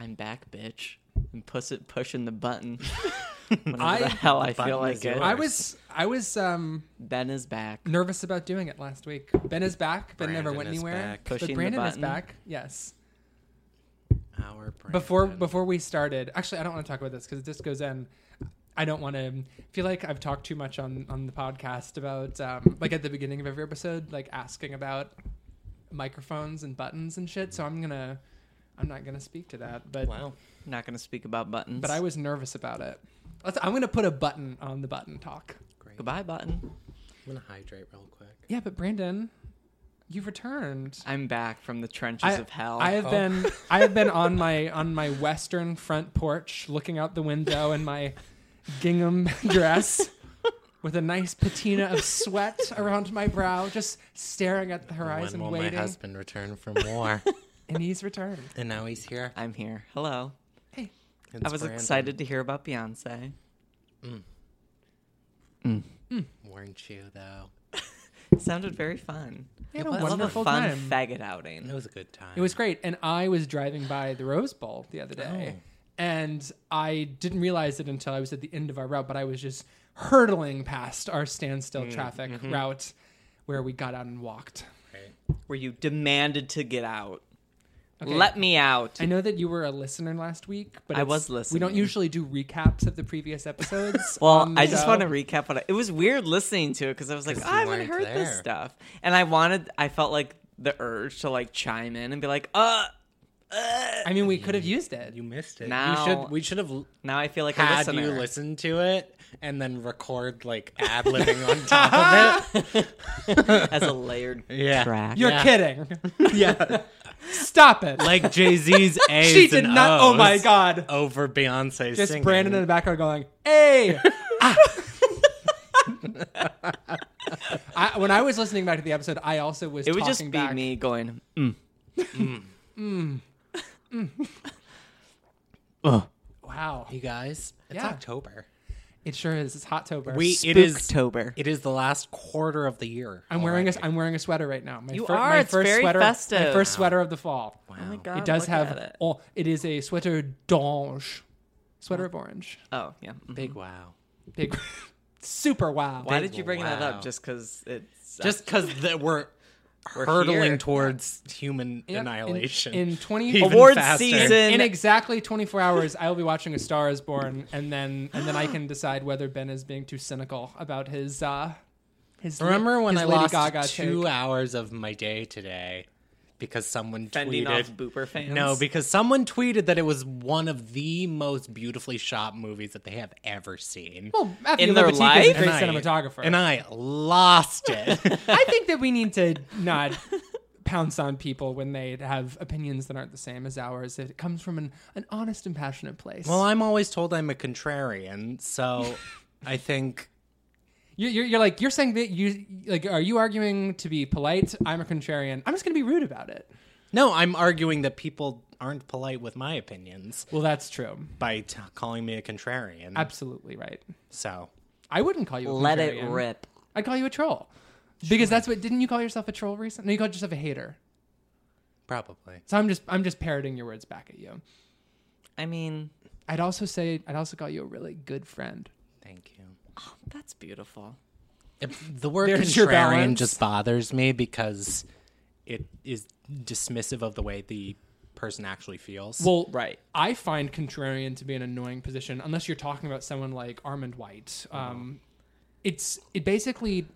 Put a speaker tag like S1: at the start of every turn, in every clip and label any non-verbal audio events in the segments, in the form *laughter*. S1: I'm back, bitch. I'm puss- pushing the
S2: *laughs*
S1: button. Whenever
S3: I-
S1: the hell I
S2: the
S1: feel
S2: button
S1: like
S2: is
S1: it.
S2: yours.
S3: I was I was um
S1: ben is back.
S3: nervous about doing it last week. Ben is back. Ben never
S2: Brandon
S3: went
S2: is
S3: anywhere.
S2: back.
S1: Pushing the
S3: But Brandon is
S1: button.
S3: back. Yes.
S2: Our brand.
S3: Before before we started, actually, I don't want to talk about this because this goes in. I don't want to feel like I've talked too much on on the podcast about um, like at the beginning of every episode, like asking about microphones and buttons and shit. So I'm gonna I'm not gonna speak to that. But
S2: wow,
S1: Not gonna speak about buttons.
S3: but I was nervous about it. Let's, I'm gonna put a button on the button talk.
S2: great.
S1: goodbye button.
S2: I'm gonna hydrate real quick.
S3: Yeah, but Brandon, you've returned.
S1: I'm back from the trenches
S3: I,
S1: of hell.
S3: I have
S2: Oh.
S3: been I have been on my on my western front porch looking out the window in my gingham *laughs* dress with a nice patina of sweat around my brow, just staring at the horizon
S2: when will
S3: waiting.
S2: my husband return from
S3: *laughs*
S2: war?
S3: And he's returned.
S2: and now he's here.
S1: I'm here. Hello.
S3: Hey.
S2: It's
S1: I was
S2: Brandon.
S1: excited to hear about Beyonce.
S2: Weren't you though?
S1: It sounded very fun.
S3: They had a
S1: I love a
S3: wonderful
S1: fun
S3: time.
S1: faggot outing.
S2: It was a good time.
S3: It was great. And I was driving by the Rose Bowl the other day.
S2: Oh.
S3: And I didn't realize it until I was at the end of our route, but I was just hurtling past our standstill
S2: Mm,
S3: traffic
S2: mm-hmm.
S3: route where we got out and walked.
S2: Great.
S1: Where you demanded to get out. Let me out.
S3: I know that you were a listener last week, but
S1: I
S3: it's-
S1: was
S3: We don't
S1: listening.
S3: usually do recaps of the previous
S2: *laughs*
S3: episodes.
S1: Well,
S3: on
S2: Um,
S3: the
S1: I just
S3: show.
S1: want to recap what I, it was weird listening to it because I was like,
S2: 'Cause
S1: "Oh,
S2: you
S1: I haven't
S2: weren't
S1: heard this
S2: there.
S1: stuff, and I wanted, I felt like the urge to like chime in and be like, uh,
S3: I mean, we could have used it.
S2: You missed it.
S1: Now-
S2: you should. We should have.
S1: now I feel like a
S2: Had
S1: listener.
S2: you listened to it and then record like ad
S3: *laughs*
S2: libbing on top of it?
S1: as a
S2: *laughs*
S1: layered
S2: Yeah.
S1: track.
S3: You're
S2: Yeah. *laughs*
S3: kidding. yeah. Stop it.
S2: Like Jay Z's A's
S3: *laughs* she did
S2: and
S3: not. Oh my
S2: O's
S3: god.
S2: Over Beyonce's
S3: Just
S2: singing.
S3: Brandon in the background going,
S1: *laughs*
S3: "Hey." ah." I, when I was listening back to the episode, I also was.
S1: it would
S3: talking
S1: just be
S3: back.
S1: me going, mm.
S3: Wow,
S2: You guys, it's
S3: Yeah.
S2: October.
S3: it sure is. It's hot tober.
S2: We it is
S1: Spooktober.
S2: It is the last quarter of the year. Oh,
S3: I'm wearing a.
S2: already.
S3: I'm wearing a sweater right now. My
S1: Oh You
S3: fir-
S1: are.
S3: My
S1: It's
S3: first
S1: very
S3: sweater, My
S1: festive.
S3: first sweater of the fall.
S1: oh my god,
S3: it does
S1: look
S3: have
S1: at it.
S3: oh it is a sweater d'orange sweater of orange
S1: Oh yeah.
S2: big wow.
S3: big *laughs* super wow
S1: Why
S2: Big
S1: did you bring that
S2: wow.
S1: up? Just because it's
S2: Just because we're, hurtling
S1: hurtling here.
S2: towards human
S3: Yep, in-
S2: annihilation.
S3: in, 20
S2: Even
S1: award
S2: faster.
S1: season.
S3: in exactly 24 hours i will be watching a star is born and then and then i can decide whether ben is being too cynical about his uh his
S2: Remember when
S3: his
S2: I
S3: Lady
S2: lost
S3: Gaga
S2: two
S3: take.
S2: hours of my day today because someone
S1: *laughs* fending
S2: tweeted?
S1: off booper fans.
S2: no, because someone tweeted that it was one of the most beautifully shot movies that they have ever seen.
S3: well, Matthew
S1: In their
S3: Lebatiko's
S1: life?
S3: a great
S2: I-
S3: cinematographer.
S2: and I
S3: *laughs*
S2: lost it.
S3: I think that we need to not pounce on people when they have opinions that aren't the same as ours. It comes from an, an honest and passionate place.
S2: well, I'm always told I'm a
S3: *laughs*
S2: contrarian, so I think
S3: You're, you're, you're like you're saying that you like are you arguing to be polite? I'm a contrarian. I'm just gonna be rude about it.
S2: no, I'm arguing that people aren't polite with my opinions
S3: Well, that's true.
S2: by t- calling me a contrarian.
S3: Absolutely right.
S2: so
S3: I wouldn't call you. A
S1: let it
S3: contrarian.
S1: rip.
S3: I'd call you a troll because that's what didn't you call yourself a troll recently? No, you called yourself a hater.
S2: probably.
S3: So I'm just I'm just parroting your words back at you.
S1: I mean,
S3: I'd also say I'd also call you a really good friend.
S2: Thank you.
S1: that's beautiful.
S2: If the word
S3: There's your
S2: contrarian
S3: balance.
S2: just bothers me because it is dismissive of the way the person actually feels.
S3: Well,
S1: Right.
S3: I find contrarian to be an annoying position unless you're talking about someone like Armand White.
S1: Uh-huh.
S3: Um, It's it basically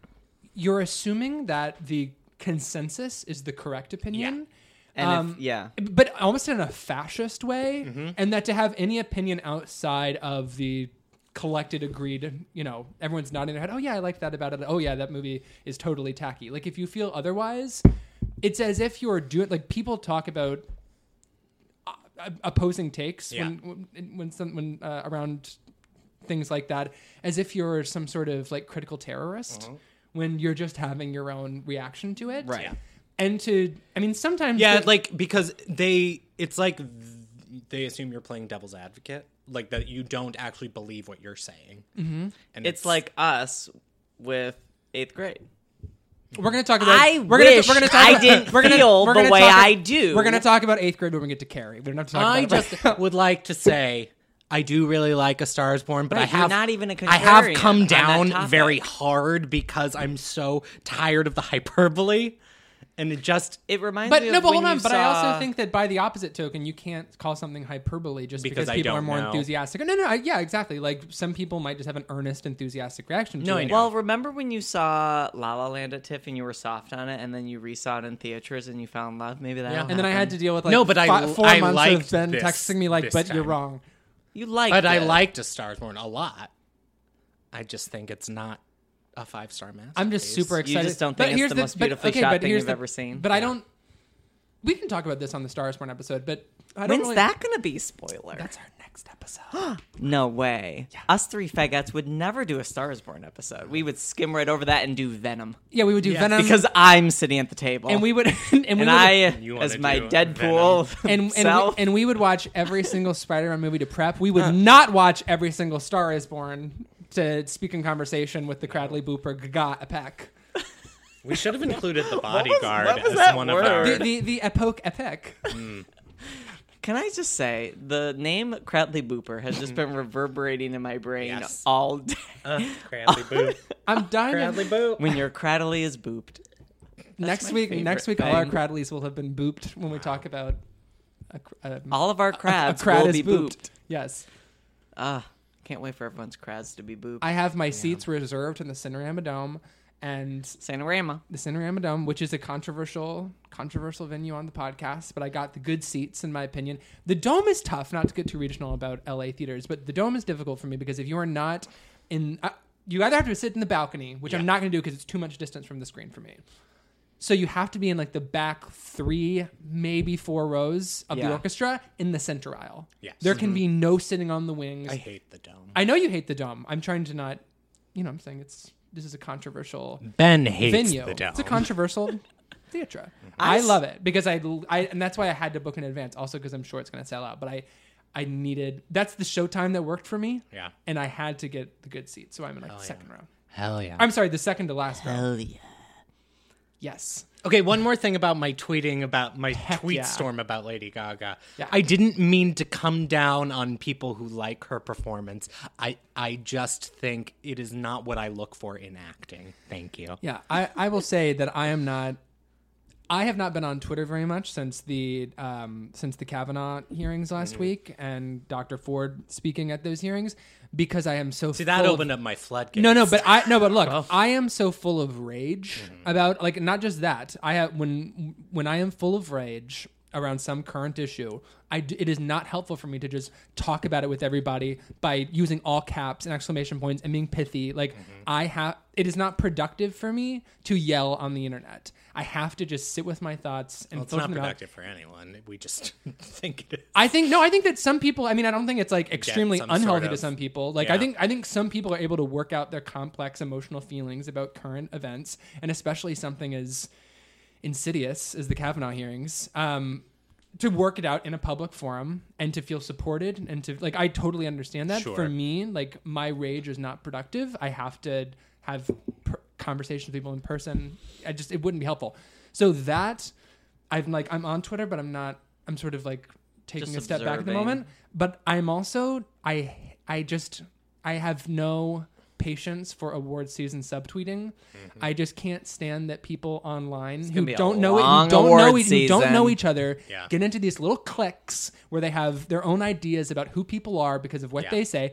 S3: you're assuming that the consensus is the correct opinion.
S1: And
S3: Um,
S1: if, yeah,
S3: But almost in a fascist way,
S2: Mm-hmm.
S3: and that to have any opinion outside of the collected agreed, you know, everyone's nodding their head. Oh yeah, I liked that about it. Oh yeah, that movie is totally tacky. Like if you feel otherwise, it's as if you're doing like people talk about uh, opposing takes
S2: Yeah.
S3: when when when, some, when uh, around things like that, as if you're some sort of like critical terrorist when you're just having your own reaction to it,
S2: Mm-hmm. Right. Yeah.
S3: And to, I mean, sometimes
S2: Yeah,
S3: the-
S2: like because they it's like th- they assume you're playing devil's advocate, like that you don't actually believe what you're saying. Mm-hmm. And
S1: It's like us with eighth grade.
S3: we're going to talk about.
S1: I
S3: we're
S1: wish
S3: gonna, we're gonna talk
S1: I
S3: about,
S1: didn't
S3: we're gonna,
S1: feel
S3: we're
S1: the
S3: gonna
S1: way
S3: talk,
S1: I do.
S3: We're going to talk about eighth grade when we get to Carrie. We don't have to talk
S2: I
S3: about it right
S2: *laughs* just would like to say I do really like A Star Is Born, but I
S1: Right, you're
S2: have
S1: not even a
S2: I have
S1: contrarian on
S2: come
S1: that
S2: down
S1: topic.
S2: very hard because I'm so tired of the hyperbole, and it just
S1: It reminds
S3: *laughs* But
S1: me
S3: no,
S1: of
S3: but
S1: when
S3: hold on.
S1: you
S3: But I also
S1: saw-
S3: think that by the opposite token, you can't call something hyperbole just
S2: Because
S3: because,
S2: I
S3: people are
S2: don't
S3: more
S2: know.
S3: enthusiastic. No, no, I, yeah, exactly. Like some people might just have an earnest, enthusiastic reaction. To
S2: No, I
S3: it.
S2: know.
S1: Well, remember when you saw La La Land at TIFF and you were soft on it, and then you resaw it in theaters and you fell in love? Maybe that.
S2: Yeah.
S1: will
S3: and then I had to
S1: happen.
S3: deal with like
S2: No, but I
S3: fi-
S2: l-
S3: four
S2: I
S3: months of
S2: liked
S3: Ben
S2: this-
S3: texting me like,
S2: this
S3: "But you're
S2: time.
S3: wrong."
S1: You liked
S2: but I
S1: it.
S2: liked A Star Is Born a lot. I just think it's not a five star masterpiece.
S3: I'm just super
S1: You
S3: excited.
S1: just don't
S3: but
S1: think it's
S3: here's
S1: the most
S3: but-
S1: beautifully
S3: okay,
S1: shot
S3: but
S1: thing
S3: here's
S1: you've
S3: the-
S1: ever seen?
S3: But I don't. We can talk about this on the Star Is Born episode, but I don't
S1: When's
S3: really-
S1: that going to be? Spoiler.
S3: That's our next episode.
S1: *gasps* No way. Us three faggots would never do a Star is Born episode. We would skim right over that and do Venom.
S3: yeah, we would do Venom
S1: because I'm sitting at the table.
S3: Um, and we would *laughs* and, we
S1: and
S3: would,
S1: I,
S2: You wanna
S1: as my
S2: do
S1: Deadpool *laughs*
S3: and and we,
S1: self,
S3: and we would watch
S1: *laughs*
S3: every single Spider-Man movie to prep. We would not watch every single Star Is Born to speak in conversation with the Cradley Booper Gaga Epic.
S2: We should have included *laughs* the
S1: was-
S2: bodyguard
S1: what was
S2: as
S1: that
S2: one
S1: word?
S3: The
S2: of our.
S3: the, the Epoch Epic.
S1: Can I just say the name Cradley Booper has just
S2: *laughs*
S1: been reverberating in my brain
S2: Yes.
S1: all day. *laughs*
S2: Cradley Boop.
S3: I'm dying. of-
S2: Cradley Boop.
S1: when your Cradley is booped,
S3: next
S1: my
S3: week,
S1: favorite
S3: next week, all our
S1: thing.
S3: Cradleys will have been booped when we talk about a, cr- a,
S1: all of our
S3: a
S1: crabs
S3: crad
S1: will be
S3: is booped.
S1: booped.
S3: Yes,
S1: Ah, can't wait for everyone's crads to be booped.
S3: I have my seats reserved in the Cinerama Dome, and
S1: Santa Rama.
S3: the Cinerama Dome, which is a controversial controversial venue on the podcast, but I got the good seats in my opinion. The dome is tough, not to get too regional about LA theaters, but the dome is difficult for me because if you are not in uh, you either have to sit in the balcony, which I'm not going to do because it's too much distance from the screen for me. So you have to be in like the back 3, maybe 4 rows of the
S1: Yeah.
S3: orchestra in the center aisle.
S2: Yes. Mm-hmm.
S3: There can be no sitting on the wings.
S2: I hate the dome.
S3: I know you hate the dome. I'm trying to not, you know, I'm saying it's this is a controversial
S2: Ben hates
S3: venue.
S2: the dome.
S3: It's a
S2: *laughs*
S3: controversial theatre. I, love it because I, I and that's why I had to book in advance. Also because I'm sure it's going to sell out. But I I needed that's the showtime that worked for me.
S2: Yeah.
S3: and I had to get the good seat, so I'm in like the second row.
S2: Hell yeah.
S3: I'm sorry, the second to last row.
S1: Hell yeah.
S3: Yes,
S2: Okay, one more thing about my tweeting about my tweet
S3: yeah.
S2: storm about Lady Gaga.
S3: Yeah.
S2: I didn't mean to come down on people who like her performance. I I just think it is not what I look for in acting. Thank you.
S3: yeah. I I will say that I am not. I have not been on Twitter very much since the um, since the Kavanaugh hearings last
S2: Mm-hmm.
S3: week and Dr. Ford speaking at those hearings because I am so
S2: See, that
S3: full of
S2: opened up my floodgates.
S3: No, no, but I no, but look, I am so full of rage
S2: Mm-hmm.
S3: about like not just that. I have when when I am full of rage around some current issue, I d- it is not helpful for me to just talk about it with everybody by using all caps and exclamation points and being pithy. Like
S2: Mm-hmm.
S3: I have it is not productive for me to yell on the internet. I have to just sit with my thoughts and
S2: Well, it's
S3: filter
S2: not
S3: them out.
S2: productive for anyone. We just *laughs* think it is.
S3: I think no, I think that some people. I mean, I don't think it's like extremely
S2: some
S3: unhealthy
S2: sort
S3: to
S2: of-
S3: some people. Like I
S2: yeah.
S3: think I think some people are able to work out their complex emotional feelings about current events, and especially something as insidious as the Kavanaugh hearings. Um, to work it out in a public forum and to feel supported and to like, I totally understand that. For
S2: Sure.
S3: me, like my rage is not productive. I have to have per- conversations with people in person. I just it wouldn't be helpful. So that I'm like I'm on Twitter, but I'm not. I'm sort of like taking
S1: Just
S3: a step back at the
S1: observing.
S3: moment. But I'm also I I just I have no patience for award season subtweeting. I just can't stand that people online who
S1: Mm-hmm. gonna be a
S3: don't know it, who
S1: long
S3: don't know
S1: award
S3: it, who don't know
S1: season.
S3: each other,
S2: Yeah.
S3: get into these little cliques where they have their own ideas about who people are because of what
S2: Yeah.
S3: they say.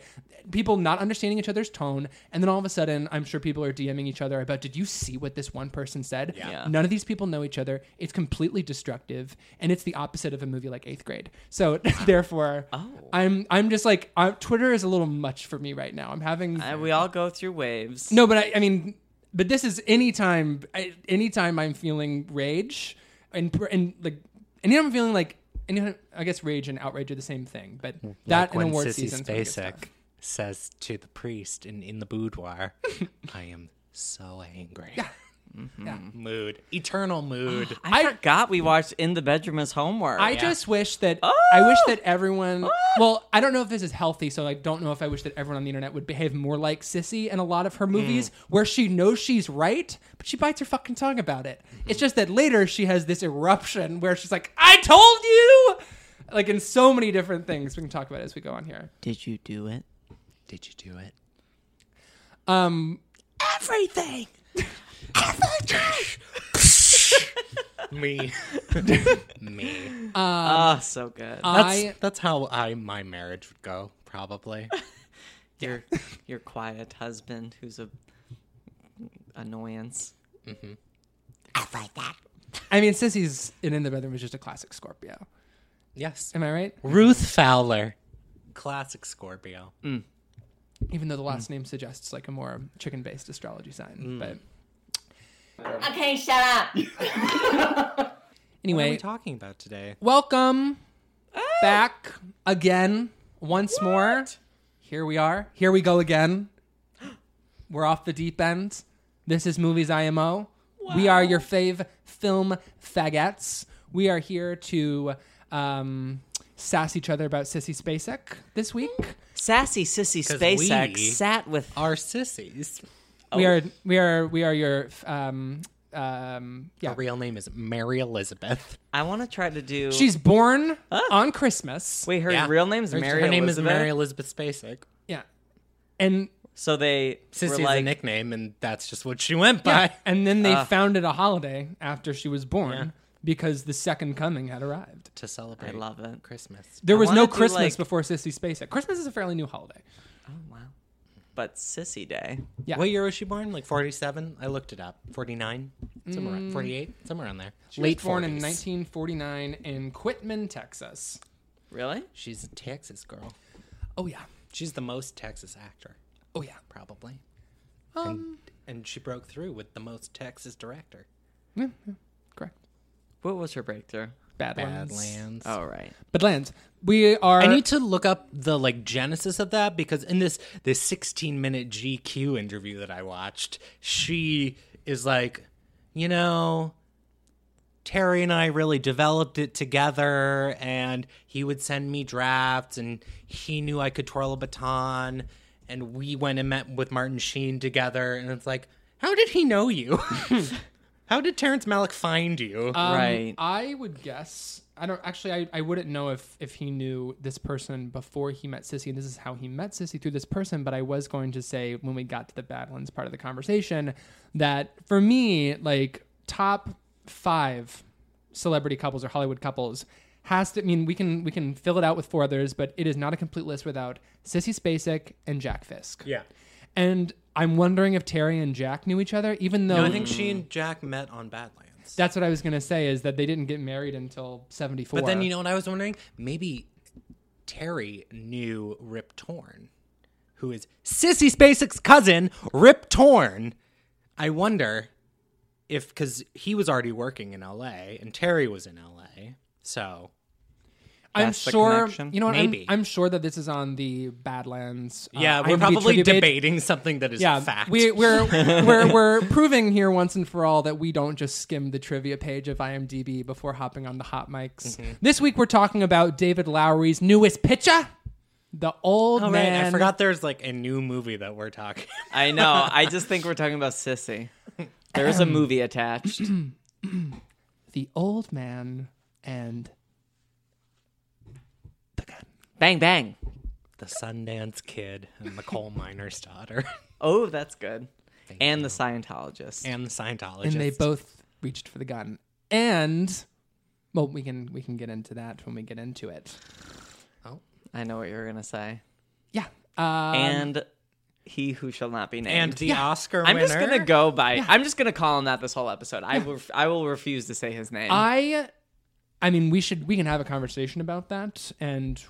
S3: People not understanding each other's tone, and then all of a sudden, I'm sure people are DMing each other about, "Did you see what this one person said?"
S2: Yeah.
S1: Yeah.
S3: None of these people know each other. It's completely destructive, and it's the opposite of a movie like Eighth Grade. So *laughs* therefore, I'm I'm just like I, Twitter is a little much for me right now. I'm having
S1: And we all go through waves.
S3: no, but I, I mean, but this is anytime, I- anytime I'm feeling rage and pr- and like, anytime I'm feeling like and you know, I guess rage and outrage are the same thing, but that and
S2: Hmm. when
S3: award
S2: Sissy
S3: season.
S2: Spacek says to the priest in, in the *laughs* boudoir, I am so angry. Mm-hmm.
S3: Yeah.
S2: Mood. Eternal mood. *gasps*
S1: I, forgot we watched In the Bedroom as Homework.
S3: I just wish that I wish
S2: Oh!
S3: that everyone. Well, I don't know if this is healthy, so I don't know if I wish that everyone on the internet would behave more like Sissy in a lot of her
S2: Mm.
S3: movies, where she knows she's right, but she bites her fucking tongue about it. It's just that later she has this eruption where she's like, "I told you," like in so many different things. We can talk about it as we go on here.
S1: Did you do it?
S2: Did you do it?
S3: Um,
S2: Everything. *laughs* Me. Me.
S1: Ah, so good.
S2: That's,
S3: I
S2: that's how I my marriage would go, probably.
S1: *laughs* your your quiet husband who's a annoyance.
S3: I mean, Sissy's in In the Bedroom is just a classic Scorpio.
S2: *laughs* Yes.
S3: Am I right?
S2: Ruth Fowler. Classic Scorpio.
S3: Even though the last name suggests like a more chicken based astrology sign. But
S4: Okay, shut up.
S2: What are
S3: *laughs* anyway,
S2: we talking about today?
S3: welcome back again, once more. Here we are. Here we go again. *gasps* We're off the deep end. This is Movies IMO. We are your fave film faggots. We are here to um, sass each other about Sissy Spacek this week.
S1: Sassy sissy
S2: 'Cause
S1: SpaceX
S2: we-
S1: sat with
S2: Our sissies.
S3: We are we are we are your um um yeah.
S2: Her real name is Mary Elizabeth.
S1: I want to try to do
S3: She's born on Christmas.
S1: Wait, her
S2: Yeah.
S1: real name's
S2: Her-
S1: Mary
S2: Her name
S1: Elizabeth.
S2: is Mary Elizabeth Spacek.
S3: Yeah. And
S1: So they
S2: Sissy
S1: were
S2: is a
S1: like,
S2: nickname, and that's just what she went by.
S3: yeah. and then they founded a holiday after she was born because the second coming had arrived.
S2: *laughs* To celebrate
S1: I love it.
S2: Christmas.
S3: There was
S1: wanna
S3: no
S1: do,
S3: Christmas
S1: like-
S3: before Sissy Spacek. Christmas is a fairly new holiday.
S1: Oh wow. But Sissy Day.
S3: Yeah.
S2: What year was she born? Like 47? I looked it up. 49? Somewhere around 48? Somewhere around there.
S3: She was born in 1949 in Quitman, Texas.
S1: Really?
S2: She's a Texas girl.
S3: Oh yeah.
S2: She's the most Texas actor,
S3: Oh yeah.
S2: probably. Um. and, and she broke through with the most Texas director.
S3: Correct.
S1: What was her breakthrough?
S3: Badlands.
S2: Badlands.
S1: Oh right.
S3: Badlands. We are
S2: I need to look up the like genesis of that because in this this 16 minute GQ interview that I watched, she is like, you know, Terry and I really developed it together and he would send me drafts and he knew I could twirl a baton and we went and met with Martin Sheen together and it's like, how did he know you? how did Terrence Malick find you?
S3: Um,
S1: right.
S3: I would guess. I don't actually. I, I wouldn't know if if he knew this person before he met Sissy, and this is how he met Sissy through this person. But I was going to say when we got to the bad ones part of the conversation that for me, like top five celebrity couples or Hollywood couples has to. I mean, we can we can fill it out with four others, but it is not a complete list without Sissy Spacek and Jack Fisk.
S2: yeah.
S3: and. I'm wondering if Terry and Jack knew each other, even though
S2: No, I think she and Jack met on Badlands.
S3: that's what I was gonna say is that they didn't get married until seventy four.
S2: But then you know what I was wondering? Maybe Terry knew Rip Torn, who is Sissy Spacek's cousin, Rip Torn. I wonder if because he was already working in LA and Terry was in LA. So
S3: I'm
S1: that's the
S3: sure.
S1: connection.
S3: You know what? I'm-
S2: Maybe.
S3: I'm, sure that this is on the Badlands. uh,
S2: yeah, we're
S3: IMDb
S2: probably
S3: trivia page.
S2: debating something that is
S3: Yeah,
S2: fact.
S3: we,
S2: *laughs*
S3: we're we're we're proving here once and for all that we don't just skim the trivia page of IMDb before hopping on the hot mics.
S2: Mm-hmm.
S3: This week we're talking about David Lowery's newest picture, The Old
S2: Oh,
S3: Man.
S2: right, I forgot there's like a new movie that we're talking.
S1: I know. I just think we're talking about
S2: *laughs*
S1: Sissy. There's a
S2: Um,
S1: movie attached.
S3: The Old Man and
S1: bang bang.
S2: the Sundance Kid and the Coal Miner's Daughter
S1: Oh, that's good. and the Scientologist.
S2: and the Scientologist.
S3: and they both reached for the gun and well we can we can get into that when we get into it
S1: I know what you were gonna say.
S3: yeah uh
S1: and he who shall not be named.
S2: Um, and the Oscar
S1: I'm
S2: winner.
S1: just gonna go by. I'm just gonna call him that this whole episode. I will. I will refuse to say his name.
S3: i i mean we should we can have a conversation about that and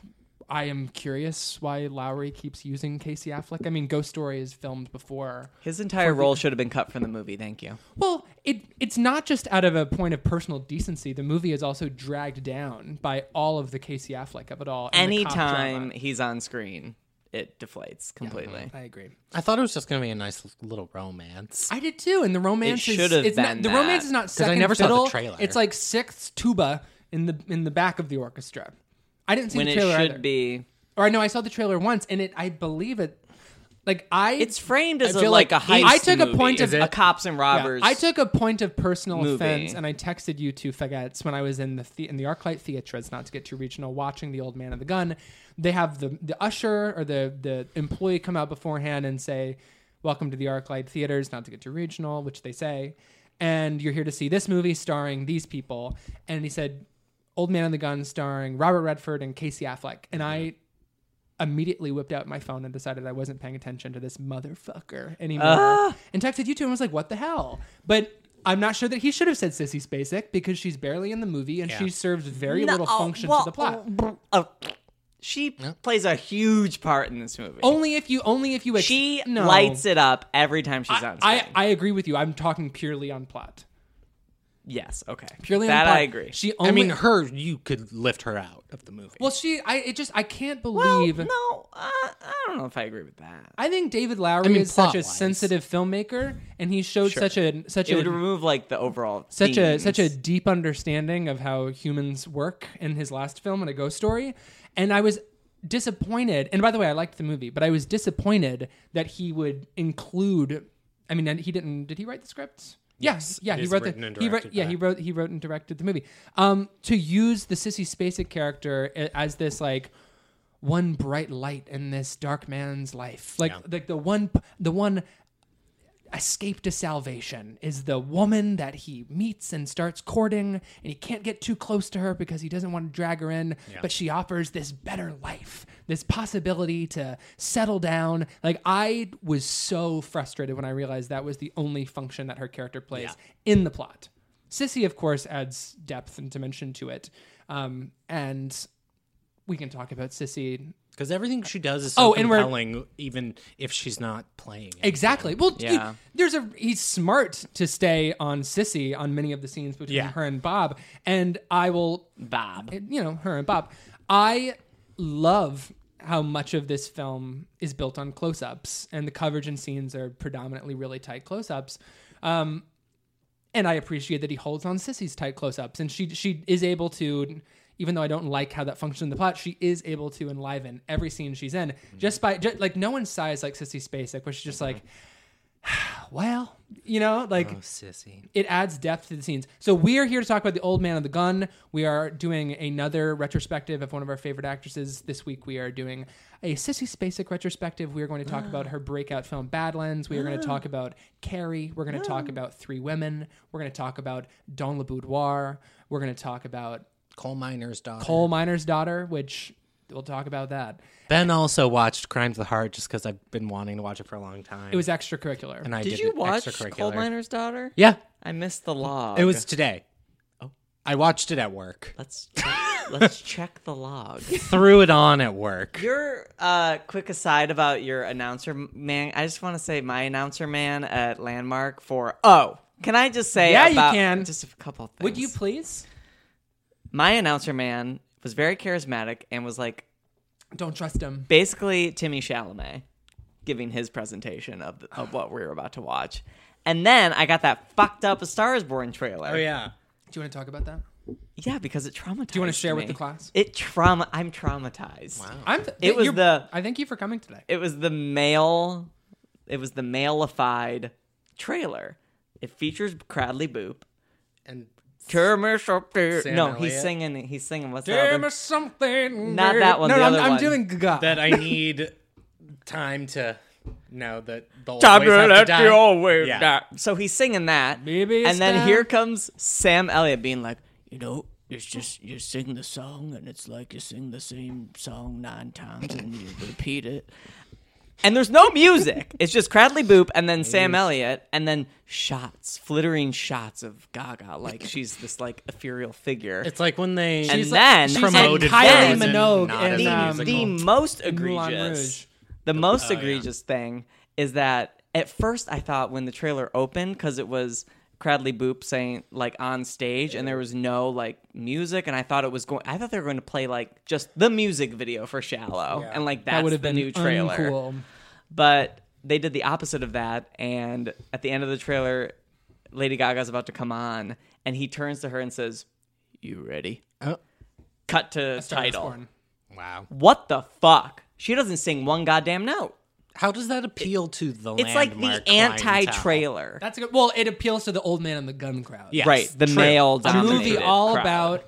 S3: I am curious why Lowry keeps using Casey Affleck. I mean, Ghost Story is filmed before.
S1: His entire role should have been cut from the movie. Thank you.
S3: Well, it it's not just out of a point of personal decency. The movie is also dragged down by all of the Casey Affleck of it all. and the cop
S1: Anytime
S3: drama.
S1: he's on screen, it deflates completely.
S3: I agree.
S2: I thought it was just going to be a nice little romance.
S3: I did too, and the romance
S1: It
S3: is
S1: should have
S3: it's not,
S1: been
S3: the
S1: that.
S3: romance is not
S2: 'Cause I
S3: second
S2: never saw the
S3: fiddle.
S2: trailer.
S3: It's like sixth tuba in the in the back of the orchestra. I didn't see
S1: when
S3: the
S1: it
S3: trailer
S1: should
S3: either.
S1: be,
S3: Or I know I saw the trailer once, and it I believe it. Like I,
S1: it's framed as
S3: I
S1: a,
S3: feel
S1: like, a heist.
S3: I- I took a
S1: movie.
S3: point
S1: Is
S3: of
S1: it a cops and
S3: yeah,
S1: robbers.
S3: I took a point of personal
S1: movie.
S3: offense, and I texted you two faggots when I was in the, the in the ArcLight Theatres, not to get too regional, watching the Old Man of the Gun. They have the the usher or the the employee come out beforehand and say, "Welcome to the ArcLight Theaters," not to get too regional, which they say, and you're here to see this movie starring these people. And he said, "Old Man of the Gun," starring Robert Redford and Casey Affleck, and I. Immediately whipped out my phone and decided I wasn't paying attention to this motherfucker anymore
S1: Ah.
S3: and texted you two and was like, "What the hell?" But I'm not sure that he should have said Sissy Spacek because she's barely in the movie and she serves very little function to the plot.
S1: oh. she plays a huge part in this movie.
S3: Only if you, only if you, ex-
S1: she
S3: Oh, no.
S1: lights it up every time she's
S3: I,
S1: on screen.
S3: I, I agree with you. I'm talking purely on plot.
S1: yes, okay.
S3: Purely on
S1: that
S3: plot.
S1: I agree.
S3: She
S2: I
S3: only,
S2: mean, her, you could lift her out of the movie.
S3: well, she, I, it just, I can't
S1: well,
S3: believe.
S1: no, uh, I don't know if I agree with that.
S3: I think David Lowry
S2: mean,
S3: is such a
S2: plot-wise.
S3: sensitive filmmaker, and he showed such a such
S1: It would
S3: a
S1: remove like the overall
S3: such a
S1: themes.
S3: such a deep understanding of how humans work in his last film in a ghost story and i was disappointed and by the way i liked the movie but i was disappointed that he would include i mean and he didn't did he write the scripts yes yeah,
S2: it
S3: he
S2: is
S3: wrote the
S2: written and
S3: he wrote
S2: directed
S3: yeah
S2: by-
S3: he wrote he wrote and directed the movie um to use the sissy spacek character a- as this like one bright light in this dark man's life like like the one the one escape to salvation is the woman that he meets and starts courting and he can't get too close to her because he doesn't want to drag her in but she offers this better life this possibility to settle down like i was so frustrated when i realized that was the only function that her character plays in the plot sissy of course adds depth and dimension to it um, and we can talk about sissy
S2: Because everything she does is so
S3: Oh, and we're-
S2: compelling, even if she's not playing it.
S3: Exactly. Well, dude,
S1: Yeah.
S3: there's a he's smart to stay on Sissy on many of the scenes between
S2: Yeah.
S3: her and Bob, and I will, eh,
S1: Bob.
S3: you know, her and Bob. I love how much of this film is built on close-ups, and the coverage and scenes are predominantly really tight close-ups. Um, and I appreciate that he holds on Sissy's tight close-ups, and she she is able to. Even though I don't like how that functions in the plot, she is able to enliven every scene she's in
S1: Mm-hmm.
S3: just by just, like no one sighs like Sissy Spacek, where she's just like, well, you know, like
S2: Oh, Sissy.
S3: it adds depth to the scenes. So we are here to talk about the old man of the gun. We are doing another retrospective of one of our favorite actresses. This week we are doing a Sissy Spacek retrospective. We are going to talk
S2: *gasps*
S3: about her breakout film Badlands. We are going to talk about Carrie. We're going to talk about Three Women. We're going to talk about Don Le Boudoir. We're going to talk about
S2: Coal miner's daughter.
S3: Coal Miner's Daughter, which we'll talk about that.
S2: Ben also watched Crimes of the Heart just because I've been wanting to watch it for a long time.
S3: It was extracurricular.
S2: and I
S1: Did
S2: did
S1: you
S2: it
S1: watch
S2: extracurricular.
S1: Coal Miner's Daughter?
S2: Yeah,
S1: I missed the log.
S2: it was today. Oh, I watched it at work. *laughs*
S1: Let's let's check the log.
S2: Threw it on at
S1: *laughs*
S2: work.
S1: Your uh, quick aside about your announcer man. I just want to say my announcer man at Landmark for oh. Can I just say?
S3: Yeah, you
S1: about-
S3: can.
S1: Just a couple things.
S3: Would you please?
S1: my announcer man was very charismatic and was like
S3: Don't trust him.
S1: basically Timmy Chalamet giving his presentation of of what we were about to watch. And then I got that fucked up A Star Is Born trailer.
S2: Oh yeah.
S3: Do you want to talk about that?
S1: yeah, because it traumatized. Do
S3: you wanna share with the class?
S1: It trauma. I'm traumatized. Wow.
S3: I'm th-
S1: It was
S3: you're-
S1: the-
S3: I thank you for coming today.
S1: it was the male it was the maleified trailer it features Cradley Boop
S2: And
S1: Kermish
S2: Sam
S1: no he's
S2: Elliott?
S1: singing he's singing what's that
S3: Damn
S1: other?
S3: or something.
S1: Not
S3: baby.
S1: that one,
S3: No,
S1: the
S3: no, I'm,
S1: other
S3: I'm
S1: one.
S3: doing Gaga.
S2: that I need time to know that the old
S1: Time
S2: ways
S1: to
S2: have
S1: let
S2: die.
S1: the old ways
S2: Yeah.
S1: die. so he's singing that
S3: Maybe it's
S1: and then
S3: time.
S1: here comes Sam Elliott being like you know it's just you sing the song and it's like you sing the same song nine times and you repeat it And there's no
S2: *laughs*
S1: music. It's just Cradley Boop and then Sam Elliott and then shots, flittering shots of Gaga, like she's this like ethereal figure.
S2: It's like when they
S1: and then
S2: she's promoted
S1: and
S2: Frozen,
S1: then-
S3: Kylie Minogue
S2: not
S3: and,
S2: as
S1: the,
S2: a
S3: um,
S2: musical.
S1: the most
S3: Moulin
S1: egregious
S3: Rouge. Oh,
S1: the most egregious thing is that at first I thought when the trailer opened because it was Cradley Boop saying like on stage and there was no like music and I thought it was going I thought they were going to play like just the music video for Shallow and like that's
S3: that would have
S1: the
S3: been
S1: new trailer
S3: uncool.
S1: but they did the opposite of that and at the end of the trailer lady gaga's about to come on and he turns to her and says you ready
S2: Oh.
S1: cut to
S3: Star is
S1: title
S3: Born.
S2: wow.
S1: what the fuck she doesn't sing one goddamn note
S2: How does that appeal to the?
S1: it's like the
S2: landmark clientele?
S1: anti-trailer
S3: That's a good. Well, it appeals to the old man and the gun crowd.
S2: Yes,
S1: right the
S2: true.
S1: male
S3: a movie
S1: dominated
S3: all
S1: crowd.
S3: about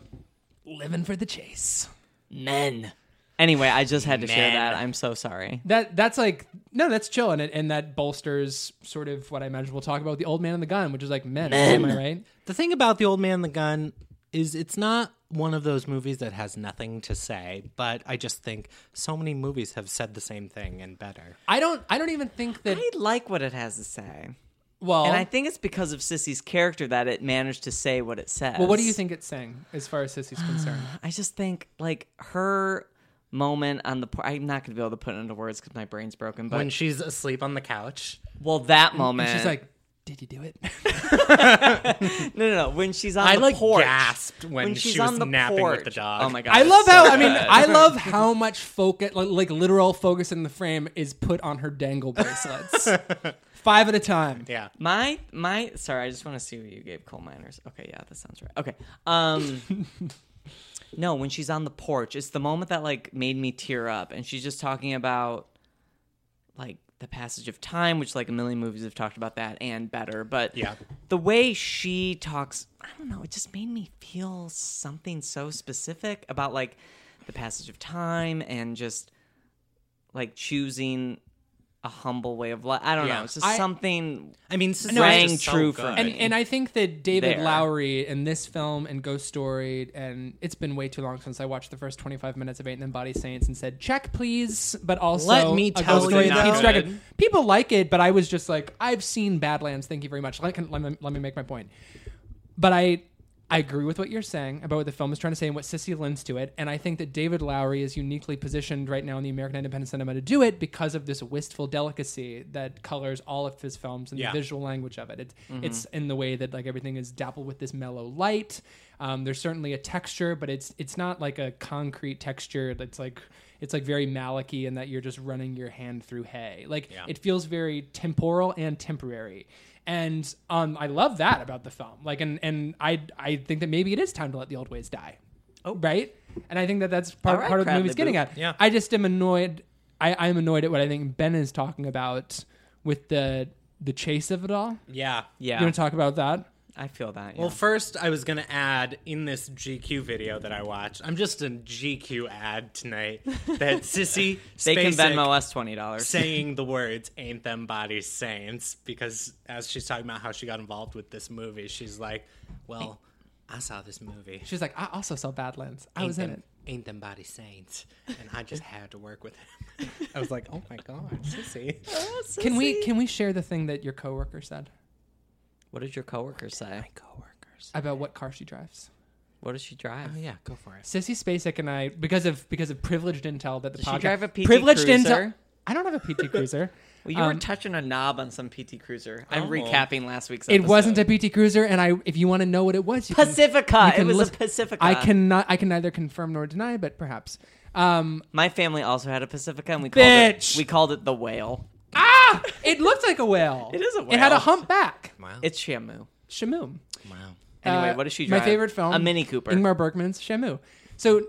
S3: living for the chase.
S1: men anyway i just had to share
S2: Men.
S1: that i'm so sorry
S3: That that's like no, that's chill, and it, and that bolsters sort of what I imagine we'll talk about with the old man and the gun, which is like men. Am I right?
S2: The thing about The Old Man and the Gun is it's not one of those movies that has nothing to say, but I just think so many movies have said the same thing and better.
S3: I don't. I don't even think that.
S1: i like what it has to say
S3: well,
S1: and i think it's because of sissy's character that it managed to say what it says
S3: well, what do you think it's saying as far as Sissy's concerned?
S1: I just think like her moment on the por- I'm not going to be able to put it into words because my brain's broken. But
S2: When she's asleep on the couch,
S1: well, that moment
S3: She's like, "Did you do it?" *laughs*
S1: no, no, no. When she's on
S2: I
S1: the
S2: like
S1: porch,
S2: gasped when,
S1: she's
S2: she was
S1: on the
S2: napping
S1: porch.
S2: with the dog.
S1: Oh my god!
S3: I
S1: it's
S3: love
S1: so
S3: how I
S2: *laughs*
S3: mean
S1: good.
S3: I love how much focus like, like literal focus in the frame is put on her dangle
S2: *laughs*
S3: bracelets. Five at a time.
S2: Yeah.
S1: my my. Sorry, I just want to see what you gave coal miners. Okay, yeah, that sounds right. Okay, um. No, when she's on the porch, it's the moment that like made me tear up, and she's just talking about like the passage of time, which like a million movies have talked about that and better, but
S2: Yeah.
S1: the way she talks, I don't know, it just made me feel something so specific about like the passage of time and just like choosing a humble way of life. I don't know,
S2: Yeah.
S1: it's just
S3: I-
S1: something
S2: I mean, this is
S1: No, rang
S2: just so
S1: true for
S2: good.
S1: me.
S3: And and I think that David
S1: There.
S3: Lowery in this film and Ghost Story, and it's been way too long since I watched the first twenty five minutes of Eight and Then Body Saints and said, check please, but also
S2: Let me
S3: a
S2: tell
S3: Ghost Story
S2: you
S3: and
S2: that.
S3: Pete's Dragon. People like it, but I was just like, I've seen Badlands, thank you very much. Let, let, me, let me make my point. But I I agree with what you're saying about what the film is trying to say and what Sissy lends to it. And I think that David Lowery is uniquely positioned right now in the American independent cinema to do it because of this wistful delicacy that colors all of his films and
S2: Yeah.
S3: the visual language of it. It's, it's in the way that like everything is dappled with this mellow light. Um, there's certainly a texture, but it's it's not like a concrete texture. It's like it's like very malicky in that you're just running your hand through hay. Like it feels very temporal and temporary and um, I love that about the film. Like, and and I I think that maybe it is time to let the old ways die. Oh, right. And I think that that's part
S1: All right,
S3: part of what the
S1: Bradley
S3: movie's getting
S1: Boop.
S3: at.
S2: Yeah.
S3: I just am annoyed. I I am annoyed at what I think Ben is talking about with the the chase of it all.
S2: Yeah.
S1: yeah.
S3: You want to talk about that?
S1: I feel that. Yeah.
S2: Well, first, I was going to add in this GQ video that I watched. I'm just a GQ ad tonight
S1: *laughs*
S2: that Sissy
S1: they can
S2: Spacek-
S1: Venmo us twenty dollars.
S2: saying the words ain't them bodies saints because as she's talking about how she got involved with this movie she's like well i saw this movie
S3: She's like, I also saw Badlands. I
S2: ain't
S3: was in
S2: them,
S3: it.
S2: ain't them body saints and i just had to work with him *laughs* i was like oh my god sissy
S3: Can we can we share the thing that your coworker said
S1: What did your coworker say?
S2: coworkers
S3: about what car she drives?
S1: What does she drive?
S2: oh yeah go for it
S3: Sissy Spacek and I, because of because of privileged intel that the
S1: Does she
S3: podcast
S1: drive a PT
S3: privileged intel.
S1: Cruiser?
S3: I don't have a
S1: *laughs*
S3: PT Cruiser.
S1: Well, you
S3: Um,
S1: were touching a knob on some PT Cruiser. I'm
S2: Oh.
S1: recapping last week's.
S3: It wasn't
S1: episode.
S3: a PT Cruiser, and I. If you want to know what it was, you
S1: Pacifica.
S3: Can, you
S1: It was a
S3: listen-
S1: Pacifica.
S3: I cannot. I can neither confirm nor deny, but perhaps. Um,
S1: My family also had a Pacifica, and we called
S3: Bitch!
S1: it we called it the whale.
S3: ah! It looked like a whale.
S1: *laughs* It is a
S3: It had a
S1: whale.
S3: humpback.
S2: wow
S1: It's Shamu.
S3: Shamu.
S2: wow
S1: Anyway,
S3: Oh. Uh,
S1: what does she
S3: My
S1: drive?
S3: favorite film,
S1: A Mini Cooper.
S3: Ingmar Bergman's Shamu. So,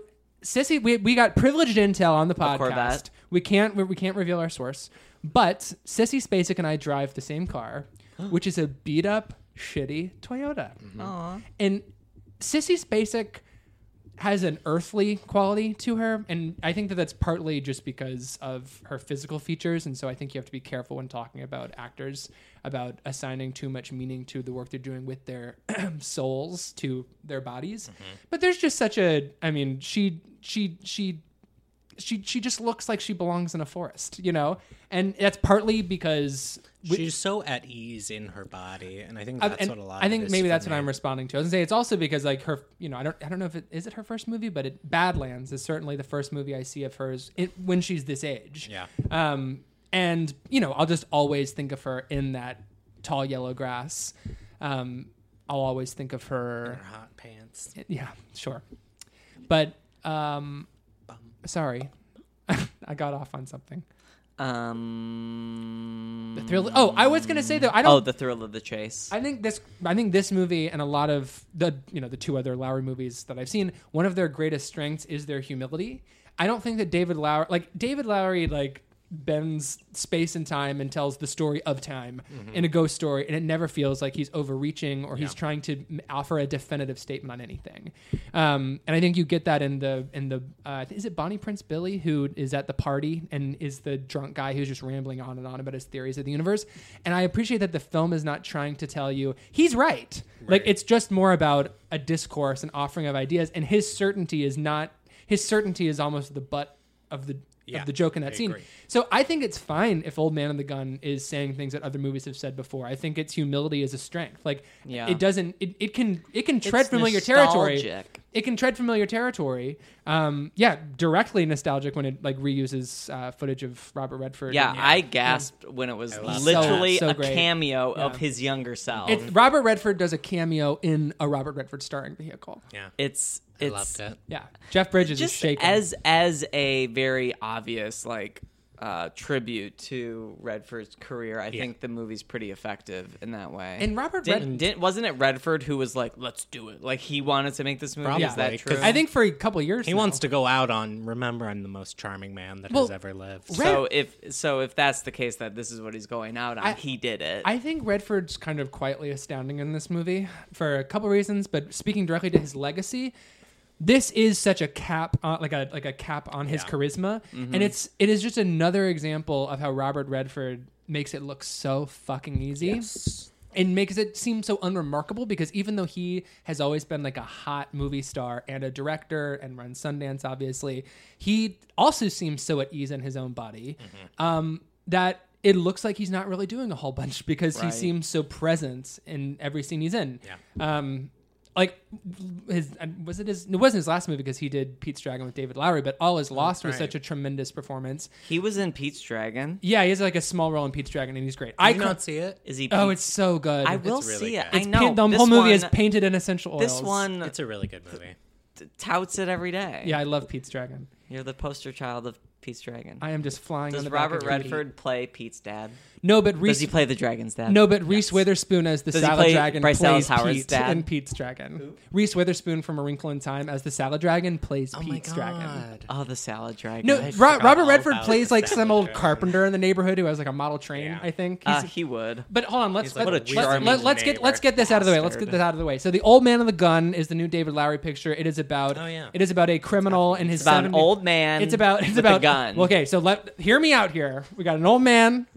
S3: Sissy, we, we got privileged intel on the podcast.
S1: Corvette.
S3: We can't we, we can't reveal our source, but Sissy Spacek and I drive the
S1: *gasps*
S3: same car, which is a beat up, shitty Toyota.
S1: Mm-hmm.
S3: And Sissy Spacek has an earthly quality to her, and I think that that's partly just because of her physical features. And so I think you have to be careful when talking about actors about assigning too much meaning to the work they're doing with their *clears throat* souls to their bodies. But there's just such a, I mean, she she she she she just looks like she belongs in a forest, you know. And that's partly because we-
S2: She's so at ease in her body, and I think
S3: I-
S2: that's
S3: and
S2: what a lot.
S3: I
S2: of
S3: think
S2: it is
S3: maybe
S2: for
S3: that's what
S2: me.
S3: I'm responding to. I was gonna say it's also because like her, you know, I don't, I don't know if it is it her first movie, but it, Badlands is certainly the first movie I see of hers in, when she's this age.
S2: Yeah.
S3: Um, and you know, I'll just always think of her in that tall yellow grass. Um, I'll always think of her.
S2: Hot pants.
S3: Yeah, sure. But um, sorry, *laughs* I got off on something.
S1: Um,
S3: The thrill. Oh, I was gonna say though, I don't.
S1: oh, the thrill of the chase.
S3: I think this I think this movie and a lot of the you know the two other Lowry movies that I've seen, one of their greatest strengths is their humility. I don't think that David Lowry like David Lowry like bends space and time and tells the story of time in a ghost story and it never feels like he's overreaching or he's trying to m- offer a definitive statement on anything um, and i think you get that in the in the uh, is it bonnie prince billy who is at the party and is the drunk guy who's just rambling on and on about his theories of the universe and i appreciate that the film is not trying to tell you he's right, like it's just more about a discourse and offering of ideas and his certainty is not his certainty is almost the butt of the
S2: Yeah,
S3: of the joke in that
S2: I
S3: scene
S2: agree.
S3: so I think it's fine if Old Man and the Gun is saying things that other movies have said before. I think its humility is a strength. Like
S1: Yeah.
S3: it doesn't it, it can it can tread
S1: It's
S3: familiar territory.
S1: nostalgic.
S3: It can tread familiar territory. Um, yeah, directly nostalgic when it like reuses uh, footage of Robert Redford.
S1: yeah,
S3: And-
S1: I gasped when it was
S2: love
S1: literally
S3: that. So
S1: a
S3: great.
S1: cameo of
S3: Yeah.
S1: his younger self.
S3: It's, Robert Redford does a cameo in a Robert Redford starring vehicle.
S2: Yeah,
S1: it's
S2: I
S1: it's
S2: loved it.
S3: Yeah, Jeff Bridges is
S1: just
S3: shaking.
S1: as as a very obvious like uh, tribute to Redford's career. I think the movie's pretty effective in that way.
S3: And Robert
S1: didn't,
S3: Red-
S1: didn't- wasn't it Redford who was like, "Let's do it"? Like he wanted to make this movie. Is
S2: Probably,
S1: that
S2: 'cause
S1: true?
S3: I think for a couple years
S2: He
S3: now.
S2: wants to go out on "Remember, I'm the most charming man that
S3: Well,
S2: has ever lived."
S3: Red-
S1: so. If so, if that's the case, that this is what he's going out on.
S3: I-
S1: he did it.
S3: I think Redford's kind of quietly astounding in this movie for a couple reasons, but speaking directly to his legacy, this is such a cap, on, like a like a cap on his charisma, and it's it is just another example of how Robert Redford makes it look so fucking easy and makes it seem so unremarkable because even though he has always been like a hot movie star and a director and runs Sundance, obviously, he also seems so at ease in his own body um, that it looks like he's not really doing a whole bunch *laughs* because he
S1: Right.
S3: seems so present in every scene he's in. Yeah. Um, like his and was it his it wasn't his last movie because he did Pete's Dragon with David Lowry, but All Is Lost was
S2: right.
S3: such a tremendous performance.
S1: he was in Pete's Dragon.
S3: Yeah, he has like a small role in Pete's Dragon and he's great.
S2: I
S3: I
S2: you
S3: cou-
S2: not see it.
S1: Is he?
S3: Oh,
S1: Pete's-
S3: it's so good.
S1: I
S3: It's
S1: will
S2: really
S1: see it.
S2: good.
S1: I
S3: Pa-
S1: know
S3: the
S1: this
S3: whole movie is
S1: one-
S3: painted in essential oils.
S1: This one
S2: It's a really good movie.
S1: t- touts it every day.
S3: Yeah, I love Pete's Dragon.
S1: you're the poster child of Pete's Dragon.
S3: I am just flying.
S1: Does
S3: on the
S1: Robert
S3: back of your
S1: Redford play Pete's dad?
S3: knee. No, but Reese.
S1: Does he play the dragon's dad?
S3: no, but Reese Witherspoon as the
S1: Does he
S3: Salad
S1: play
S3: Dragon
S1: Bryce
S3: plays
S1: Dallas Howard's
S3: Pete
S1: dad?
S3: and Pete's Dragon. Reese Witherspoon from A Wrinkle in Time as the Salad Dragon
S2: Oh
S3: plays Pete's Dragon.
S1: Oh, the salad dragon.
S3: No,
S2: I've
S3: Ro-
S2: forgotten
S3: Robert
S2: all
S3: Redford
S2: about
S3: plays
S2: the
S3: like some
S2: Salad
S3: old
S2: Dragon.
S3: carpenter in the neighborhood who has like a model train.
S2: Yeah.
S3: I think.
S1: Uh,
S3: He's-
S1: he would.
S3: But hold on, let's
S2: He's like
S3: let,
S2: a
S3: us
S2: charming
S3: let, us get let's get this out of the way. Let's get
S1: bastard.
S3: this out of the way. So the old man of the gun is the new David Lowry picture. It is about
S2: Oh, yeah.
S3: it is about a criminal and his
S1: It's about an
S3: 70
S1: old man
S3: It's about it's
S1: with a
S3: about
S1: gun.
S3: Okay, so let hear me out here. We got an old man.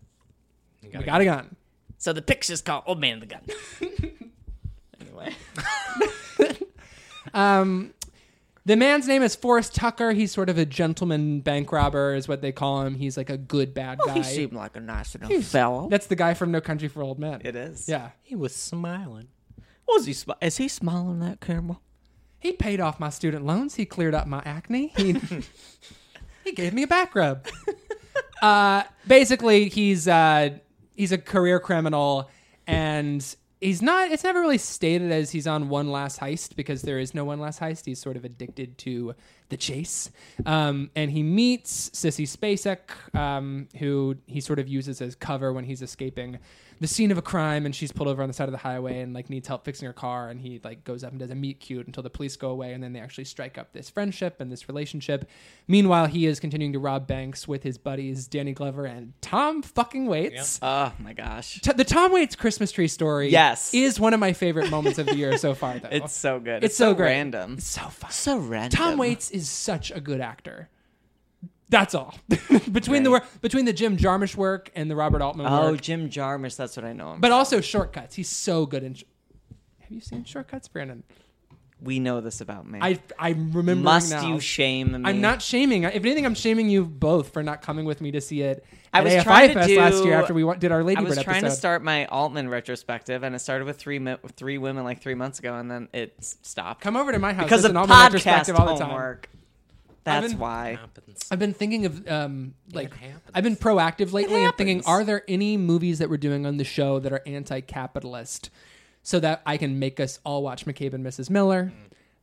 S3: we got a gun.
S1: So the picture's called Old Man of the Gun.
S3: *laughs*
S1: anyway.
S3: Um, The man's name is Forrest Tucker. He's sort of a gentleman bank robber, is what they call him. He's like a good bad guy.
S1: Oh, like a nice enough fellow.
S3: That's the guy from No Country for Old Men.
S1: It is.
S3: Yeah,
S2: He was smiling.
S1: Was he? Smi- is he smiling at that camera?
S3: he paid off my student loans. He cleared up my acne. He he gave me a back rub. uh, basically, he's uh, he's a career criminal, and he's not. It's never really stated as he's on one last heist because there is no one last heist. He's sort of addicted to the chase, um, and he meets Sissy Spacek, um, who he sort of uses as cover when he's escaping the scene of a crime, and she's pulled over on the side of the highway and like needs help fixing her car, and he like goes up and does a meet cute until the police go away, and then they actually strike up this friendship and this relationship. Meanwhile, he is continuing to rob banks with his buddies Danny Glover and Tom fucking Waits.
S1: Oh my gosh.
S3: T- the Tom Waits Christmas tree story,
S1: Yes.
S3: is one of my favorite moments of the year so far. Though
S1: It's so good.
S3: It's, so, great.
S1: random.
S3: It's so fun.
S1: So random.
S3: Tom Waits is such a good actor. That's all. *laughs* between the
S1: Right.
S3: work, between the Jim Jarmusch work and the Robert Altman
S1: Oh,
S3: work,
S1: Jim Jarmusch. That's what I know him.
S3: but also shortcuts. He's so good in. Sh- Have you seen Shortcuts, Brandon?
S1: We know this about me.
S3: I I'm remembering
S1: Must
S3: now.
S1: you shame me?
S3: I'm not shaming. If anything, I'm shaming you both for not coming with me to see it.
S1: I
S3: at
S1: was
S3: AFI
S1: trying to
S3: Fest
S1: do-
S3: last year after we wa- did our
S1: I
S3: Ladybird
S1: was
S3: episode.
S1: trying to start my Altman retrospective, and it started with three mi- three women like three months ago, and then it s- stopped
S3: Come over to my house
S1: because of
S3: There's an Almanac
S1: podcast
S3: retrospective all the time.
S1: homework. That's
S3: been-
S1: why.
S2: Happens.
S3: I've been thinking of um like
S2: happens.
S3: I've been proactive lately and thinking
S1: happens.
S3: are there any movies that we're doing on the show that are anti-capitalist so that I can make us all watch McCabe and Mrs. Miller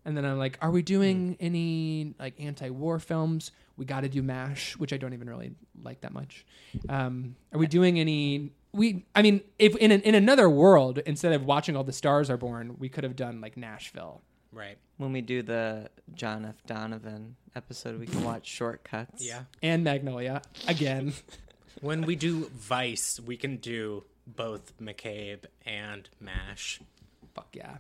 S3: and then I'm like are we doing any like anti-war films we got to do MASH which I don't even really like that much um are we doing any we I mean if in an, in another world instead of watching all the stars are born we could have done like Nashville
S2: Right.
S1: When we do the John F. Donovan episode, we can watch shortcuts.
S2: Yeah.
S3: and Magnolia again *laughs*
S2: When we do Vice, we can do both McCabe and Mash.
S3: Uh, Fuck yeah.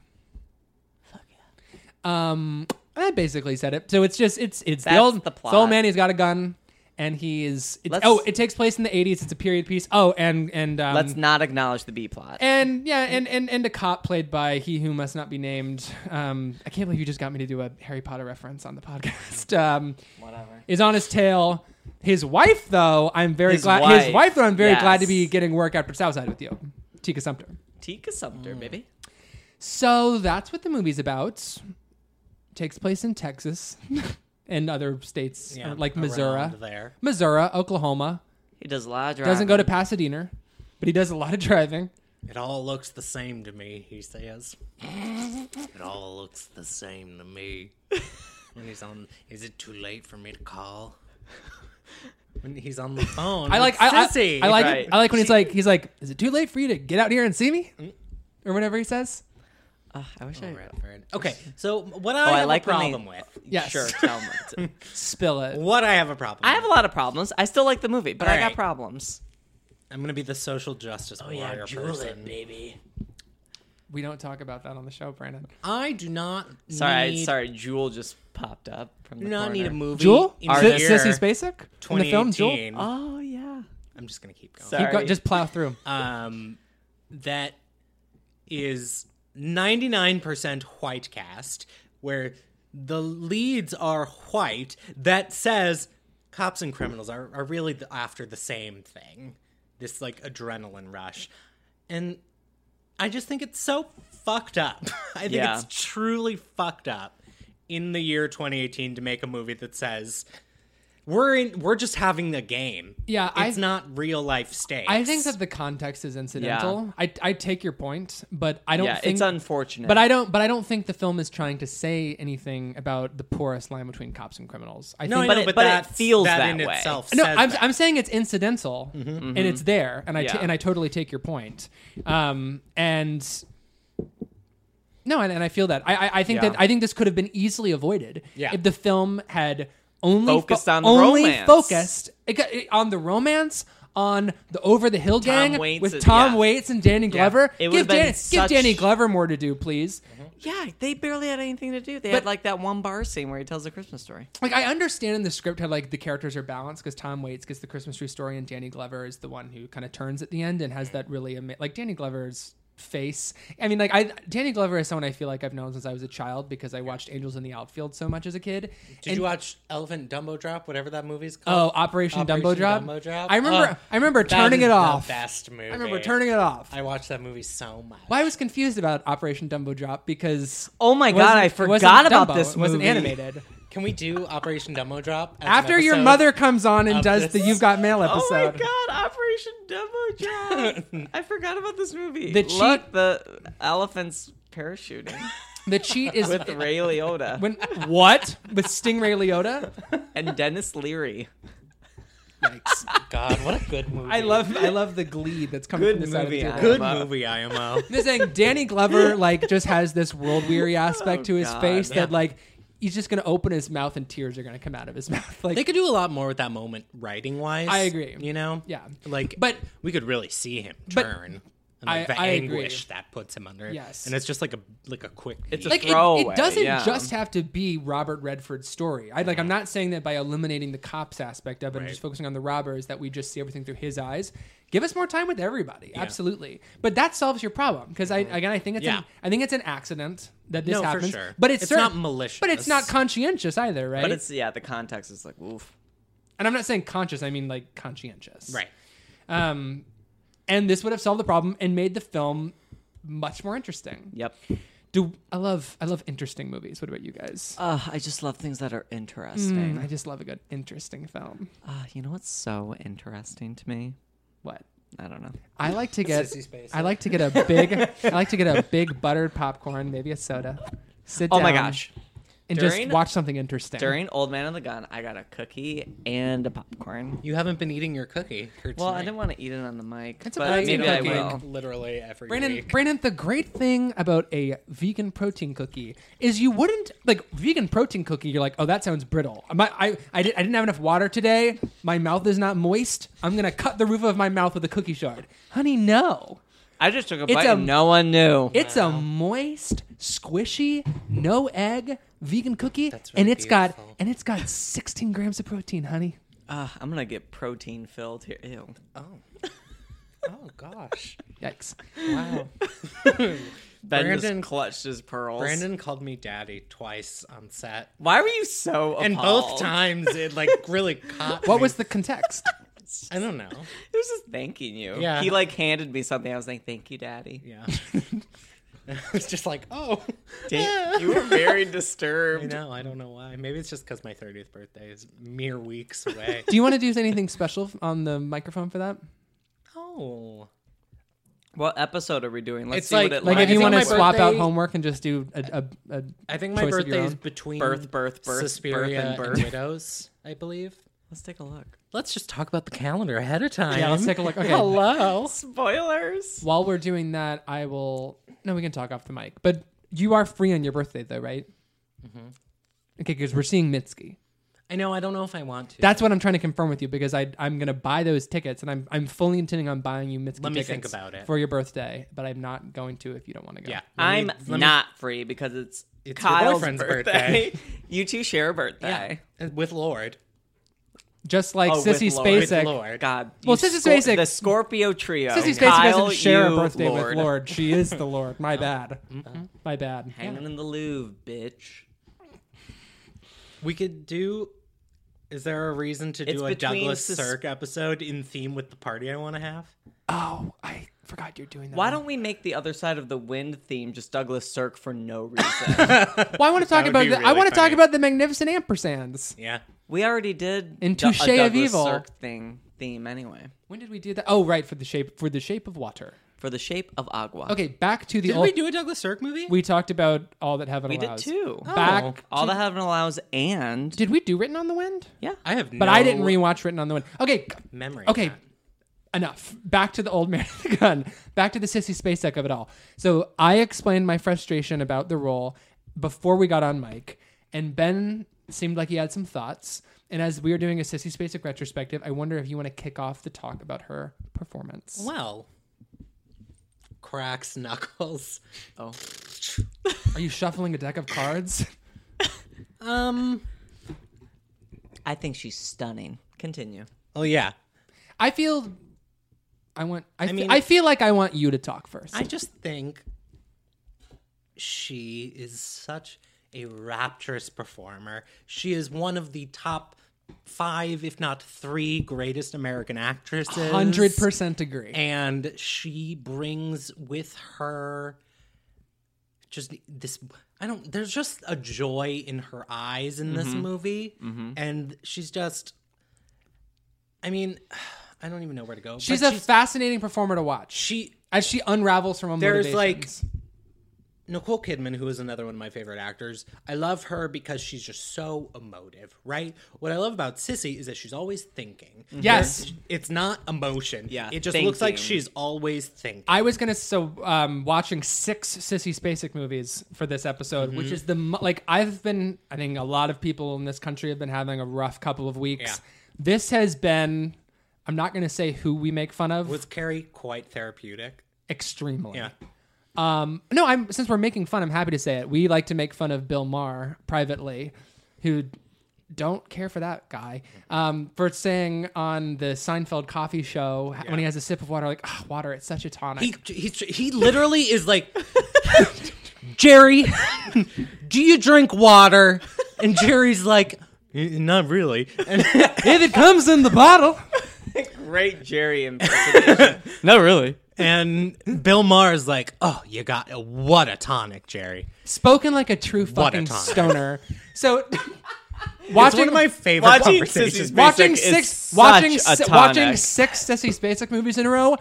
S3: Fuck yeah. Um, that basically said it. So it's just it's it's the
S1: That's
S3: old
S1: the
S3: it's
S1: plot.
S3: old man. He's got a gun, and he is. It's,
S1: Let's-
S3: oh, it takes place in the eighties. It's a period piece. Oh, and and um,
S1: Let's not acknowledge the B plot.
S3: and yeah, and and and a cop played by he who must not be named. Um, I can't believe you just got me to do a Harry Potter reference on the podcast. *laughs* Um,
S1: Whatever.
S3: is on his tail. His wife, though, I'm very
S1: His
S3: glad. His
S1: wife,
S3: wife, though, I'm very glad to be
S1: yes.
S3: getting work after Southside with you, Tika Sumter.
S1: Tika Sumter, baby.
S3: So that's what the movie's about. Takes place in Texas *laughs* and other states uh, like Missouri,
S2: around There.
S3: Missouri, Oklahoma.
S1: He does a lot of driving.
S3: Doesn't go to Pasadena, but he does a lot of driving.
S2: It all looks the same to me, he says. it all looks the same to me. *laughs* when he's on, is it too late for me to call? When he's on the phone,
S3: I like
S2: with
S3: I, I,
S2: Sissy.
S3: I like
S1: Right.
S3: I like when he's like he's like, is it too late for you to get out here and see me,
S2: Mm.
S3: or whatever he says?
S1: Ugh, I wish I.
S2: Redford. Okay, so what
S1: Oh,
S2: I
S1: I
S2: have
S1: like
S2: a
S1: when they-
S2: problem with,
S3: Yes. *laughs*
S1: Sure, tell me.
S3: Spill it.
S2: what I have a problem,
S1: I have a lot of problems. I still like the movie, but I got
S2: Alright.
S1: problems.
S2: I'm gonna be the social justice warrior person.
S1: baby.
S3: We don't talk about that on the show, Brandon.
S2: I do not.
S1: Sorry,
S2: need,
S1: sorry. Jewel just popped up from the
S2: Do not
S1: corner.
S2: need a movie.
S3: Jewel,
S2: in the
S3: S-
S2: year
S3: Sissy Spacek in the film. Jewel, Ah.
S2: 2018.
S1: Oh yeah.
S2: I'm just gonna keep going.
S1: Sorry.
S3: keep going. Just plow through.
S2: um, that is 99% white cast, where the leads are white, that says cops and criminals are, are really the, after the same thing. This like adrenaline rush. And I just think it's so fucked up. *laughs* I think
S1: Yeah.
S2: it's truly fucked up in the year 2018 to make a movie that says we're in, we're just having a game.
S3: Yeah,
S2: it's
S3: I've-
S2: not real life stakes.
S3: I think that the context is incidental. I, I take your point, but I don't
S1: Yeah,
S3: think
S1: it's unfortunate.
S3: But I don't but I don't think the film is trying to say anything about the porous line between cops and criminals. I
S2: No,
S3: think
S2: I
S1: But
S2: know,
S1: it-
S2: but,
S1: but it
S2: that's-
S1: feels
S2: that,
S1: that
S2: in
S1: way.
S2: itself.
S3: no,
S2: says
S3: I'm,
S2: that.
S3: I'm saying it's incidental, and it's there, and I t-
S1: Mm-hmm. Yeah.
S3: and I totally take your point. Um, and no, and, and I feel that I I, I think
S1: Yeah.
S3: that I think this could have been easily avoided
S2: Yeah.
S3: if the film had only fo-
S1: Focused on the
S3: only
S1: romance.
S3: focused it got- it- on the romance. On the over the hill gang
S1: Waits
S3: with
S1: and-
S3: Tom
S1: yeah.
S3: Waits and Danny Glover,
S1: It would
S3: give
S1: have been
S3: Dan-
S1: such-
S3: give Danny Glover more to do, please.
S1: Yeah, they barely had anything to do. They
S3: But-
S1: had like that one bar scene where he tells the Christmas story.
S3: like I understand in the script how like the characters are balanced because Tom Waits gets the Christmas tree story and Danny Glover is the one who kind of turns at the end and has that really ama- like Danny Glover's face. I mean, like I Danny Glover is someone I feel like I've known since I was a child because I watched Angels in the Outfield so much as a kid.
S2: Did you watch Elephant Dumbo Drop? Whatever that movie's
S3: Oh,
S2: called.
S3: Operation, Dumbo,
S2: Operation
S3: Drop.
S2: Dumbo Drop?
S3: I remember.
S2: Oh,
S3: I remember
S2: That
S3: turning
S2: is
S3: it
S2: the
S3: off.
S2: best movie.
S3: I remember turning it off.
S2: I watched that movie so much.
S3: Well, I was confused about Operation Dumbo Drop because
S1: Oh my
S3: it
S1: God,
S3: wasn't-
S1: I
S3: it wasn't
S1: forgot about
S3: Dumbo,
S1: this
S3: It wasn't
S1: movie.
S3: animated.
S2: Can we do Operation Dumbo Drop as an
S3: After your
S2: episode?
S3: mother comes on and
S2: of
S3: does the
S2: this-
S3: You've Got Mail episode.
S1: Oh my god, Operation *laughs* Demo Job. I forgot about this movie. The
S3: The cheat-
S1: Look, the elephants *laughs* parachuting
S3: The cheat is
S1: with Ray Liotta
S3: *laughs* When what with Stingray Leota?
S1: and Dennis Leary.
S2: Yikes. God, what a good movie.
S3: *laughs* I love I love the glee that's coming
S1: Good
S3: from the
S1: movie,
S3: side
S1: I-
S3: of the table.
S2: good
S1: IMO.
S2: movie IMO.
S3: *laughs* They're saying Danny Glover like just has this world weary aspect to his
S1: Oh, God.
S3: face that
S2: Yeah.
S3: like he's just gonna open his mouth and tears are gonna come out of his mouth. Like
S2: they could do a lot more with that moment writing wise.
S3: I agree.
S2: You know?
S3: Yeah.
S2: Like
S3: But-
S2: we could really see him
S3: but-
S2: turn and like,
S3: I-
S2: the
S3: I agree.
S2: anguish that puts him under.
S3: Yes.
S2: and it's just like a like a quick.
S1: It's a
S2: like
S3: like it- it,
S1: throwaway,
S3: doesn't
S1: yeah.
S3: just have to be Robert Redford's story. I
S2: Mm-hmm.
S3: like I'm not saying that by eliminating the cops aspect of it and just focusing on the robbers that we just see everything through his eyes. Give us more time with everybody, absolutely. But that solves your problem because I again I think it's
S2: Mm-hmm. Yeah.
S3: an, I think it's an accident that this
S2: No, for
S3: happens,
S2: sure.
S3: but it's,
S2: It's not
S3: certain-
S2: malicious.
S3: but it's not conscientious either, right?
S1: But it's yeah, the context is like oof.
S3: and I'm not saying conscious, I mean like conscientious,
S2: right.
S3: Um, and this would have solved the problem and made the film much more interesting.
S1: Yep.
S3: Do I love I love interesting movies? What about you guys?
S1: Uh, I just love things that are interesting.
S3: I just love a good interesting film.
S1: Uh, you know what's so interesting to me?
S3: What?
S1: I don't know.
S3: I like to get I like to get a big I like to get a big buttered popcorn, maybe a soda. Sit
S1: Oh my
S3: down
S1: gosh.
S3: And
S1: During-
S3: just watch something interesting.
S1: During Old Man and the Gun, I got a cookie and a popcorn.
S2: You haven't been eating your cookie. For
S1: Well, I
S2: tonight.
S1: didn't want to eat it on the mic,
S3: It's a
S1: but
S3: protein
S1: maybe I
S3: cookie.
S1: will.
S2: Literally every
S3: Brandon,
S2: week.
S3: Brandon, the great thing about a vegan protein cookie is you wouldn't like vegan protein cookie. You're like, oh, that sounds brittle. My, I, I, did, I didn't have enough water today. My mouth is not moist. I'm gonna cut the roof of my mouth with a cookie shard. Honey, no.
S1: I just took a
S3: It's
S1: bite
S3: a-
S1: and no one knew.
S3: It's a moist, squishy, no egg vegan cookie,
S2: That's
S3: and
S2: really
S3: it's got
S2: beautiful.
S3: and it's got 16 grams of protein, honey.
S1: Uh, I'm gonna get protein filled here. Ew.
S2: *laughs* oh gosh. *laughs*
S3: Yikes.
S2: Wow.
S1: Ben
S2: Brandon-
S1: just clutched his pearls.
S2: Brandon called me daddy twice on set.
S1: why were you so?
S2: And both
S1: appalled?
S2: times it like really caught
S3: What
S2: me.
S3: was the context?
S2: I don't know.
S1: He was just thanking you.
S2: Yeah.
S1: He like handed me something. I was like, "Thank you, Daddy."
S2: *laughs* Yeah. I was just like, oh.
S1: Damn, you were very disturbed.
S2: I know. I don't know why. Maybe it's just because my 30th birthday is mere weeks away. *laughs*
S3: Do you want to do anything special on the microphone for that?
S2: oh.
S1: What episode are we doing? Let's
S2: It's
S1: see
S2: like-
S1: what it
S3: Like
S2: I
S3: if you
S2: think
S3: want to
S2: my
S3: swap out
S2: birthday-
S3: homework and just do a, a, a
S2: I think my
S3: choice of your
S2: birthday is
S3: own.
S2: between
S1: Birth, birth, birth,
S2: Suspiria
S1: birth, and
S2: and,
S1: birth.
S2: Widows, I believe.
S1: Let's take a look.
S2: Let's just talk about the calendar ahead of time.
S3: Yeah, let's take a look. Okay.
S2: Hello.
S1: Spoilers.
S3: While we're doing that, I will. No, we can talk off the mic. But you are free on your birthday, though, right?
S2: Mm-hmm.
S3: Okay, because we're seeing Mitski.
S2: I know. I don't know if I want to.
S3: That's what I'm trying to confirm with you because I I'm gonna buy those tickets and I'm I'm fully intending on buying you Mitski
S2: Let me
S3: tickets
S2: think about it.
S3: for your birthday, but I'm not going to if you don't want to go.
S2: yeah.
S1: I'm
S2: Let me- let me-
S1: not free because it's,
S2: It's your
S1: Kyle's
S2: boyfriend's
S1: birthday. *laughs* you two share a birthday.
S2: Yeah. Uh, With Lord.
S3: Just like
S1: Oh, with
S3: Sissy
S1: Lord. With
S3: Spacek.
S2: Lord.
S1: God.
S3: Well,
S1: you
S3: Sissy
S1: Scor-
S3: Spacek-
S1: the Scorpio trio.
S3: Sissy Spacek
S1: Kyle,
S3: doesn't share a
S1: you,
S3: birthday
S1: Lord.
S3: with Lord. She is the Lord.
S2: *laughs* Oh.
S3: My bad.
S2: Mm-hmm.
S3: Mm-hmm. My bad.
S1: Hanging in the Louvre, bitch.
S2: We could do. Is there a reason to
S1: It's
S2: do a
S1: between
S2: Douglas
S1: sus-
S2: Sirk episode in theme with the party I want to have?
S3: Oh, I forgot you're doing that.
S1: Why don't we make the other side of the wind theme just Douglas Sirk for no reason?
S3: *laughs* Well, I
S2: *laughs*
S3: want to talk
S2: would
S3: about.
S2: be
S3: The, I
S2: really
S3: want to talk
S2: funny.
S3: about the magnificent ampersands.
S2: Yeah.
S1: we already did
S3: In
S1: Du- a
S3: Touche of
S1: Douglas
S3: Evil.
S1: Sirk thing theme anyway
S3: When did we do that? Oh, right for the shape for the shape of water.
S1: for the shape of agua.
S3: Okay, back to the
S2: Did
S3: old.
S2: we do a Douglas Sirk movie?
S3: we talked about all that heaven
S1: we did
S3: allows.
S1: too.
S3: Oh. Back.
S2: Oh.
S1: All that heaven allows, and
S3: Did we do written on the wind?
S1: yeah,
S2: I have
S3: But
S2: no
S3: I didn't rewatch written on the wind. Okay.
S2: memory. of
S3: Okay.
S2: that.
S3: Enough. Back to the old man *laughs* with the gun. Back to the sissy spacek of it all. So I explained my frustration about the role before we got on mic, and Ben seemed like he had some thoughts. And as we were doing a sissy spacek retrospective, I wonder if you want to kick off the talk about her performance.
S2: Well, cracks knuckles.
S3: Are you shuffling a deck of cards? *laughs*
S2: Um.
S1: I think she's stunning. Continue.
S2: Oh yeah.
S3: I feel. I want. I, fe-
S2: mean-
S3: I feel like I want you to talk first.
S2: I just think she is such a rapturous performer. She is one of the top five, if not three, greatest American actresses.
S3: Hundred percent agree.
S2: and she brings with her just this i don't there's just a joy in her eyes in this movie and she's just i mean *sighs* i don't even know where to go but
S3: she's a fascinating performer to watch
S2: she
S3: as she unravels from a
S2: There's,
S3: motivations.
S2: Nicole Kidman, who is another one of my favorite actors, I love her because she's just so emotive, right? What I love about Sissy is that she's always thinking.
S3: Yes.
S2: It's not emotion.
S1: Yeah,
S2: It just looks like
S1: thinking.
S2: she's always thinking.
S3: I was gonna so um, watching six Sissy Spacek movies for this episode,
S2: Mhm.
S3: which is the mo- like I've been. I think a lot of people in this country have been having a rough couple of weeks.
S2: Yeah.
S3: This has been. I'm not gonna say who we make fun of.
S2: was Carrie quite therapeutic?
S3: extremely.
S2: Yeah.
S3: Um, no, I'm since we're making fun, I'm happy to say it. We like to make fun of Bill Maher privately, who don't care for that guy um, for saying on the Seinfeld coffee show when he has a sip of water, like oh, water, it's such a tonic.
S2: He he he literally is *laughs* like Jerry. do you drink water? And Jerry's like, "N- not really. And
S3: if it comes in the bottle,
S1: Great *laughs* Jerry impersonation.
S5: No, really.
S2: and Bill Maher's like, oh, you got a, what a tonic, Jerry.
S3: spoken like a true
S2: What a
S3: fucking
S2: tonic.
S3: stoner. So. *laughs* Watching
S2: It's one of my favorite
S5: Watching
S2: conversations.
S5: Sissy
S3: watching
S5: Basic is
S3: six
S5: such
S3: watching
S5: a
S3: si-
S5: tonic.
S3: watching six Sissy Spacek movies in a row,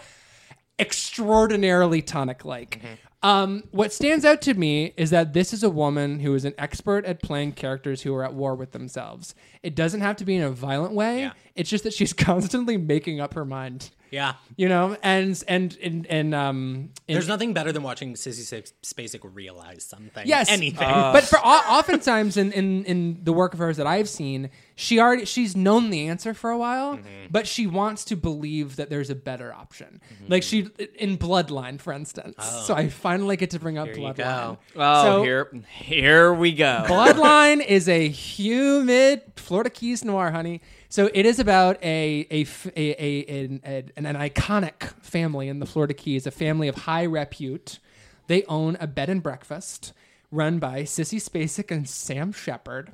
S3: extraordinarily tonic like.
S2: Mm-hmm.
S3: Um, what stands out to me is that this is a woman who is an expert at playing characters who are at war with themselves. It doesn't have to be in a violent way.
S2: Yeah.
S3: It's just that she's *laughs* constantly making up her mind.
S2: Yeah.
S3: You know, and and and, and um, in-
S2: There's nothing better than watching Sissy Sp- Spacek realize something.
S3: Yes, Uh,
S2: Anything.
S3: but for o- oftentimes in, in in the work of hers that I've seen, she already she's known the answer for a while,
S2: Mm-hmm.
S3: but she wants to believe that there's a better option.
S2: Mm-hmm.
S3: Like she in Bloodline, for instance. So I finally get to bring up
S2: Oh. you
S3: Bloodline.
S2: go.
S1: Oh,
S3: So-
S1: here, here we go.
S3: *laughs* Bloodline is a humid Florida Keys noir, honey. So it is about a a, f- a- a- an, an, an iconic family in the Florida Keys, a family of high repute. They own a bed and breakfast run by Sissy Spacek and Sam Shepard.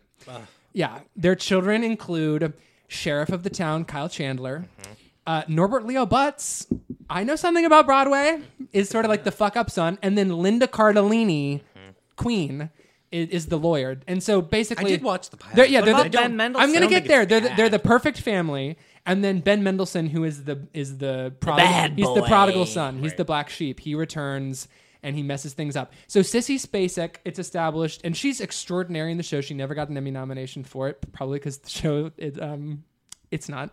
S3: Yeah, their children include sheriff of the town Kyle Chandler,
S2: Mm-hmm.
S3: uh, Norbert Leo Butts. I know something about Broadway is sort of like the fuck up son, and then Linda Cardellini,
S2: Mm-hmm.
S3: Queen, is, is the lawyer. And so
S2: I
S3: basically,
S2: did watch the pilot.
S3: They're, yeah, they're
S1: about
S3: the,
S1: Ben
S3: I'm
S1: Mendelsohn?
S3: gonna
S1: I don't
S3: get
S2: think
S3: there.
S2: it's
S3: They're the, they're the
S2: bad.
S3: perfect family, and then Ben Mendelsohn, who is the is the prodigal,
S2: bad
S3: he's the
S2: boy.
S3: prodigal son. He's the black sheep. He returns and he messes things up. So Sissy Spacek, it's established, and she's extraordinary in the show. She never got an Emmy nomination for it, probably because the show it, um it's not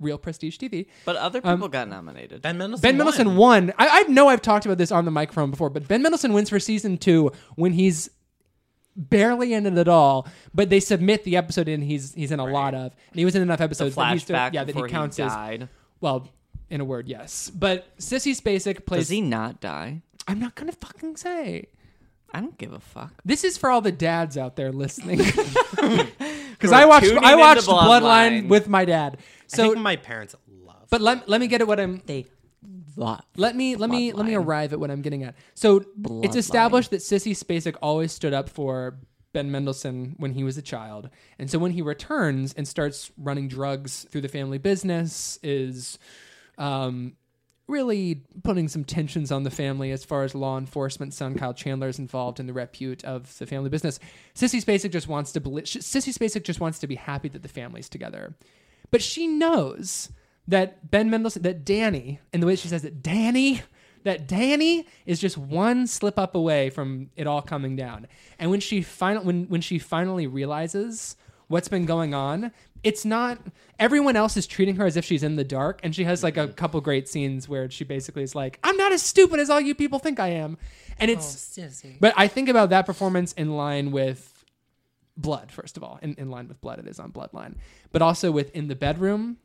S3: real prestige TV.
S1: But other
S3: Um,
S1: people got nominated.
S2: Ben Mendelsohn.
S3: Ben Mendelsohn won. I, I know I've talked about this on the microphone before, but Ben Mendelsohn wins for season two when he's barely in it at all. But they submit the episode in he's he's in a lot of, and he was in enough episodes that he's still-
S1: Flashback
S3: yeah, that
S1: before
S3: he
S1: he,
S3: counts as
S1: died.
S3: well. In a word, yes. But Sissy Spacek plays.
S1: Does he not die?
S3: I'm not gonna fucking say.
S1: I don't give a fuck.
S3: This is for all the dads out
S1: *laughs*
S3: there listening. *laughs* Because I watched
S1: tuning
S3: I
S1: into
S3: watched Bloodline
S1: Bloodline.
S3: with my dad.
S2: I
S3: So,
S2: think my parents love.
S3: but let let me get at what I'm
S1: They thought.
S3: Let me let me let me arrive at what I'm getting at. So it's established that Sissy Spacek always stood up for Ben Mendelsohn when he was a child, and so when he returns and starts running drugs through the family business, is um, really putting some tensions on the family as far as law enforcement. Son Kyle Chandler is involved in the repute of the family business. Sissy Spacek just wants to bel- Sissy Spacek just wants to be happy that the family's together, but she knows that Ben Mendelsohn, that Danny, and the way she says it, Danny, that Danny is just one slip up away from it all coming down. And when she final when when she finally realizes what's been going on, it's not everyone else is treating her as if she's in the dark and she has like a couple great scenes where she basically is like, "I'm not as stupid as all you people think I am." And it's But I think about that performance in line with blood first of all in, in line with blood it is on bloodline but also with in the bedroom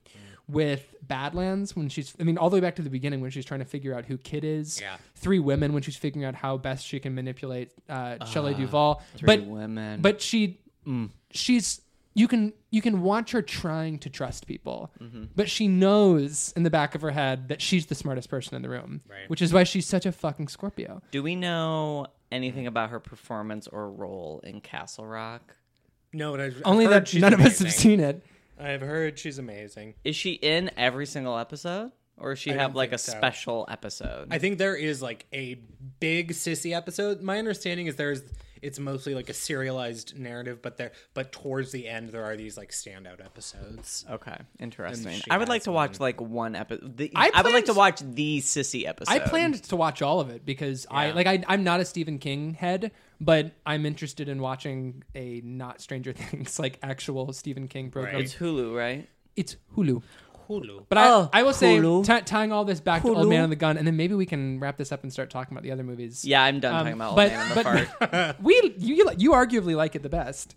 S3: with badlands when she's i mean all the way back to the beginning when she's trying to figure out who kid is
S2: Yeah.
S3: three women when she's figuring out how best she can manipulate uh, shelley
S2: Ah,
S3: duvall but
S1: women.
S3: but she
S2: Mm.
S3: she's you can you can watch her trying to trust people
S2: Mm-hmm.
S3: but she knows in the back of her head that she's the smartest person in the room
S2: Right.
S3: which is why she's such a fucking scorpio
S1: Do we know anything about her performance or role in Castle Rock?
S2: no, but I've
S3: only
S2: heard
S3: that
S2: she's
S3: none of us have
S2: amazing.
S3: seen it
S2: I've heard she's amazing.
S1: Is she in every single episode? Or does she have like a
S2: think so.
S1: special episode?
S2: I think there is like a big sissy episode. My understanding is there's it's mostly like a serialized narrative, but there but towards the end there are these like standout episodes.
S1: okay, interesting.
S2: she
S1: I would like
S2: has
S1: to watch like one episode.
S3: I
S1: I, would like to
S3: planned-
S1: watch the sissy episode.
S3: I planned to watch all of it because I like I, I'm not a Stephen King head, but I'm interested in watching a not Stranger *laughs* Things like actual Stephen King program.
S2: Right.
S1: It's Hulu, right?
S3: It's Hulu,
S2: Hulu.
S3: but I,
S1: Oh,
S3: I will say
S1: Hulu.
S3: ti- tying all this back to Old Man
S1: Hulu.
S3: and the Gun, and then maybe we can wrap this up and start talking about the other movies.
S1: Yeah, I'm done
S3: Um,
S1: talking about Old
S3: but-
S1: Man and the
S3: but-
S1: Fart.
S3: we you you, like- you arguably like it the best.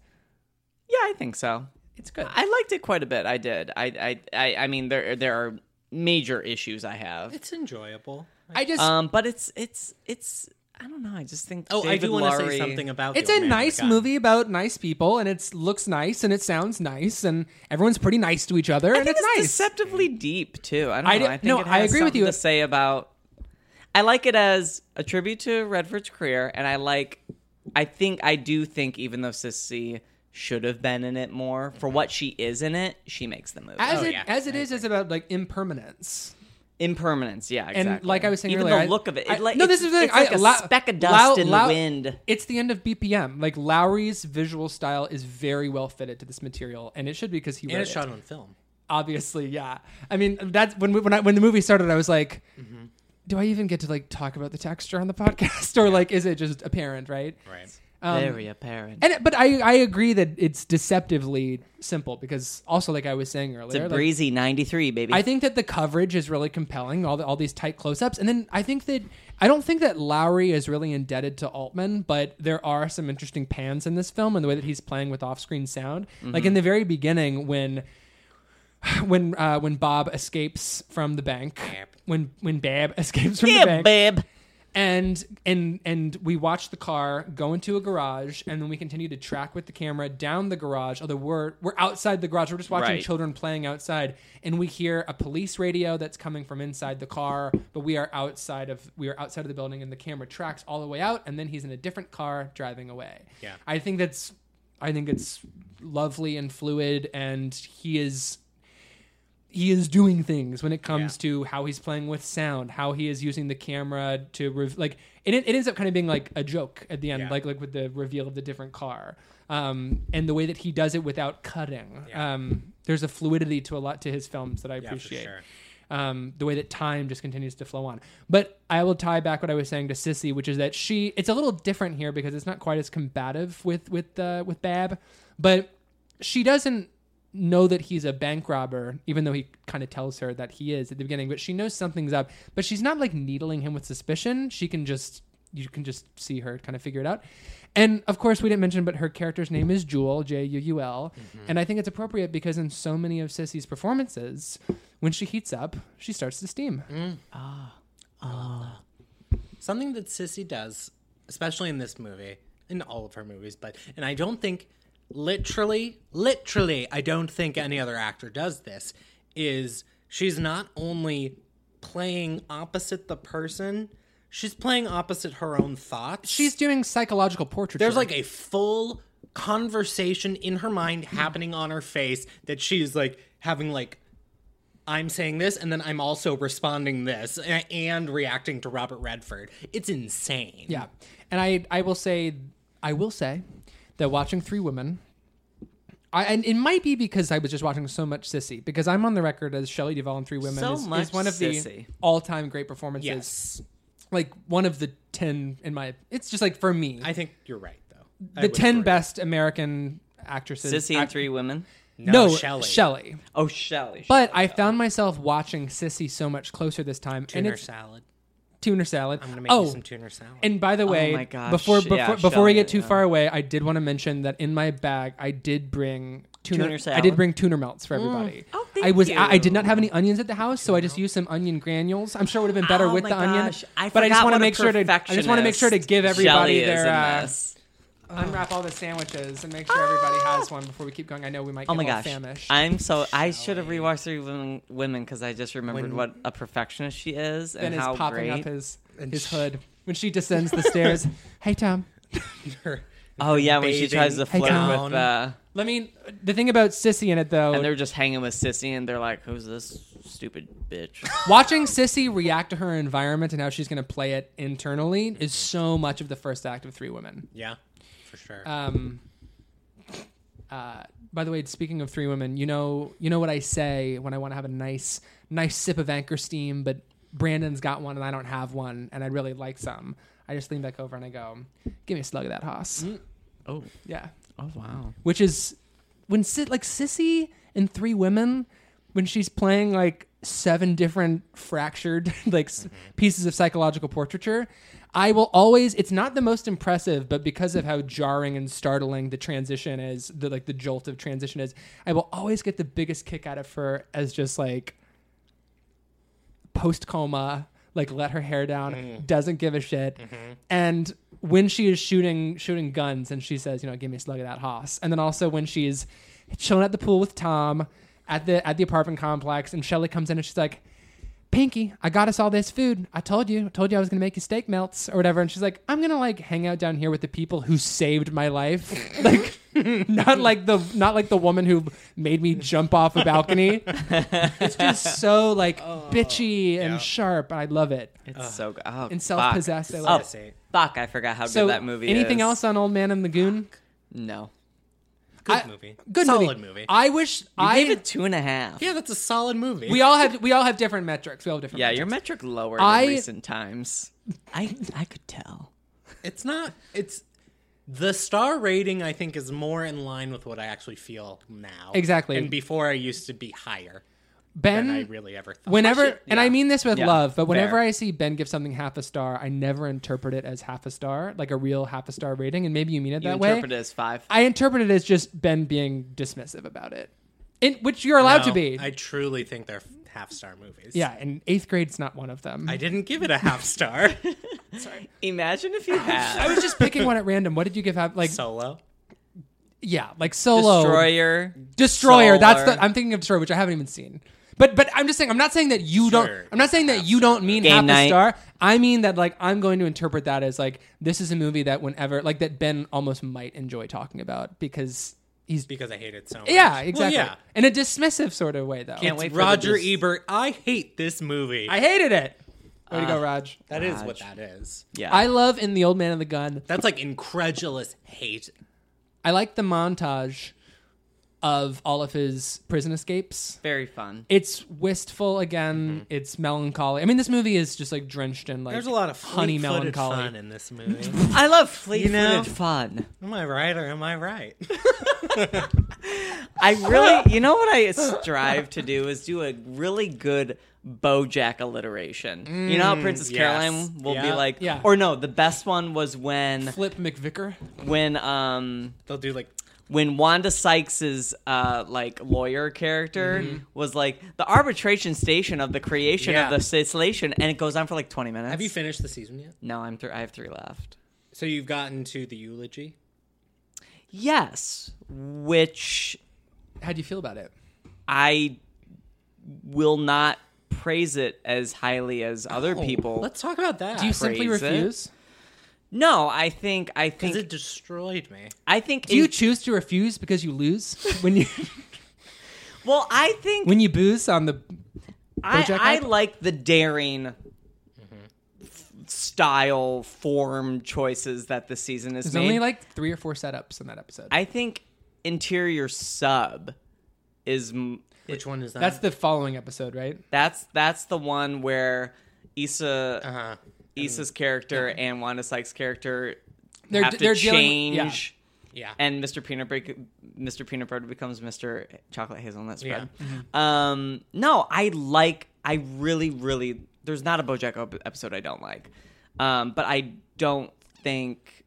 S1: yeah, I think so.
S3: It's good.
S1: I liked it quite a bit. I did. I I I, I mean there there are major issues I have.
S2: it's enjoyable.
S3: I just
S1: Um, but it's it's it's I don't know. I just think
S2: Oh, I
S1: David
S2: do want to
S1: Lurie-
S2: say something about.
S3: it's
S2: The
S3: a
S2: Old Man
S3: nice
S2: Forgotten.
S3: movie about nice people and it looks nice and it sounds nice and everyone's pretty nice to each other
S1: I
S3: and
S1: think
S3: it's,
S1: it's
S3: nice.
S1: deceptively deep too. I don't know.
S3: I di-
S1: I think
S3: no,
S1: it
S3: I
S1: has
S3: agree with
S1: something
S3: you.
S1: To say about, I like it as a tribute to Redford's career, and I like. I think I do think even though Sissy should have been in it more for what she is in it, she makes the movie.
S3: as
S2: Oh,
S3: it
S2: yeah.
S3: as it is, it's about like impermanence.
S1: Impermanence, yeah, exactly.
S3: And like I was saying
S1: even
S3: earlier, I-
S1: the look of it,
S3: I-
S1: it like,
S3: no, this is the
S1: it's,
S3: thing.
S1: it's like
S3: I-
S1: a
S3: Lau-
S1: speck of dust
S3: Lau-
S1: in
S3: Lau-
S1: the wind.
S3: It's the end of BPM. Like Lowry's visual style is very well fitted to this material, and it should be because he
S2: And
S3: wrote
S2: it's shot
S3: it.
S2: on film.
S3: Obviously, yeah. I mean, that's when we, when I, when the movie started, I was like,
S2: Mm-hmm.
S3: do I even get to like talk about the texture on the *laughs* podcast, or like is it just apparent, right?
S2: Right.
S1: Very apparent.
S3: um, And it- but I I agree that it's deceptively simple because also like I was saying earlier,
S1: It's a
S3: like,
S1: breezy '93, baby.
S3: I think that the coverage is really compelling. All the, all these tight close-ups, and then I think that I don't think that Lowry is really indebted to Altman, but there are some interesting pans in this film and the way that he's playing with off-screen sound. Like in the very beginning, when *sighs* when uh, when Bob escapes from the bank, when when Bab *laughs* escapes from the
S1: yeah,
S3: bank,
S1: babe.
S3: and and and we watch the car go into a garage and then we continue to track with the camera down the garage although we're we're outside the garage we're just watching
S1: Right.
S3: children playing outside and we hear a police radio that's coming from inside the car but we are outside of we are outside of the building and the camera tracks all the way out and then he's in a different car driving away
S2: Yeah.
S3: i think that's i think it's lovely and fluid and he is he is doing things when it comes to how he's playing with sound, how he is using the camera to rev- like it, it ends up kind of being like a joke at the end, like like with the reveal of the different car, um, and the way that he does it without cutting. Um, there's a fluidity to a lot to his films that I
S2: for
S3: appreciate.
S2: sure.
S3: Um, the way that time just continues to flow on. But I will tie back what I was saying to Sissy, which is that she it's a little different here because it's not quite as combative with with uh, with Bab, but she doesn't know that he's a bank robber, even though he kind of tells her that he is at the beginning. But she knows something's up. But she's not like needling him with suspicion. She can just you can just see her kind of figure it out. And of course, we didn't mention, but her character's name is Jewel, J U U L.
S2: Mm-hmm.
S3: And I think it's appropriate because in so many of Sissy's performances, when she heats up, she starts to steam.
S2: Mm. something that Sissy does, especially in this movie, in all of her movies, but and I don't think literally, literally, I don't think any other actor does this, is she's not only playing opposite the person, she's playing opposite her own thoughts.
S3: She's doing psychological portraiture.
S2: There's like a full conversation in her mind happening on her face that she's like having like I'm saying this and then I'm also responding this and, and reacting to Robert Redford. It's insane.
S3: Yeah, and I I will say I will say that watching Three Women, I and it might be because I was just watching so much Sissy because I'm on the record as Shelley Duvall in Three Women
S1: So
S3: is,
S1: much
S3: is one of the
S1: Sissy.
S3: all time great performances.
S2: Yes.
S3: Like one of the ten in my it's just like for me
S2: I think you're right though. Uh, I
S3: the
S2: would
S3: ten
S2: agree.
S3: best American actresses.
S1: Sissy and
S3: act-
S1: three women.
S3: No,
S2: No,
S3: Shelley.
S2: Shelley.
S3: Shelley.
S1: Oh, Shelley.
S3: But I found myself watching Sissy so much closer this time, and
S2: tuna
S3: it's
S2: salad. *laughs*
S3: tuna salad.
S2: I'm gonna make
S3: oh,
S2: you some tuna salad.
S3: And by the way,
S1: Oh my gosh,
S3: before before,
S1: yeah,
S3: before we
S1: Sheldon,
S3: get too
S1: yeah.
S3: far away, I did want to mention that in my bag I did bring tuna.
S1: Tuner
S3: I
S1: salad?
S3: did bring tuna melts for everybody.
S1: Oh, thank
S3: I was I, I
S1: you.
S3: did not have any onions at the house, so I just used some onion granules. I'm sure it would have been better
S1: Oh
S3: with
S1: my
S3: the onion.
S1: gosh, I
S3: but I just
S1: forgot
S3: want to
S1: what a
S3: make sure to I just want to make sure to
S1: perfectionist
S3: give everybody
S1: Shelley is
S3: their
S1: in
S3: uh, Ah.
S1: this.
S3: unwrap all the sandwiches and make sure everybody has one before we keep going. I know we might get
S1: Oh my
S3: a little
S1: gosh!
S3: famished.
S1: I'm so I should have rewatched Three Women- Women because I just remembered what a perfectionist she is
S3: ben
S1: and
S3: is
S1: how
S3: popping
S1: great.
S3: up his his hood when she descends the *laughs* stairs. Hey Tom.
S1: oh yeah, when she
S2: bathing
S1: tries to flirt
S2: gown.
S1: with uh,
S3: Let me. The thing about Sissy in it though,
S1: and they're just hanging with Sissy and they're like, "Who's this stupid bitch?"
S3: *sighs* Watching Sissy react to her environment and how she's going to play it internally is so much of the first act of Three Women.
S2: yeah, for sure.
S3: Um, uh, by the way, speaking of Three Women, you know, you know what I say when I want to have a nice, nice sip of Anchor Steam, but Brandon's got one and I don't have one, and I'd really like some. I just lean back over and I go, "Give me a slug of that hoss."
S1: oh,
S3: Yeah,
S1: oh wow!
S3: which is when sit like sissy in three women when she's playing like seven different fractured *laughs* like s pieces of psychological portraiture i will always it's not the most impressive but because of how jarring and startling the transition is the like the jolt of transition is i will always get the biggest kick out of her as just like post coma like let her hair down, doesn't give a shit. And when she is shooting shooting guns and she says, you know, give me a slug of that hoss. And then also when she's chilling at the pool with Tom at the at the apartment complex and Shelly comes in and she's like, Pinky, I got us all this food. I told you, told you I was gonna make you steak melts or whatever. And she's like, I'm gonna like hang out down here with the people who saved my life, *laughs* like not like the not like the woman who made me jump off a balcony. it's
S1: *laughs*
S3: just so like bitchy and sharp. I love it.
S1: It's so good. Oh,
S3: And self-possessed,
S1: Fuck.
S3: I love
S1: oh, fuck! I forgot how
S3: So
S1: good that movie is.
S3: anything else on Old Man and the Goon?
S1: No.
S2: Good
S3: I-
S2: movie.
S3: Good
S2: solid
S3: movie.
S2: movie.
S3: I wish I
S1: I gave it two and a half.
S2: yeah, that's a solid movie.
S3: we all have we all have different metrics. We all have different.
S1: Yeah,
S3: metrics.
S1: your metric lower
S3: I-
S1: in recent times. I I could tell.
S2: It's not. It's the star rating. I think is more in line with what I actually feel now.
S3: Exactly. Mm-hmm.
S2: And before I used to be higher
S3: Ben.
S2: than I really ever thought.
S3: Whenever, and I mean this with
S1: Yeah.
S3: love, but whenever
S1: Fair.
S3: I see Ben give something half a star, I never interpret it as half a star, like a real half a star rating. And maybe you mean it
S1: You
S3: that way.
S1: interpret it as five.
S3: I interpret it as just Ben being dismissive about it, in, which you're allowed to
S2: No,
S3: be.
S2: I truly think they're half star movies.
S3: yeah, and eighth grade's not one of them.
S2: I didn't give it a half star.
S1: Imagine if you
S3: I
S1: had
S3: was
S1: *laughs*
S3: just picking one at random. What did you give half? Like
S2: *laughs* Solo.
S3: yeah, like solo
S1: Destroyer.
S3: Destroyer. That's the
S1: Solar.
S3: I'm thinking of Destroyer, which I haven't even seen. But but I'm just saying I'm not saying that you don't
S2: Sure,
S3: I'm not saying that you don't mean half
S1: Game
S3: a
S1: night.
S3: star. I mean that like I'm going to interpret that as like this is a movie that whenever like that Ben almost might enjoy talking about because he's
S2: because I hate it so much.
S3: yeah
S2: Well,
S3: exactly in a dismissive sort of way though.
S2: yeah.
S1: Can't wait
S2: It's
S1: for
S2: Roger
S1: the dis-
S2: Ebert. I hate this movie.
S3: I hated it. Way to
S1: Uh,
S3: go, Raj.
S2: that is what that is.
S1: Yeah.
S3: I love in the old man and the gun.
S2: That's like incredulous hate.
S3: I like the montage of all of his prison escapes.
S1: very fun.
S3: It's wistful
S1: Mm-hmm.
S3: again. It's melancholy. I mean, this movie is just like drenched in like
S2: There's a lot of
S3: honey
S2: fleet-footed
S3: melancholy.
S2: fun in this movie.
S1: I love fleet
S2: You know?
S1: fun.
S2: *laughs* am I right or am I right? *laughs*
S1: I really, you know what I strive to do is do a really good BoJack alliteration. you know how Princess
S2: Mm, yes.
S1: Caroline will be
S2: Yeah.
S1: like,
S3: Yeah.
S1: or no, the best one was when
S3: Flip McVicker.
S1: when um
S2: They'll do like
S1: when Wanda Sykes's uh like lawyer character was like the arbitration station of the creation
S2: Mm-hmm. Yeah.
S1: of the cessation, and it goes on for like twenty minutes.
S2: Have you finished the season yet?
S1: no, I'm three. I have three left.
S2: So you've gotten to the eulogy?
S1: Yes, which
S3: How do you feel about it?
S1: I will not praise it as highly as other
S3: Oh,
S1: people.
S2: Let's talk about that.
S3: Do you simply
S1: Praise it.
S3: refuse?
S1: No, I think I think
S2: Because it destroyed me.
S1: I think
S3: Do you
S1: in-
S3: choose to refuse because you lose *laughs* when you
S1: well, I think
S3: when you booze on the?
S1: I,
S3: Bojack
S1: I
S3: Horseman?
S1: like the daring f- style form choices that the season is
S3: There's
S1: made.
S3: only like three or four setups in that episode.
S1: I think interior sub is m-
S2: Which one is that?
S3: That's the following episode, right?
S1: that's that's the one where Issa
S3: Uh-huh.
S2: uh,
S1: Issa's character and Wanda Sykes' character
S3: They're-
S1: have to
S3: they're dealing-
S1: change.
S3: yeah.
S2: yeah.
S1: and Mr. Peanut Break, Mr. Peanut Butter becomes Mr. Chocolate Hazelnut
S2: Yeah.
S1: Spread.
S3: Mm-hmm.
S1: Um, no, I like. I really, really. There's not a BoJack op- episode I don't like, um, but I don't think.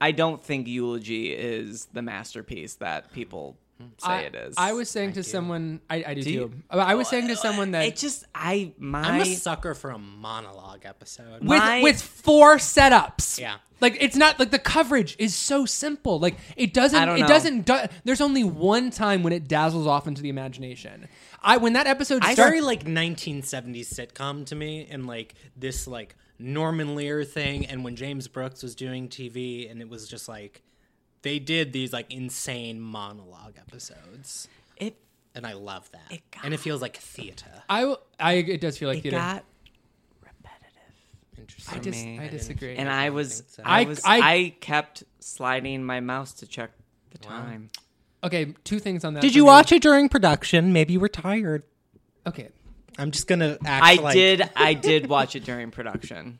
S1: I don't think Eulogy is the masterpiece that people say
S3: I,
S1: it is.
S3: Hmm. I was saying to someone, I, I do,
S1: you-
S3: too. But I was saying to someone that
S1: It just I my
S2: I'm a sucker for a monologue episode.
S3: with
S1: My-
S3: with four setups.
S2: Yeah.
S3: Like it's not like the coverage is so simple. Like it doesn't
S1: I don't
S3: it
S1: know.
S3: doesn't do, there's only one time when it dazzles off into the imagination. I when that episode
S2: I
S3: started
S2: very like 1970s sitcom to me, and like this like Norman Lear thing, and when James Brooks was doing TV, and it was just like they did these like insane monologue episodes,
S1: it
S2: and I love that, and it feels like theater.
S3: I I it does feel like
S1: it
S3: theater.
S1: got
S2: Interesting.
S3: I, dis- I disagree.
S1: and I was
S2: think so.
S1: I
S3: I-
S1: was I,
S3: I-
S1: kept sliding my mouse to check the time.
S3: okay, two things on that.
S2: Did
S3: for
S2: you
S3: me.
S2: watch it during production? Maybe you were tired.
S3: Okay.
S2: I'm just gonna act.
S1: I *laughs*
S2: like-
S1: did. I did watch it during production.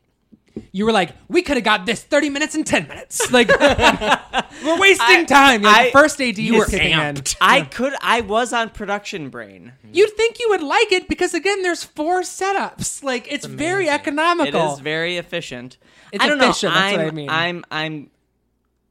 S3: You were like, we could have got this 30 minutes and 10 minutes. Like *laughs* we're wasting time. You're
S1: I-
S3: the first AD you
S2: were
S3: kicking
S2: amped.
S3: in.
S1: I could. I was on production brain.
S3: You'd think you would like it because again there's four setups. Like it's, very
S1: It
S3: economical.
S1: is very efficient.
S3: It's
S1: I don't
S3: efficient,
S1: know.
S3: that's
S1: I'm,
S3: what I mean.
S1: I'm. I'm.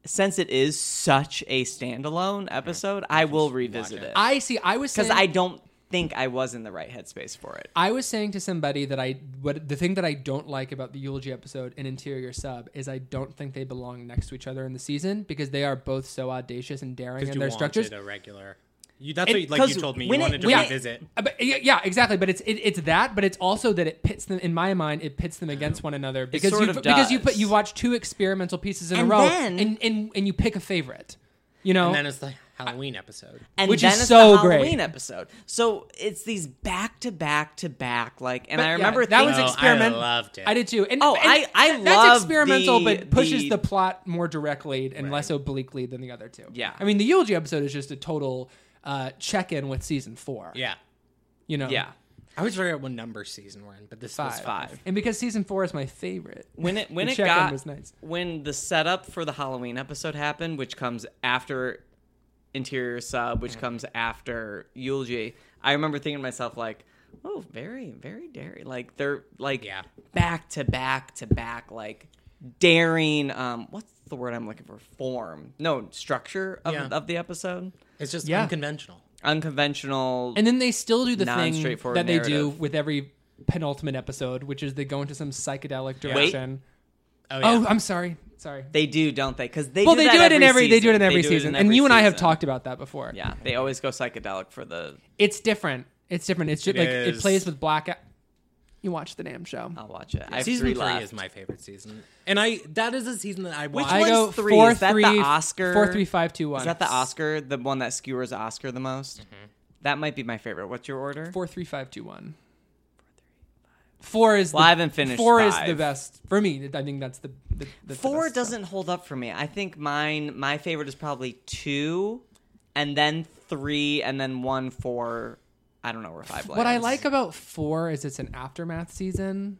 S1: Since it is such a standalone episode, I will revisit it
S3: I see. I was
S1: because
S3: saying
S1: I don't think I was in the right headspace for it.
S3: I was saying to somebody that I what the thing that I don't like about the eulogy episode and interior sub is I don't think they belong next to each other in the season because they are both so audacious and daring in
S2: you
S3: their
S2: wanted
S3: structures.
S2: a regular. You, that's
S1: And-
S2: what you, like
S1: 'cause
S2: you told me. You
S1: when it-
S2: wanted to
S1: when it-
S2: revisit.
S3: Uh, But yeah, yeah, exactly. But it's it, it's that, but it's also that it pits them in my mind. It pits them against one another because
S1: sort
S3: you
S1: of
S3: because you put
S1: does.
S3: you watch two experimental pieces in
S1: And
S3: a row
S1: then-
S3: and, and and you pick a favorite. You know,
S2: And then it's the Halloween episode.
S1: And
S3: Which
S1: then
S3: is
S1: it's
S3: so
S1: the Halloween
S3: great.
S1: episode. So it's these back to back to back like and
S3: But
S1: I
S3: yeah,
S1: remember
S3: that was
S1: thinking,
S2: Oh,
S3: experiment-
S2: I loved it.
S3: I did too. And,
S1: Oh,
S3: and
S1: I- I love
S3: th- that's experimental,
S1: the-
S3: but pushes
S1: the-
S3: the, plot more directly and less obliquely than the other two.
S1: Yeah.
S3: I mean, the eulogy episode is just a total uh, check-in with season four.
S2: Yeah.
S3: you know,
S1: yeah.
S2: I always forget what number season we're in, but this
S3: five.
S2: was five.
S1: five.
S3: And because season four is my favorite,
S1: When it when
S3: the
S1: it
S3: check-in
S1: got
S3: was nice.
S1: when the setup for the Halloween episode happened, which comes after interior sub, which comes after eulogy, I remember thinking to myself like, "Oh, very very daring." Like they're like
S2: Yeah.
S1: back to back to back like daring um what's the word I'm looking for? Form. No, structure of
S2: Yeah.
S1: of the episode.
S2: It's just
S3: Yeah.
S2: unconventional.
S1: Unconventional.
S3: and then they still do the thing
S1: Non-straightforward
S3: that they do
S1: narrative.
S3: with every penultimate episode, which is they go into some psychedelic direction.
S2: Oh, yeah.
S3: Oh, I'm sorry, sorry.
S1: they do, don't they? Because they
S3: well,
S1: do
S3: they
S1: that
S3: do it in every. They do
S1: season.
S3: it in
S1: They
S3: every
S1: do it
S3: season,
S1: in
S3: and
S1: every
S3: you and I have
S1: season.
S3: talked about that before.
S1: Yeah, they always go psychedelic for the.
S3: it's different. It's different. It's just
S2: It
S3: like it
S2: is.
S3: plays with black. You watch the damn show.
S1: I'll watch it. I have
S2: season
S1: three,
S2: three,
S1: left.
S2: is my favorite season, and I that is a season that I watched.
S1: Which
S3: I
S1: one's
S3: go
S1: three?
S3: four
S1: Is that the
S3: three-
S1: Oscar?
S3: four three five two one.
S1: Is that the Oscar, the one that skewers Oscar the most? That might be my favorite. What's your order?
S3: Four three five two one. Four is
S1: Well,
S3: the,
S1: I haven't finished
S3: Four is the
S1: five.
S3: best for me. I think that's the, the, that's the
S1: Four
S3: best, so.
S1: doesn't hold up for me. I think mine, my favorite is probably two, and then three, and then one, four. I don't know where five.
S3: What I like about four is it's an aftermath season.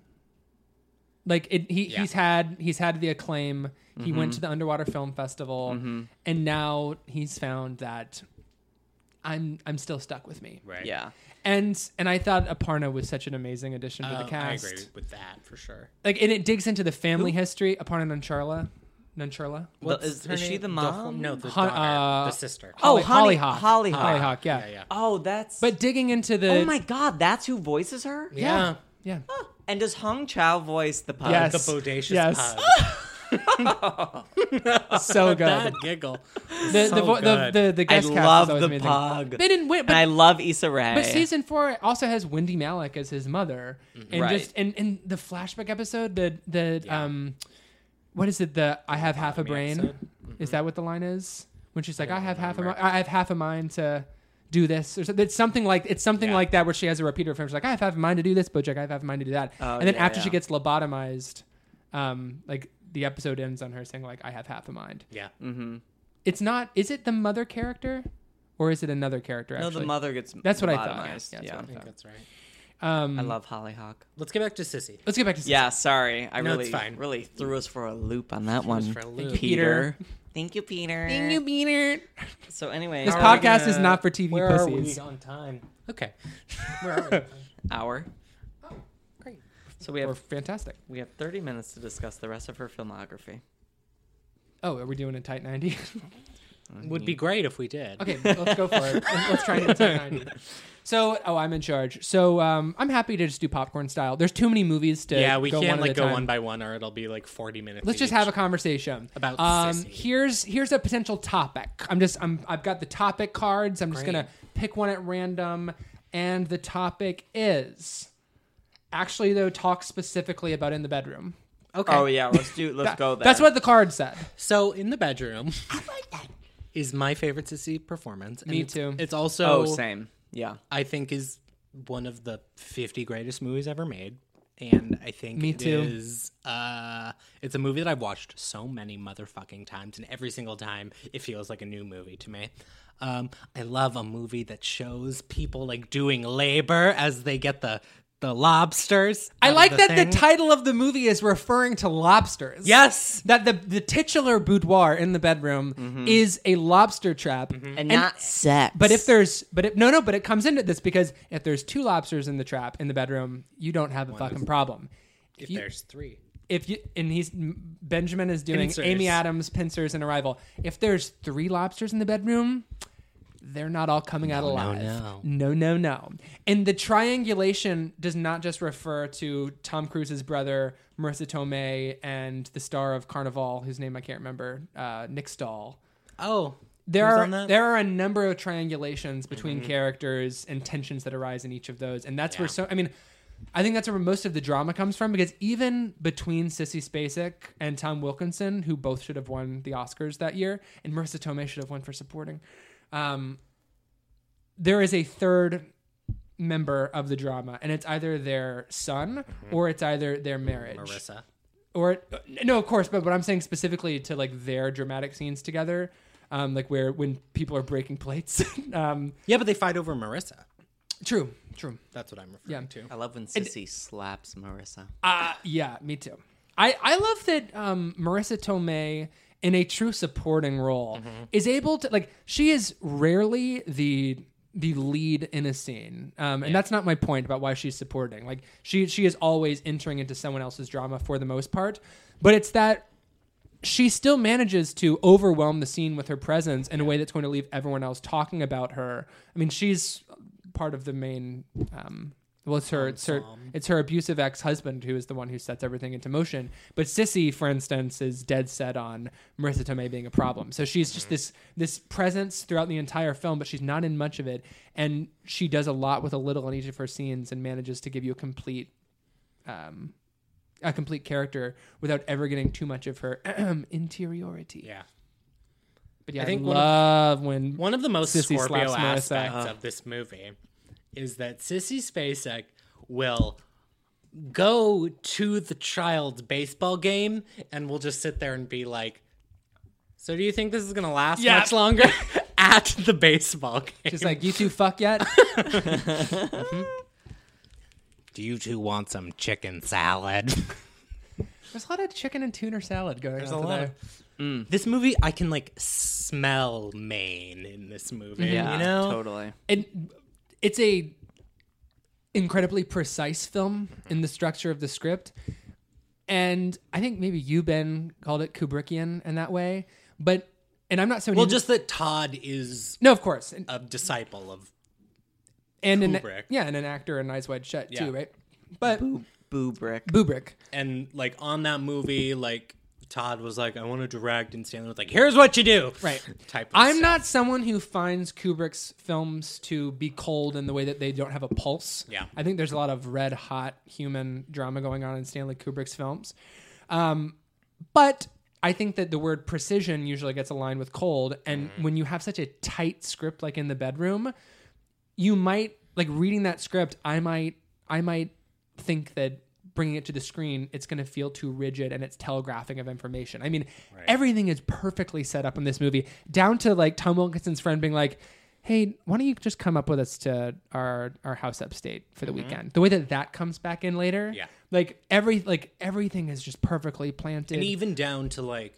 S3: Like it, he,
S2: Yeah.
S3: he's had he's had the acclaim. He went to the underwater film festival,
S2: Mm-hmm.
S3: and now he's found that I'm I'm still stuck with me.
S2: right?
S1: yeah,
S3: And and I thought Aparna was such an amazing addition to
S2: Oh,
S3: the cast.
S2: I agree with that for sure.
S3: Like and it digs into the family history. Aparna Nuncharla, Nuncharla.
S1: What's is- her is she name? the The mom? whole-
S2: no,
S1: no,
S2: the
S3: Hun-
S2: daughter,
S3: uh,
S2: the sister.
S1: Oh, Honey-
S3: Hollyhock.
S1: Hollyhock.
S3: Hollyhock. Yeah.
S2: yeah, yeah.
S1: Oh, that's.
S3: But digging into the
S1: oh my god, that's who voices her.
S3: yeah
S1: *laughs*
S3: yeah.
S1: And does Hong Chow voice the pug?
S3: Yes.
S2: The
S1: *laughs*
S2: bodacious
S3: Yes.
S2: pug.
S3: so good.
S2: that giggle.
S3: The, the,
S2: so
S3: vo- the,
S2: good.
S3: the the
S1: I
S3: guest cast
S1: love
S3: is always
S1: the
S3: amazing.
S1: pug.
S3: They didn't win,
S1: and I
S3: but,
S1: love Issa Rae.
S3: but season four also has Wendy Malik as his mother, and
S1: Mm-hmm. Right.
S3: just and, and the flashback episode, the the um, what is it? The I have half a brain.
S2: episode?
S1: Mm-hmm.
S3: Is that what the line is? When she's like, I have half a mi- I have half a mind to do this, or so- it's something like it's something
S2: Yeah.
S3: like that, where she has a repeater from. She's like, I have half a mind to do this, Bojack. I have half a mind to do that,
S1: Oh,
S3: and then
S1: yeah,
S3: after she
S1: yeah.
S3: gets lobotomized, um, like the episode ends on her saying like, I have half a mind
S2: Yeah,
S1: Mm-hmm.
S3: it's not is it the mother character or is it another character
S1: no,
S3: actually?
S1: the mother gets.
S3: That's what I thought. Yeah,
S1: lobotomized.
S3: yeah, that's
S1: yeah.
S3: what I
S2: I
S3: thought.
S2: think that's right.
S3: um
S1: I love Hollyhock.
S2: Let's get back to Sissy.
S3: let's get back to
S1: Mm-hmm. Yeah, sorry. I
S2: No, it's
S1: really
S2: fine.
S1: really threw us for a loop on that one.
S2: for a loop.
S1: Peter. Thank you, Peter.
S3: you beaner
S1: So anyway,
S3: this
S1: our
S3: podcast is not for tv
S2: Where are we
S3: pussies
S2: on time? Okay.
S1: hour.
S3: Oh, great
S1: So we
S2: *laughs*
S3: we're
S1: have
S3: fantastic
S1: we have 30 minutes to discuss the rest of her filmography.
S3: oh are we doing a tight *laughs* 90
S1: Mm-hmm.
S2: Would be great if we did.
S3: okay let's go for it let's try and do a tight 90 so oh i'm in charge so um i'm happy to just do popcorn style there's too many movies to
S2: Yeah, we
S3: go
S2: can't
S3: one at
S2: like
S3: a
S2: go
S3: time.
S2: one by one, or it'll be like forty minutes.
S3: Let's just
S2: each.
S3: have a conversation
S2: About
S3: Um,
S2: sissy.
S3: here's here's a potential topic. I'm just I'm I've got the topic cards. I'm just gonna pick one at random, and the topic is actually though talk specifically about in the bedroom.
S2: Okay.
S1: Oh yeah, let's do let's go there.
S3: That's what the card said.
S2: So in the bedroom, *laughs* I like that. Is my favorite Sissy performance.
S3: Me
S2: it's-
S3: too.
S2: It's also
S1: Oh, same. Yeah.
S2: I think is one of the 50 greatest movies ever made. And I think
S3: Me
S2: it
S3: too.
S2: is, uh, it's a movie that I've watched so many motherfucking times, and every single time it feels like a new movie to me. Um, I love a movie that shows people like doing labor as they get the the lobsters.
S3: I
S2: out of
S3: like that
S2: thing.
S3: the title of the movie is referring to lobsters.
S2: Yes.
S3: That the the titular boudoir in the bedroom is a lobster trap,
S1: And, not sex.
S3: But if there's, but if, no, no, but it comes into this because if there's two lobsters in the trap in the bedroom, you don't have a fucking problem.
S2: If
S3: you-
S2: there's three.
S3: If you and he's Benjamin is doing
S2: Pincers.
S3: Amy Adams, pincers, and arrival. If there's three lobsters in the bedroom, they're not all coming out alive.
S2: no.
S3: no, no, no. And the triangulation does not just refer to Tom Cruise's brother, Marissa Tomei, and the star of Carnival, whose name I can't remember, uh, Nick Stahl.
S2: Oh,
S3: There
S2: who's
S3: are
S2: on that? Mm-hmm.
S3: there are a number of triangulations between characters and tensions that arise in each of those, and that's where so I mean, I think that's where most of the drama comes from because even between Sissy Spacek and Tom Wilkinson, who both should have won the Oscars that year, and Marissa Tomei should have won for supporting, um, there is a third member of the drama, and it's either their son
S2: Mm-hmm.
S3: or it's either their marriage
S2: Marissa.
S3: or no of course but what i'm saying specifically to like their dramatic scenes together um like where when people are breaking plates *laughs* um
S2: Yeah, but they fight over Marissa.
S3: true true
S2: That's what I'm referring
S3: yeah
S2: to.
S1: I love when Sissy slaps Marissa.
S3: uh yeah me too i i love that um marissa tomei in a true supporting role is able to like she is rarely the the lead in a scene um and that's not my point about why she's supporting like she she is always entering into someone else's drama for the most part but it's that she still manages to overwhelm the scene with her presence in a way that's going to leave everyone else talking about her. I mean, she's part of the main. Um, well, it's her, it's her, it's her abusive ex-husband who is the one who sets everything into motion. But Sissy, for instance, is dead set on Marissa Tomei being a problem. So she's just this this presence throughout the entire film, but she's not in much of it, and she does a lot with a little in each of her scenes and manages to give you a complete a complete character without ever getting too much of her *clears throat* interiority.
S2: Yeah.
S3: But yeah, I
S2: I think
S3: think
S2: one of-
S3: love when
S2: One of the most
S3: Sissy
S2: Scorpio
S3: slaps Marissa.
S2: aspects of this movie is that Sissy Spacek will go to the child's baseball game and will just sit there and be like, "So do you think this is gonna last
S3: Yeah. *laughs*
S2: much longer?" *laughs* At the baseball game,
S3: she's like, "You two fuck
S2: *laughs*
S3: yet?"
S2: "Do you two want some chicken salad?" *laughs*
S3: There's a lot of chicken and tuna salad going
S2: There's a
S3: on
S2: lot.
S3: today.
S2: Of, This movie, I can like smell Maine in this movie.
S1: Yeah,
S2: you know,
S1: totally.
S3: And it's a incredibly precise film in the structure of the script, and I think maybe you Ben called it Kubrickian in that way. But and I'm not so
S2: Well, just that Todd is
S3: no, of course, and,
S2: a disciple of
S3: and an,
S2: Kubrick.
S3: yeah, and an actor in Eyes Wide Shut
S2: Yeah.
S3: too, right? But
S1: Boobrick.
S3: Kubrick.
S2: and like on that movie, like Todd was like, I want to direct, and Stanley was like, Here's what you do,
S3: Right.
S2: Type. Of
S3: I'm
S2: stuff.
S3: not someone who finds Kubrick's films to be cold in the way that they don't have a pulse.
S2: Yeah.
S3: I think there's a lot of red hot human drama going on in Stanley Kubrick's films. Um, but I think that the word precision usually gets aligned with cold. And
S2: Mm-hmm.
S3: when you have such a tight script like in the bedroom, you might like reading that script, I might I might think that bringing it to the screen it's going to feel too rigid and it's telegraphing of information. I mean, everything is perfectly set up in this movie down to like Tom Wilkinson's friend being like, "Hey, why don't you just come up with us to our our house upstate for the weekend?" The way that that comes back in later.
S2: Mm-hmm. Yeah.
S3: Like every like everything is just perfectly planted.
S2: and even down to like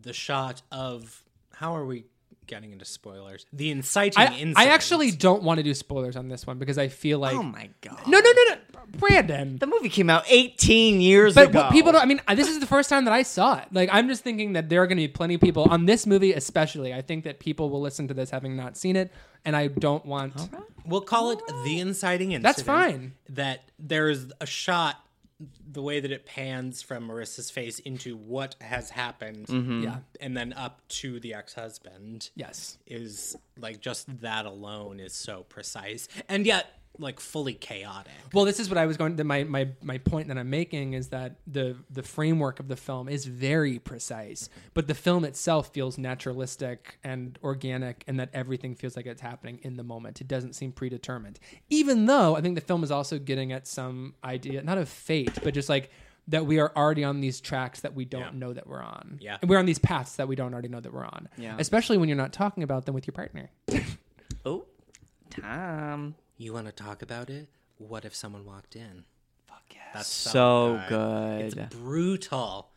S2: the shot of how are we getting into spoilers? The inciting
S3: I,
S2: incident.
S3: I actually don't want to do spoilers on this one because I feel like
S1: Oh my god.
S3: No, no, no, no. Brandon.
S1: The movie came out 18 years
S3: But
S1: ago.
S3: what people don't, I mean, I- this is the first time that I saw it. Like, I'm just thinking that there are going to be plenty of people on this movie, especially. I think that people will listen to this having not seen it, and I don't want.
S2: We'll call it the inciting incident.
S3: That's fine.
S2: That there is a shot, the way that it pans from Marissa's face into what has happened,
S3: Yeah.
S2: and then up to the ex-husband.
S3: Yes.
S2: is like just that alone is so precise and yet like fully chaotic.
S3: Well, this is what I was going. To, my my my point that I'm making is that the the framework of the film is very precise, but the film itself feels naturalistic and organic, and that everything feels like it's happening in the moment. It doesn't seem predetermined, even though I think the film is also getting at some idea, not of fate, but just like that we are already on these tracks that we don't know that we're on.
S2: Yeah.
S3: and we're on these paths that we don't already know that we're on.
S1: Yeah.
S3: especially when you're not talking about them with your partner.
S1: Oh, Tom.
S2: You want to talk about it? What if someone walked in? Fuck yes. That's
S1: So
S2: something.
S1: good. oh
S2: It's brutal.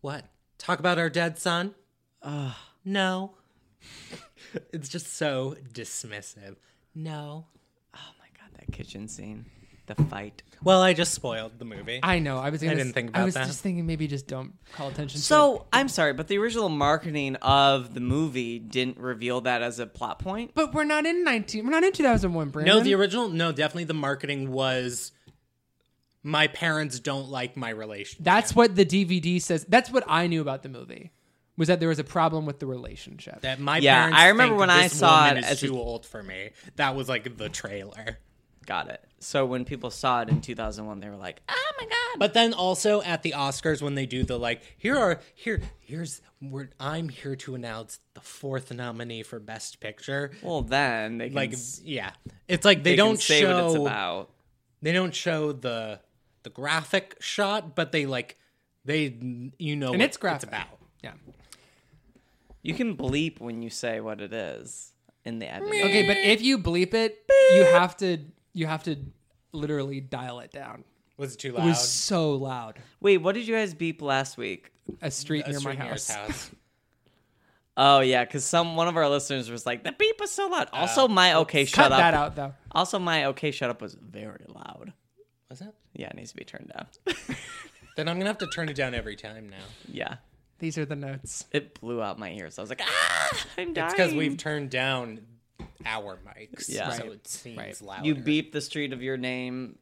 S2: What? Talk about our dead son? Ugh. No. *laughs* it's just so dismissive. No.
S1: oh my god, that kitchen scene. the fight.
S2: Well, I just spoiled the movie.
S3: I know. I was. Gonna,
S2: I
S3: s-
S2: didn't think
S3: I
S2: about
S3: was
S2: that.
S3: just thinking maybe just don't call attention. to it.
S1: So I'm sorry, but the original marketing of the movie didn't reveal that as a plot point.
S3: but we're not in nineteen. We're not in two thousand one, Brandon.
S2: no, the original. No, definitely the marketing was. My parents don't like my relationship.
S3: That's what the DVD says. That's what I knew about the movie was that there was a problem with the relationship.
S2: that my
S1: Yeah,
S2: parents
S1: I remember
S2: think
S1: when I
S2: this
S1: saw
S2: woman
S1: it
S2: is
S1: as a-
S2: too old for me. That was like the trailer.
S1: Got it. So when people saw it in 2001, they were like, "Oh my god!"
S2: But then also at the Oscars when they do the like here are here here's we're, I'm here to announce the fourth nominee for best picture.
S1: Well, then they can
S2: Like
S1: s-
S2: yeah. It's like they,
S1: they can
S2: don't
S1: say
S2: show
S1: what it's about.
S2: they don't show the the graphic shot but they like they you know
S3: and
S2: what
S3: it's graphic.
S2: about.
S3: Yeah.
S1: You can bleep when you say what it is in the edit.
S3: Okay, but if you bleep it, you have to you have to literally dial it down.
S2: Was it too
S3: It
S2: loud?
S3: was so loud.
S1: Wait, what did you guys beep last week?
S3: A street
S2: A
S3: near my
S2: street near
S3: house.
S1: *laughs*
S2: his house.
S1: Oh yeah, because some one of our listeners was like, "The beep was so loud." Also, my okay,
S3: Uh, Cut
S1: shut up.
S3: that out though.
S1: Also, my okay, shut up was very loud.
S2: was it?
S1: Yeah, it needs to be turned down.
S3: *laughs*
S2: Then I'm gonna have to turn it down every time now.
S1: yeah,
S3: These are the notes.
S1: it blew out my ears. I was like, "Ah, I'm dying."
S2: It's because we've turned down our mics,
S1: Yeah.
S2: so
S1: Right.
S2: it seems louder.
S1: You beep the street of your name,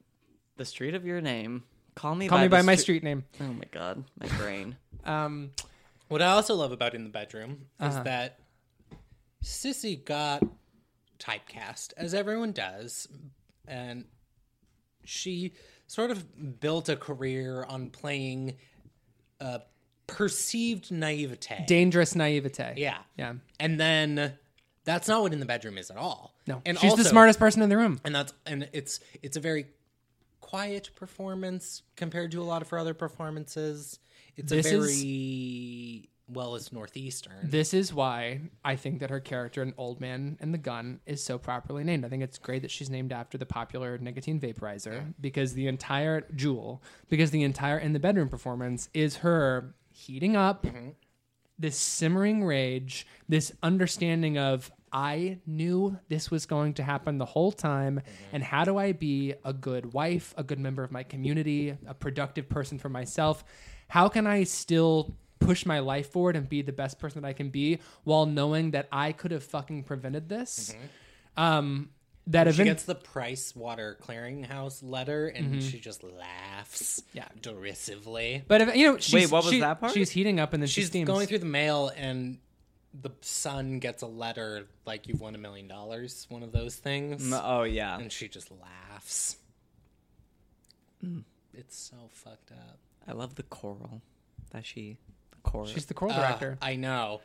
S1: the street of your name. Call me.
S3: Call
S1: by
S3: me
S1: the
S3: by my
S1: stre-
S3: street name.
S1: Oh my god, my
S3: *laughs*
S1: brain.
S3: Um,
S2: What I also love about in the bedroom is
S3: Uh-huh.
S2: that Sissy got typecast, as everyone does, and she sort of built a career on playing uh, perceived naivete.
S3: dangerous naivete.
S2: yeah,
S3: Yeah.
S2: and then that's not what in the bedroom is at all.
S3: No.
S2: and
S3: She's the
S2: also-
S3: smartest person in the room.
S2: and that's and it's it's a very quiet performance compared to a lot of her other performances. It's
S3: This
S2: a
S3: is-
S2: very well, it's northeastern.
S3: This is why I think that her character in Old Man and the Gun is so properly named. I think it's great that she's named after the popular nicotine vaporizer because the entire jewel, because the entire in the bedroom performance is her heating up, this simmering rage, this understanding of I knew this was going to happen the whole time, and how do I be a good wife, a good member of my community, a productive person for myself? How can I still push my life forward and be the best person that I can be while knowing that I could have fucking prevented this? Um, that
S2: Mm-hmm. she
S3: event,
S2: gets the Price Water Clearinghouse letter, and she just laughs,
S3: Mm-hmm. Yeah.
S2: derisively.
S3: but if, you know, she's,
S1: what was
S3: she-
S1: that part?
S3: She's heating up, and then
S2: She's
S3: she steams.
S2: going through the mail, and the son gets a letter like you've won a million dollars, one of those things,
S1: Oh yeah,
S2: and she just laughs.
S3: Mm.
S2: It's so fucked up.
S1: I love the choral that she, the choral.
S3: She's the choral
S2: Ugh,
S3: director.
S2: I know.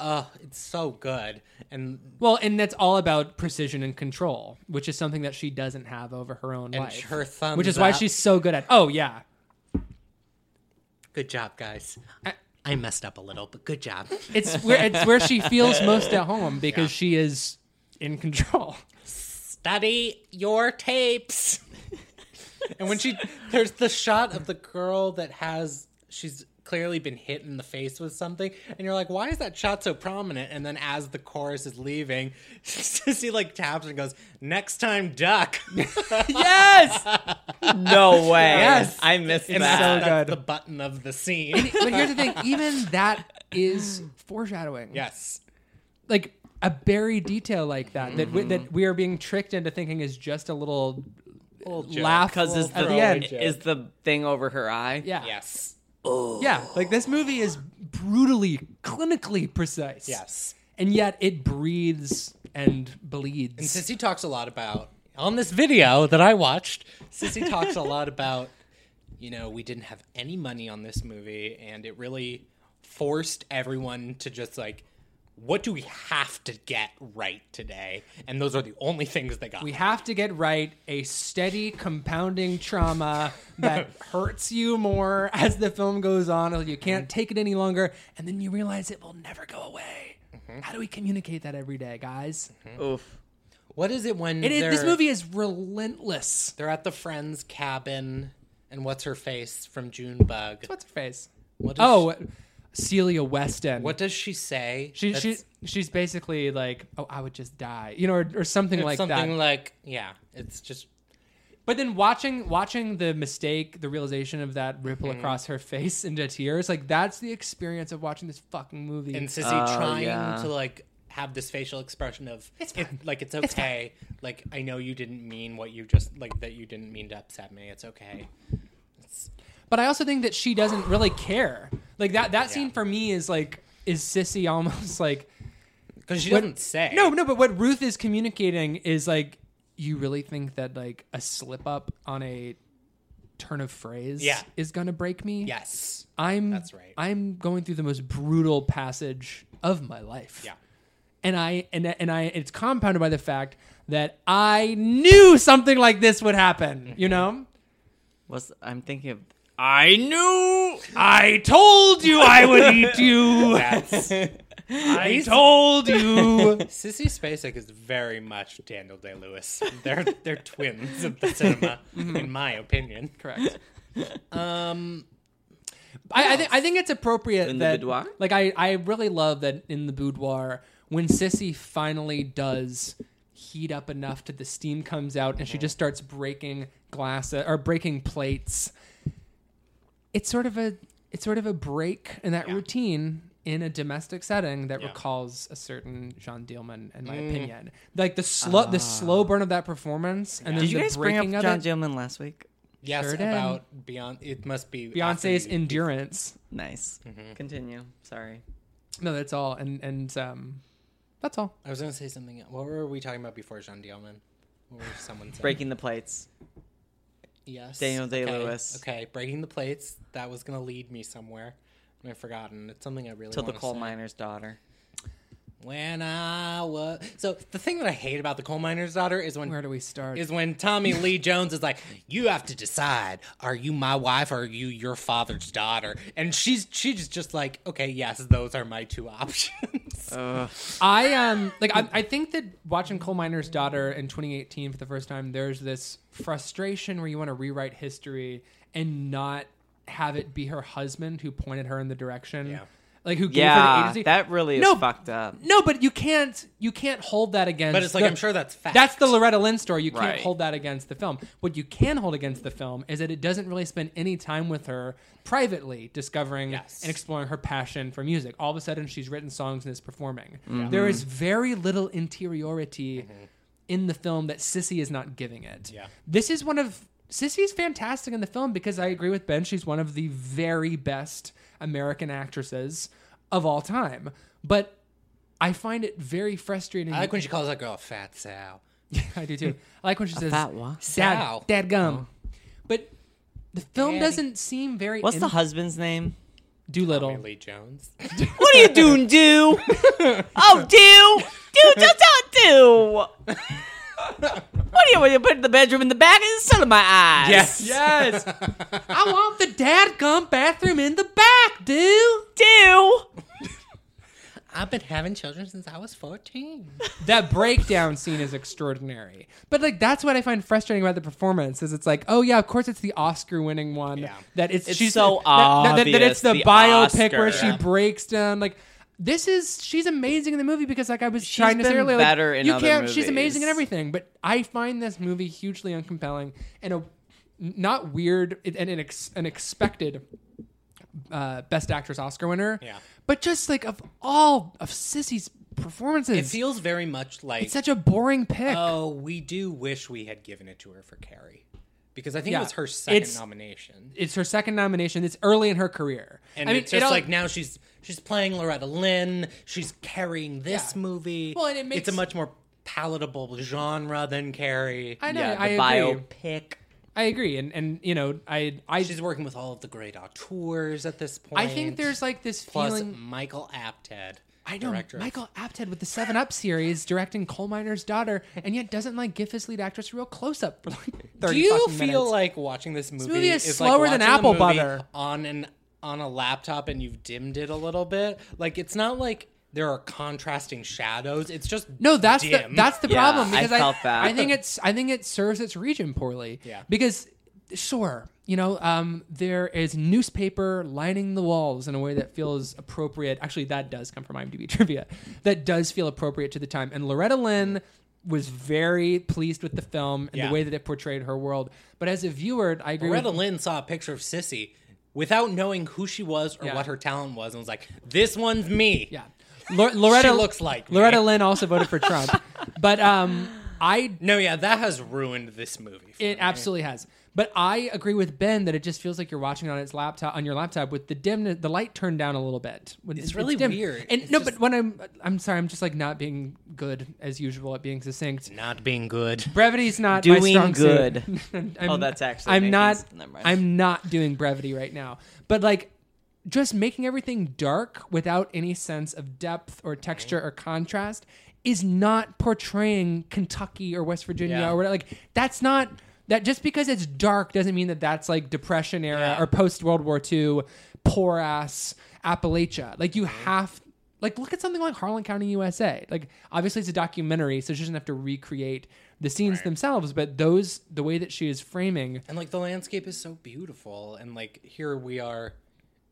S2: Uh, it's so good. And,
S3: Well, and that's all about precision and control, which is something that she doesn't have over her own
S2: and
S3: life.
S2: her thumbs
S3: which is why
S2: up.
S3: she's so good at. Oh yeah,
S2: Good job, guys. I, I messed up a little, but good job.
S3: it's where it's where she feels most at home because she is in control.
S2: Study your tapes. *laughs* and when she, there's the shot of the girl that has, she's clearly been hit in the face with something. And you're like, why is that shot so prominent? And then as the chorus is leaving, *laughs* Sissy like taps and goes, next time, duck. *laughs*
S1: yes. *laughs*
S3: *laughs*
S1: no way.
S2: Yes.
S1: I missed
S2: And
S1: that. *laughs*
S2: that's
S3: good.
S2: the button of the scene.
S3: But here's the thing: even that is foreshadowing.
S2: yes.
S3: like a buried detail like that that we, that we are being tricked into thinking is just a little laugh
S1: Because is the,
S3: at the end.
S1: is the thing over her eye?
S3: Yeah,
S2: Yes.
S3: yeah. Like this movie is brutally, clinically precise.
S2: Yes.
S3: and yet it breathes and bleeds.
S2: And Sissy talks a lot about on this video that I watched. Sissy talks a lot about you know we didn't have any money on this movie, and it really forced everyone to just like, what do we have to get right today? And those are the only things they got.
S3: We have to get right a steady compounding *laughs* trauma that hurts you more as the film goes on. or You can't take it any longer, and then you realize it will never go away. How do we communicate that every day, guys?
S1: Oof.
S2: what is it when
S3: It is, this
S2: they're-
S3: movie is relentless.
S2: They're at the friend's cabin, and what's her face from Junebug?
S3: What's her face?
S2: What does
S3: Oh,
S2: she,
S3: Celia Weston.
S2: what does she say?
S3: She, she
S2: That's-
S3: she's basically like, oh, I would just die, you know, or, or something like
S2: something
S3: that.
S2: like yeah. It's just
S3: But then watching watching the mistake, the realization of that ripple
S2: Mm-hmm.
S3: across her face into tears, like that's the experience of watching this fucking movie.
S2: and Sissy
S3: Oh,
S2: trying to like have this facial expression of it's like it's okay. like I know you didn't mean what you just like that you didn't mean to upset me. It's okay.
S3: but I also think that she doesn't really care. Like that that scene for me is like is sissy *laughs* almost like
S2: Because she
S3: What-
S2: doesn't say.
S3: No, no, but what Ruth is communicating is like, you really think that like a slip up on a turn of phrase
S2: Yeah.
S3: is gonna break me?
S2: Yes.
S3: I'm
S2: That's right.
S3: I'm going through the most brutal passage of my life.
S2: Yeah.
S3: And I and and I it's compounded by the fact that I knew something like this would happen, you
S2: *laughs*
S3: know?
S1: Was I'm thinking of
S3: I knew I told you I
S2: *laughs*
S3: would eat you.
S2: That's
S3: I told
S2: *laughs*
S3: you.
S2: Sissy Spacek is very much Daniel Day Lewis. They're they're twins of the cinema,
S3: Mm-hmm.
S2: in my opinion.
S3: Correct. um, I, I, think, I think it's appropriate
S1: In the
S3: that,
S1: boudoir?
S3: like, I, I really love that in the boudoir when Sissy finally does heat up enough that the steam comes out and she
S1: Uh-huh.
S3: just starts breaking glass uh, or breaking plates. It's sort of a it's sort of a break in that routine in a domestic setting that recalls a certain John Dielman, in my
S1: Mm.
S3: opinion. Like the slow the slow burn of that performance, and
S1: Did
S3: then
S1: Ah. you
S3: the
S1: guys bring
S3: breaking
S1: up
S3: of
S1: John
S3: it.
S1: Gilman last week?
S2: Yes,
S3: Sure did.
S2: about Beyonce. It must be
S3: Beyonce's
S2: in.
S3: endurance.
S1: Nice. Continue. Sorry.
S3: No, that's all, and and um, that's all.
S2: I was gonna say something. else. What were we talking about before John Dielman? What was someone saying?
S1: Breaking the plates.
S2: Yes.
S1: Daniel
S2: okay,
S1: Day-Lewis.
S2: Okay, breaking the plates. That was gonna lead me somewhere, and I've forgotten. It's something I really.
S1: Till the
S2: wanna
S1: coal
S2: say.
S1: miner's daughter.
S2: When I was so the thing that I hate about the coal miner's daughter is when
S3: Where do we start?
S2: is when Tommy Lee *laughs* Jones is like, "You have to decide: are you my wife, or are you your father's daughter?" And she's she's just like, "Okay, yes, those are my two *laughs* options."
S3: I um like I, I think that watching Coal Miner's Daughter in 2018 for the first time, there's this frustration where you want to rewrite history and not have it be her husband who pointed her in the direction,
S2: Yeah.
S3: like who gave her the
S1: Yeah,
S3: agency.
S1: that really is
S3: No.
S1: fucked up.
S3: no, but you can't you can't hold that against.
S2: but it's like
S3: the-
S2: I'm sure that's fact.
S3: That's the Loretta Lynn story. You can't
S1: Right.
S3: hold that against the film. What you can hold against the film is that it doesn't really spend any time with her privately discovering
S2: Yes.
S3: and exploring her passion for music. All of a sudden, she's written songs and is performing.
S2: Mm-hmm.
S3: There is very little interiority in the film that Sissy is not giving it.
S2: Yeah.
S3: This is one of. Sissy's fantastic in the film because I agree with Ben. She's one of the very best American actresses of all time. But I find it very frustrating.
S2: I like when she calls that girl a fat sow.
S3: *laughs* I do too. I like when she says
S1: fat what?
S3: Dad,
S2: Sow.
S3: dad gum. But the film
S2: Daddy.
S3: doesn't seem very.
S1: What's
S3: in-
S1: the husband's name?
S3: Doolittle?
S2: Tommy Lee Jones.
S1: *laughs* What are you doing, do? *laughs* Oh, do, do, just don't do. What do you want to put in the bedroom in the back of the sun of my eyes?
S3: Yes, I want the dad gum bathroom in the back, dude.
S1: *laughs* do.
S2: I've been having children since I was 14.
S3: That breakdown scene is extraordinary. But like, that's what I find frustrating about the performance is it's like, oh yeah, of course it's the Oscar-winning one.
S2: Yeah.
S3: That it's,
S1: It's
S3: she's
S1: so
S3: that, that- that- that
S1: obvious,
S3: it's the,
S1: the
S3: biopic where
S1: Oscar.
S3: she
S1: Yeah.
S3: breaks down like. This is she's amazing in the movie because like I was trying to say
S1: been
S3: earlier, like,
S1: better in
S3: you
S1: other
S3: can't. She's amazing in
S1: movies.
S3: everything. thing, but I find this movie hugely uncompelling and a not weird and an, ex, an expected uh, best actress Oscar winner.
S2: Yeah.
S3: But just like of all of Sissy's performances,
S2: It feels very much like,
S3: it's such a boring pick.
S2: oh, we do wish we had given it to her for Carrie. Because I think
S3: Yeah.
S2: it was her second
S3: It's-
S2: nomination.
S3: it's her second nomination. It's early in her career.
S2: And
S3: I mean,
S2: it's
S3: it
S2: just
S3: all-
S2: like now she's she's playing Loretta Lynn. She's carrying this
S3: Yeah.
S2: movie.
S3: Well, and it makes-
S2: It's a much more palatable genre than Carrie.
S3: I know.
S1: Yeah,
S3: I
S1: the
S3: agree.
S1: biopic.
S3: I agree. And and you know, I I
S2: She's working with all of the great auteurs at this point.
S3: I think there's like this
S2: Plus mm,
S3: feeling.
S2: Michael Apted.
S3: I know
S2: director of-
S3: Michael Apted with the Seven Up series, directing Coal Miner's Daughter, and yet doesn't like give his lead actress a real close up for like
S2: Do
S3: thirty.
S2: you
S3: fucking
S2: feel
S3: minutes.
S2: like watching this movie,
S3: movie is
S2: like
S3: slower than
S2: watching a
S3: apple
S2: movie
S3: butter.
S2: on an on a laptop and you've dimmed it a little bit? Like it's not like there are contrasting shadows. It's just
S3: No, that's the,
S2: dim.
S3: that's the
S1: Yeah,
S3: problem
S1: I
S3: because I,
S1: felt that.
S3: I think it's I think it serves its region poorly.
S2: Yeah.
S3: Because sure, you know, um, there is newspaper lining the walls in a way that feels *laughs* appropriate. Actually, that does come from IMDb trivia. That does feel appropriate to the time. And Loretta Lynn was very pleased with the film and
S2: Yeah.
S3: the way that it portrayed her world. But as a viewer, I agree.
S2: Loretta
S3: With,
S2: Lynn saw a picture of Sissy without knowing who she was or
S3: Yeah.
S2: what her talent was, and was like, "This one's me."
S3: yeah, Lor- Loretta
S2: She looks like me.
S3: Loretta Lynn also voted for
S2: *laughs*
S3: Trump, but um, I
S2: No, yeah, that has ruined this movie. for
S3: It absolutely has. But I agree with Ben that it just feels like you're watching it on its laptop on your laptop with the dimness, the light turned down a little bit. When
S2: It's really
S3: dim.
S2: weird.
S3: And
S2: It's
S3: no,
S2: just-
S3: but when I'm I'm sorry, I'm just like not being good as usual at being succinct.
S2: not being good.
S3: Brevity's not my
S1: Doing
S3: strong
S1: good.
S3: Suit. *laughs* I'm-
S1: Oh, that's actually
S3: I'm
S1: making
S3: not.
S1: s- never mind.
S3: I'm not doing brevity right now. But like, just making everything dark without any sense of depth or texture or contrast is not portraying Kentucky or West Virginia
S2: Yeah.
S3: or whatever. Like, that's not. That just because it's dark doesn't mean that that's like Depression era
S2: Yeah.
S3: or post World War II poor ass Appalachia. Like you
S2: Mm-hmm.
S3: have like look at something like Harlan County, USA. Like obviously it's a documentary, so she doesn't have to recreate the scenes themselves, but those the way that she is framing.
S2: And like the landscape is so beautiful, and like here we are,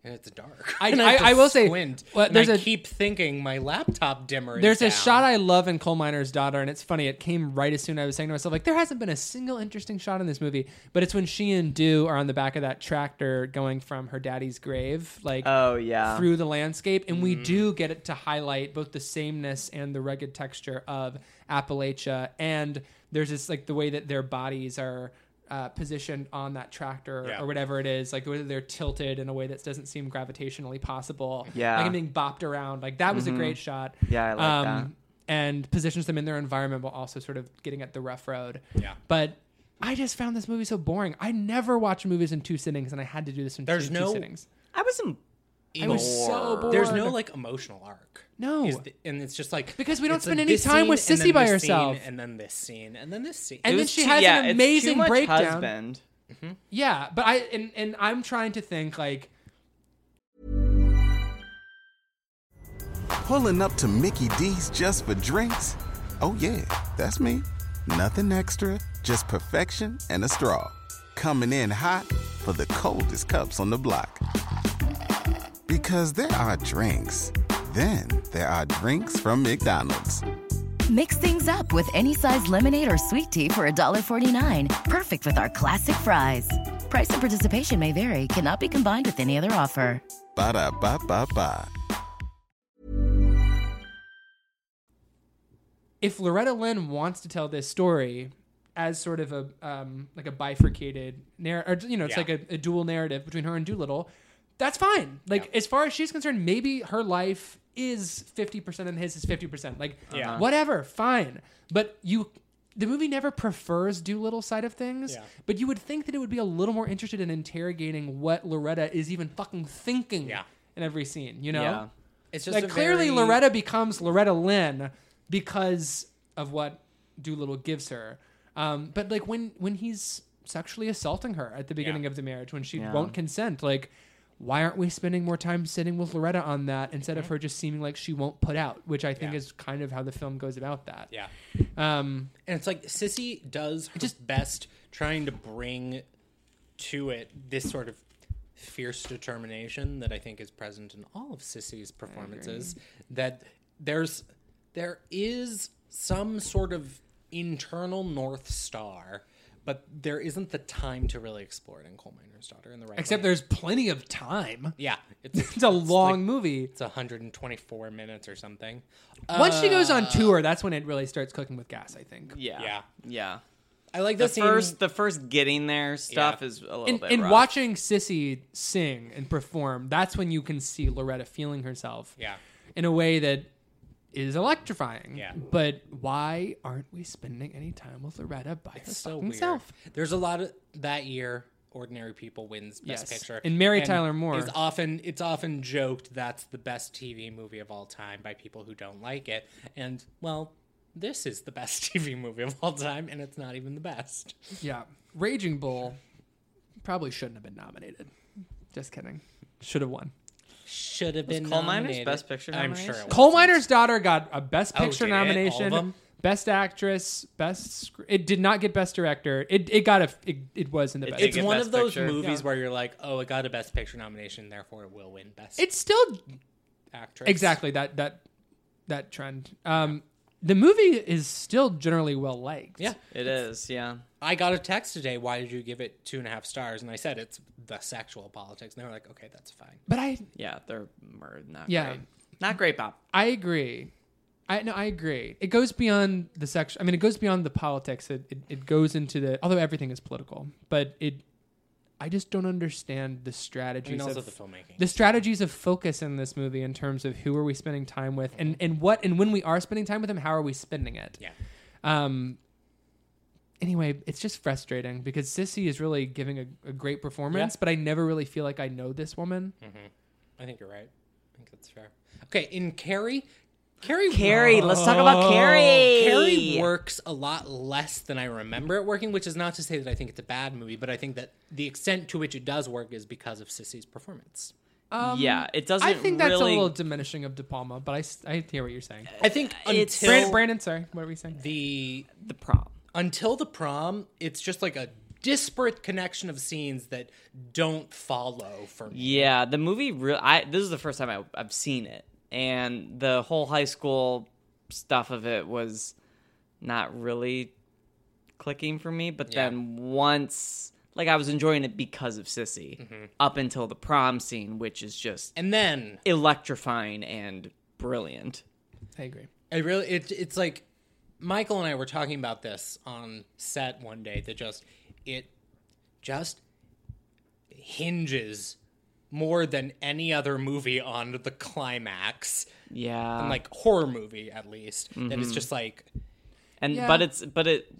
S2: and it's dark.
S3: *laughs* I-
S2: And
S3: I-
S2: have to
S3: I will say,
S2: squint,
S3: well,
S2: and I
S3: there's a-
S2: keep thinking my laptop dimmer.
S3: There's
S2: is down.
S3: a shot I love in Coal Miner's Daughter, and it's funny. It came right as soon as I was saying to myself, like, there hasn't been a single interesting shot in this movie. But it's when she and Dew are on the back of that tractor going from her daddy's grave, like,
S1: Oh yeah. Mm.
S3: through the landscape and we do get it to highlight both the sameness and the rugged texture of appalachia and there's this like the way that their bodies are uh, positioned on that tractor
S2: Yeah.
S3: or whatever it is like whether they're tilted in a way that doesn't seem gravitationally possible
S1: Yeah. Mm-hmm.
S3: like and being bopped around like that was a great shot Um,
S1: Yeah, I like that.
S3: and positions them in their environment while also sort of getting at the rough road
S2: Yeah.
S3: but I just found this movie so boring. I never watch movies in two sittings, and I had to do this in
S2: There's
S3: two, two
S2: no-
S3: sittings.
S1: I was in.
S3: I was so bored.
S2: There's no like emotional arc.
S3: No.
S2: Is the- and it's just like
S3: Because we don't
S2: it's like
S3: spend any
S2: this
S3: time with
S2: scene, and
S3: Sissy
S2: then
S3: by
S2: this
S3: herself.
S2: scene, and then this scene, and then this scene.
S3: And
S1: It
S3: then
S1: was
S3: she
S1: too-
S3: has
S1: yeah,
S3: an
S1: it's
S3: amazing
S1: too much
S3: breakdown.
S1: Husband.
S3: Yeah, but I and, and I'm trying to think like
S6: Pulling up to Mickey D's just for drinks? Oh, yeah, that's me. Nothing extra, just perfection and a straw. Coming in hot for the coldest cups on the block. Because there are drinks, then there are drinks from McDonald's.
S7: Mix things up with any size lemonade or sweet tea for $1.49. Perfect with our classic fries. Price and participation may vary, cannot be combined with any other offer.
S6: Ba da ba ba ba.
S3: if Loretta Lynn wants to tell this story as sort of a um, like a bifurcated narrative, or you know, it's
S2: Yeah.
S3: like a, a dual narrative between her and Doolittle. That's fine. Like as far as she's concerned, maybe her life is fifty percent and his is fifty percent. Like
S2: Yeah.
S3: whatever, fine. But you. The movie never prefers Doolittle side of things,
S2: Yeah.
S3: but you would think that it would be a little more interested in interrogating what Loretta is even fucking thinking
S2: Yeah.
S3: in every scene, you know?
S1: Yeah.
S2: it's just
S3: like
S2: a
S3: clearly
S2: very-
S3: Loretta becomes Loretta Lynn because of what Doolittle gives her. Um, but like when when he's sexually assaulting her at the beginning of the marriage when she won't consent, like why aren't we spending more time sitting with Loretta on that instead of her just seeming like she won't put out, which I think
S2: Mhm. Yeah.
S3: is kind of how the film goes about that.
S2: Yeah.
S3: Um,
S2: And it's like Sissy does her just best trying to bring to it this sort of fierce determination that I think is present in all of Sissy's performances. That there's there is some sort of internal North Star, but there isn't the time to really explore it in Coal Miner's Daughter in the right
S3: except
S2: way.
S3: there's plenty of time.
S2: Yeah. It's,
S3: *laughs* It's a long
S2: like-
S3: movie.
S2: it's 124 minutes or something.
S3: Once she goes on tour, that's when it really starts cooking with gas, I think.
S1: Yeah.
S2: uh, Yeah.
S1: Yeah.
S2: I like
S1: The
S2: this
S1: first, the first getting there stuff
S2: Yeah.
S1: is a little
S3: in,
S1: bit.
S3: in
S1: rough.
S3: watching Sissy sing and perform, that's when you can see Loretta feeling herself
S2: Yeah.
S3: in a way that is electrifying.
S2: Yeah.
S3: But why aren't we spending any time with Loretta by
S2: so
S3: herself?
S2: weird. There's a lot of that year. Ordinary People wins Best
S3: Yes.
S2: Picture,
S3: And Mary Tyler Moore.
S2: is often it's often joked that's the best TV movie of all time by people who don't like it, and well, this is the best *laughs* TV movie of all time, and it's not even the best.
S3: Yeah. Raging Bull probably shouldn't have been nominated. Just kidding. Should have won.
S2: Should have been
S1: Coal Miners
S2: nominated.
S1: Best Picture
S2: I'm
S1: nomination?
S2: sure it
S3: Coal
S2: wasn't.
S3: Miner's Daughter got a Best
S2: Oh,
S3: Picture
S2: did it? All of
S3: nomination,
S2: them?
S3: Best Actress, Best. Sc- it did not get Best Director. It it got a. It, it was in the Best.
S1: did
S2: It's
S1: get
S2: one
S1: Best
S2: of those
S1: Picture.
S2: movies
S3: Yeah.
S2: where you're like, oh, it got a Best Picture nomination, therefore it will win Best
S3: It's still
S2: Actress.
S3: exactly that that that trend um the movie is still generally well liked.
S2: Yeah.
S1: It is, yeah.
S2: I got a text today. Why did you give it two and a half stars? And I said it's the sexual politics. And they were like, okay, that's fine.
S3: but I
S1: Yeah, they're mer- not
S3: Yeah.
S1: great. Not great, Bob.
S3: I agree. I no, I agree. It goes beyond the section. I mean, it goes beyond the politics. It, it it goes into the although everything is political, but it. I just don't understand the strategies.
S2: And also
S3: of,
S2: the filmmaking.
S3: the strategies of focus in this movie in terms of who are we spending time with and, and what and when we are spending time with them how are we spending it
S2: Yeah.
S3: um anyway it's just frustrating because sissy is really giving a, a great performance
S2: Yeah.
S3: but i never really feel like i know this woman
S2: I think you're right. I think that's fair. Okay, in Carrie, Carrie,
S1: Carrie, let's talk
S3: Oh.
S1: about Carrie.
S2: Carrie works a lot less than I remember it working, which is not to say that I think it's a bad movie, but I think that the extent to which it does work is because of Sissy's performance.
S1: yeah, it doesn't.
S3: i think that's
S1: really-
S3: a little diminishing of de palma but i, s- I hear what you're saying
S2: I think
S1: It's-
S2: until
S3: brandon, brandon sorry what were you saying
S2: the
S1: the problem.
S2: until the prom, it's just like a disparate connection of scenes that don't follow for me.
S1: Yeah, the movie. Re- I this is the first time I, I've seen it, and the whole high school stuff of it was not really clicking for me. But then once, like, I was enjoying it because of Sissy up until the prom scene, which is just
S2: Mm-hmm. And then
S1: electrifying and brilliant.
S3: i agree
S2: I really it, it's like Michael and I were talking about this on set one day that just it just hinges more than any other movie on the climax
S1: Yeah,
S3: Ah.
S2: like horror movie at least that
S3: Mm-hmm.
S2: is just like
S1: and but it's but it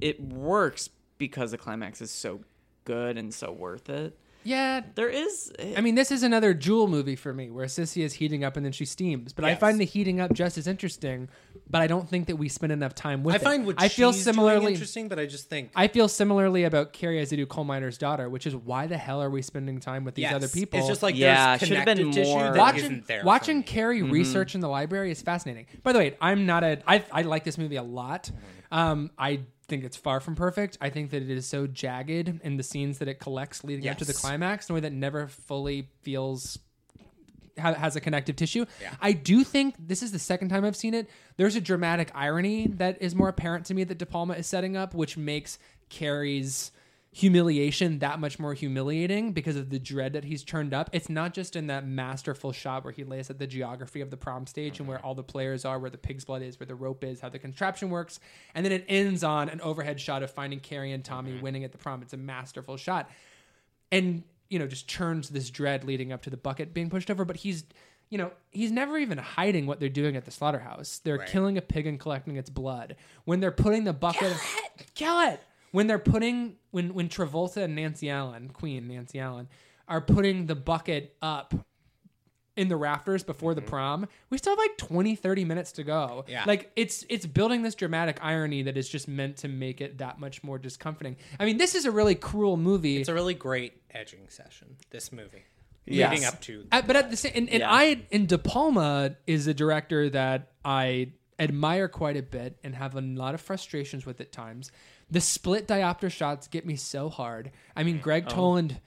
S1: it works because the climax is so good and so worth it.
S3: yeah
S1: There is,
S3: I mean, this is another Jewel movie for me, where Sissy is heating up and then she steams. But I
S2: Yes.
S3: find the heating up just as interesting. But I don't think that we spend enough time with.
S2: I
S3: it.
S2: find what
S3: I feel
S2: she's doing
S3: similarly.
S2: interesting but I just think
S3: I feel similarly about Carrie as I do Coal Miner's Daughter, which is why the hell are we spending time with these
S2: yes,
S3: other people?
S2: it's just like
S1: Yeah,
S2: there's
S1: it should've been
S2: connective tissue
S1: more-
S2: that
S1: Watching-
S2: isn't there for
S3: watching
S2: me.
S3: Carrie research in the library is fascinating. By the way, I'm not a. I I like this movie a lot. Um, I think it's far from perfect. I think that it is so jagged in the scenes that it collects leading up to the
S2: Yes.
S3: climax in a way that never fully feels ha- has a connective tissue. I do think this is the second time I've seen it. There's a dramatic irony that is more apparent to me that De Palma is setting up, which makes Carrie's humiliation that much more humiliating because of the dread that he's turned up. It's not just in that masterful shot where he lays out the geography of the prom stage and where all the players are, where the pig's blood is, where the rope is, how the contraption works. And then it ends on an overhead shot of finding Carrie and Tommy winning at the prom. It's a masterful shot and you know just churns this dread leading up to the bucket being pushed over but he's you know he's never even hiding what they're doing at the slaughterhouse they're killing a pig and collecting its blood when they're putting the bucket kill it, when they're putting when when travolta and nancy allen queen nancy allen are putting the bucket up in the rafters before the prom we still have like 20 30 minutes to go
S2: Yeah.
S3: like it's it's building this dramatic irony that is just meant to make it that much more discomforting i mean this is a really cruel movie
S2: it's a really great edging session this movie leading up to
S3: Uh, but at the same, and, and
S1: Yeah.
S3: I and De Palma is a director that I admire quite a bit and have a lot of frustrations with at times. The split diopter shots get me so hard. I mean, Greg
S2: Oh.
S3: Toland.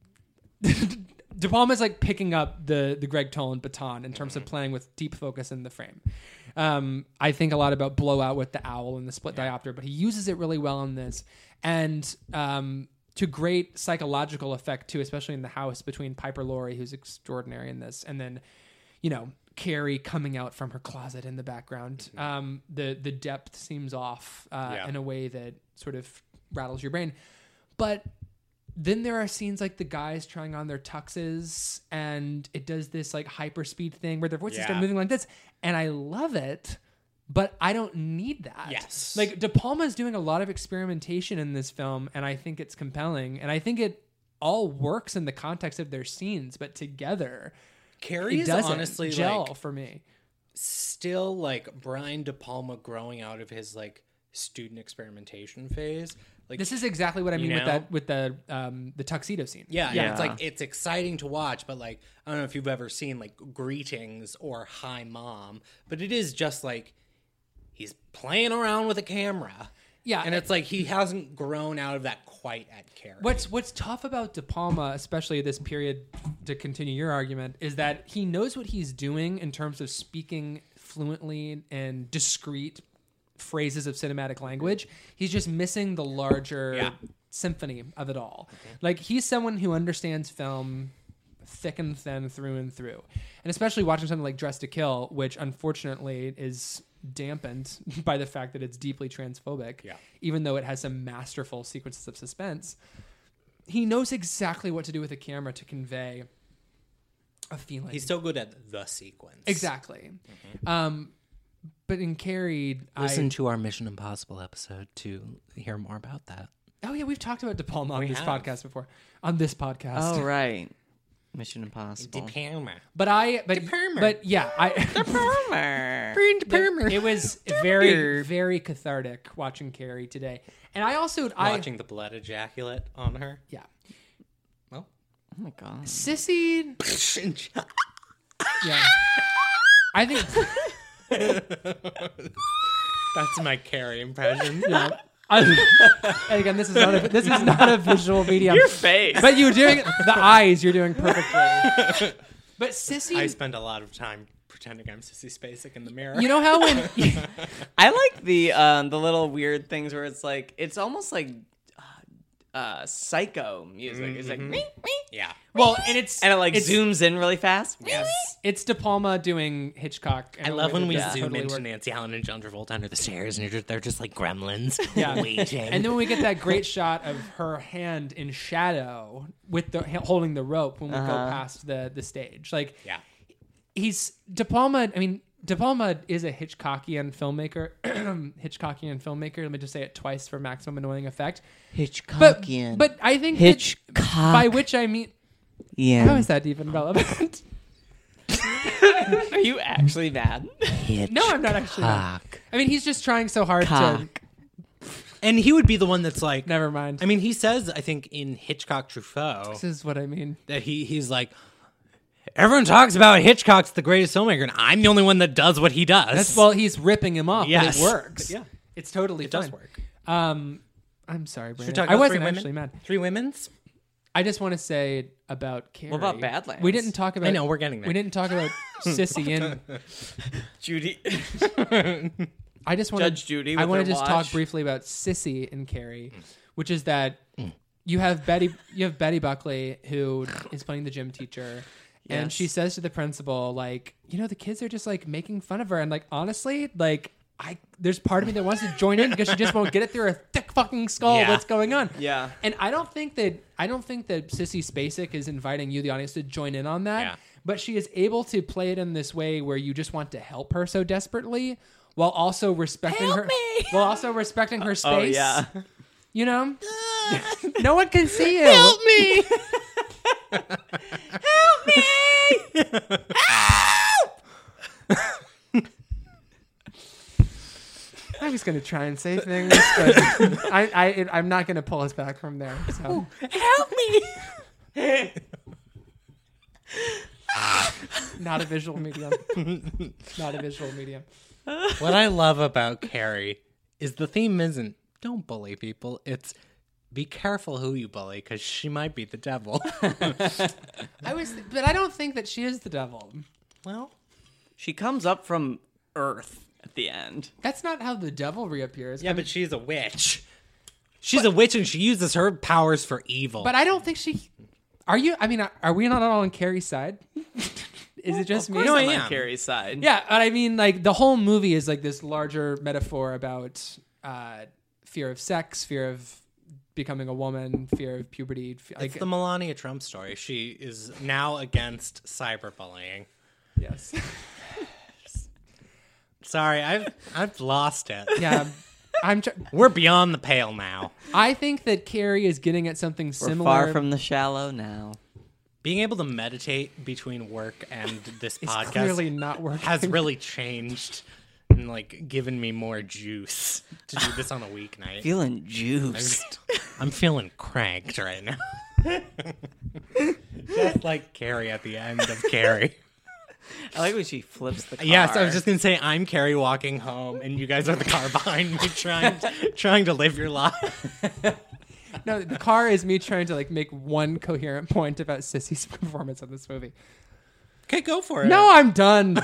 S3: *laughs* De Palma's like picking up the the Greg Toland baton in terms of playing with deep focus in the frame. Um, I think a lot about blowout with the owl and the split diopter, but he uses it really well in this, and um, to great psychological effect too, especially in the house between Piper Laurie, who's extraordinary in this, and then you know Carrie coming out from her closet in the background. Um, the the depth seems off uh,
S2: Yeah.
S3: in a way that sort of rattles your brain, but then there are scenes like the guys trying on their tuxes and it does this like hyper speed thing where their voices
S2: Yeah.
S3: start moving like this and i love it but i don't need that
S2: Yes.
S3: like de palma's doing a lot of experimentation in this film and i think it's compelling and i think it all works in the context of their scenes but together it
S2: Carrie is
S3: doesn't
S2: honestly
S3: gel
S2: like
S3: for me
S2: still like Brian De Palma growing out of his like student experimentation phase. Like
S3: this is exactly what i mean with
S2: know?
S3: that with the um the tuxedo scene
S2: yeah, yeah, it's
S1: Yeah.
S2: like it's exciting to watch, but like I don't know if you've ever seen like greetings or hi mom, but it is just like he's playing around with a camera.
S3: Yeah,
S2: And
S3: I-
S2: it's like he hasn't grown out of that quite at Carrie.
S3: What's what's tough about De Palma, especially this period, to continue your argument, is that he knows what he's doing in terms of speaking fluently and discrete phrases of cinematic language. He's just missing the larger
S2: Yeah.
S3: symphony of it all. Like he's someone who understands film thick and thin through and through. And especially watching something like Dress to Kill, which unfortunately is dampened *laughs* by the fact that it's deeply transphobic,
S2: Yeah.
S3: even though it has some masterful sequences of suspense. He knows exactly what to do with a camera to convey a feeling.
S2: He's Mm-hmm. so good at the sequence.
S3: exactly. Um, but in Carried,
S2: Listen
S3: I,
S2: to our Mission Impossible episode to hear more about that.
S3: Oh yeah, we've talked about De Palma on this
S2: have.
S3: podcast before. On this podcast.
S1: Oh right, Mission Impossible.
S3: But I but
S2: Palma.
S3: but yeah, I *laughs*
S2: Brand Palmer.
S3: it was very very cathartic watching Carrie today. And I also I
S2: Watching the blood ejaculate on her.
S3: yeah.
S2: Well,
S1: Oh my god.
S3: Sissy
S2: *laughs* I
S3: yeah. I think
S2: That's my Carrie impression. *laughs*
S3: I, and again this is not a this is not a visual medium. Your face. But you're doing the eyes you're doing perfectly. But Sissy
S2: I spend a lot of time pretending I'm Sissy Spacek in the mirror.
S3: you know how when
S1: I like the um, the little weird things where it's like it's almost like uh, uh, psycho music. It's like meep, meep.
S2: yeah.
S3: well and it's
S1: and it like
S3: it's,
S1: zooms in really fast.
S2: Yes.
S3: It's De Palma doing Hitchcock. in
S2: I
S3: a
S2: love
S3: way
S2: when
S3: that
S2: we
S3: doesn't
S2: zoom
S3: totally
S2: into
S3: work.
S2: Nancy Allen and John Travolta under the stairs, and you're just, they're just like *laughs* gremlins
S3: Yeah.
S2: waiting.
S3: And then when we get that
S2: *laughs*
S3: great shot of her hand in shadow with the holding the rope when we go
S2: Uh-huh.
S3: past the the stage, like
S2: yeah,
S3: he's De Palma. I mean, De Palma is a Hitchcockian filmmaker. *clears throat* Hitchcockian filmmaker. Let me just say it twice for maximum annoying effect. But
S1: Hitchcockian.
S3: but I think that-
S1: Hitchcock.
S3: by which I mean,
S1: yeah.
S3: how is that even relevant?
S1: Are you actually mad?
S3: no, I'm not actually. I mean, he's just trying so hard to.
S1: Cock.
S2: And he would be the one that's like,
S3: Never mind.
S2: I mean, he says, I think in Hitchcock Truffaut
S3: this is what I mean.
S2: that he he's like, everyone talks about Hitchcock's the greatest filmmaker, and I'm the only one that does what he does.
S3: That's well, he's ripping him off.
S2: *laughs* Yes.
S3: but it works.
S2: Yeah.
S3: it's totally
S2: it does
S3: fine.
S2: work.
S3: Um, I'm sorry,
S2: Should we
S3: Brandon.
S2: talk
S3: I
S2: about
S3: wasn't
S2: three women?
S3: actually mad.
S2: Three women's.
S3: I just want to say about Carrie.
S1: What about Badlands?
S3: We didn't talk about.
S2: I know, we're getting there.
S3: We didn't talk
S2: *laughs*
S3: about Sissy and
S1: Judy. *laughs*
S3: I just want to
S1: Judge Judy
S3: I
S1: with
S3: want
S1: her
S3: to just
S1: watch. Mm.
S3: talk briefly about Sissy and Carrie, which is that you have Betty. You have Betty Buckley who is playing the gym teacher. And
S1: Yes.
S3: she says to the principal, like, you know, the kids are just like making fun of her. And like, honestly, like, I there's part of me that wants to join in because she just won't get it through her thick fucking skull.
S2: Yeah.
S3: What's going on?
S1: Yeah.
S3: And I don't think that I don't think that Sissy Spacek is inviting you, the audience, to join in on that.
S2: Yeah.
S3: But she is able to play it in this way where you just want to help her so desperately, while also respecting her, while also respecting *laughs* her space.
S1: Oh yeah.
S3: You *laughs* know, no one can see you. Help me!
S2: *laughs* *laughs*
S3: I was gonna try and say things, but I, I, I'm not gonna pull us back from there. So.
S1: Help me.
S3: not a visual medium. not a visual medium.
S2: *laughs* what I love about Carrie is the theme isn't don't bully people. It's be careful who you bully because she might be the devil. *laughs*
S3: I was, but I don't think that she is the devil.
S2: well,
S1: She comes up from Earth at the end.
S3: That's not how the devil reappears.
S2: yeah, but she's a witch. She's a witch and she uses her powers for evil.
S3: But I don't think she. Are you? I mean, are we not all on Carrie's side? Is it just me?
S2: No, I
S1: I'm
S2: am.
S1: on Carrie's side.
S3: Yeah, but I mean, like the whole movie is like this larger metaphor about uh, fear of sex, fear of becoming a woman, fear of puberty. fe- Like,
S2: it's the Melania Trump story. She is now against cyberbullying.
S1: *laughs*
S3: yes,
S2: Sorry, I've I've lost it.
S3: yeah. I'm. Tr-
S2: We're beyond the pale now.
S3: I think that Carrie is getting at something
S1: We're
S3: similar.
S1: far from the shallow now.
S2: Being able to meditate between work and this
S3: It's
S2: podcast
S3: clearly not working.
S2: *laughs* has really changed and like given me more juice to do this on a weeknight.
S1: Feeling *laughs*
S2: I'm,
S1: juiced.
S2: just- I'm feeling cranked right now. *laughs* Just like Carrie at the end of Carrie.
S1: I like when she flips the car.
S2: *laughs* Yes, I was just gonna say I'm Carrie walking home, and you guys are the car behind *laughs* me trying trying to live your life.
S3: *laughs* No, the car is me trying to like make one coherent point about *laughs* Sissy's performance in this movie.
S1: *laughs*
S2: Okay, go for it.
S3: No, I'm done.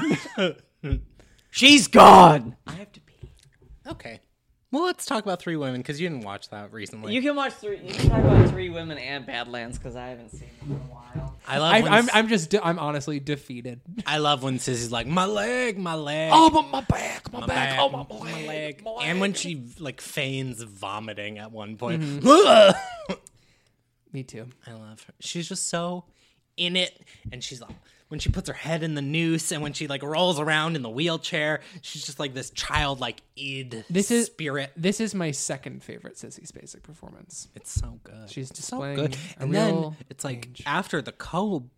S1: She's gone. I have to pee.
S2: Okay. Well, let's talk about Three Women because you didn't watch that recently.
S1: You can watch three. You can talk about three women and Badlands because I haven't seen them in a while.
S2: I love.
S3: I,
S2: when
S3: I'm I'm just de- I'm honestly defeated.
S2: I love when Sissy's like, my leg, my leg.
S3: but Oh, my back, Oh, my,
S2: back, Oh,
S3: my
S2: And when she like feigns vomiting at one point.
S3: Mm-hmm. Me too.
S2: *laughs* I love her. She's just so in it. And she's like, when she puts her head in the noose and when she like rolls around in the wheelchair, she's just like this childlike id
S3: This is-
S2: spirit.
S3: This is my second favorite Sissy Spacek performance.
S2: It's so good.
S3: She's
S2: It's so
S3: displaying
S2: good.
S3: a
S2: and
S3: real
S2: then it's like
S3: range.
S2: after the co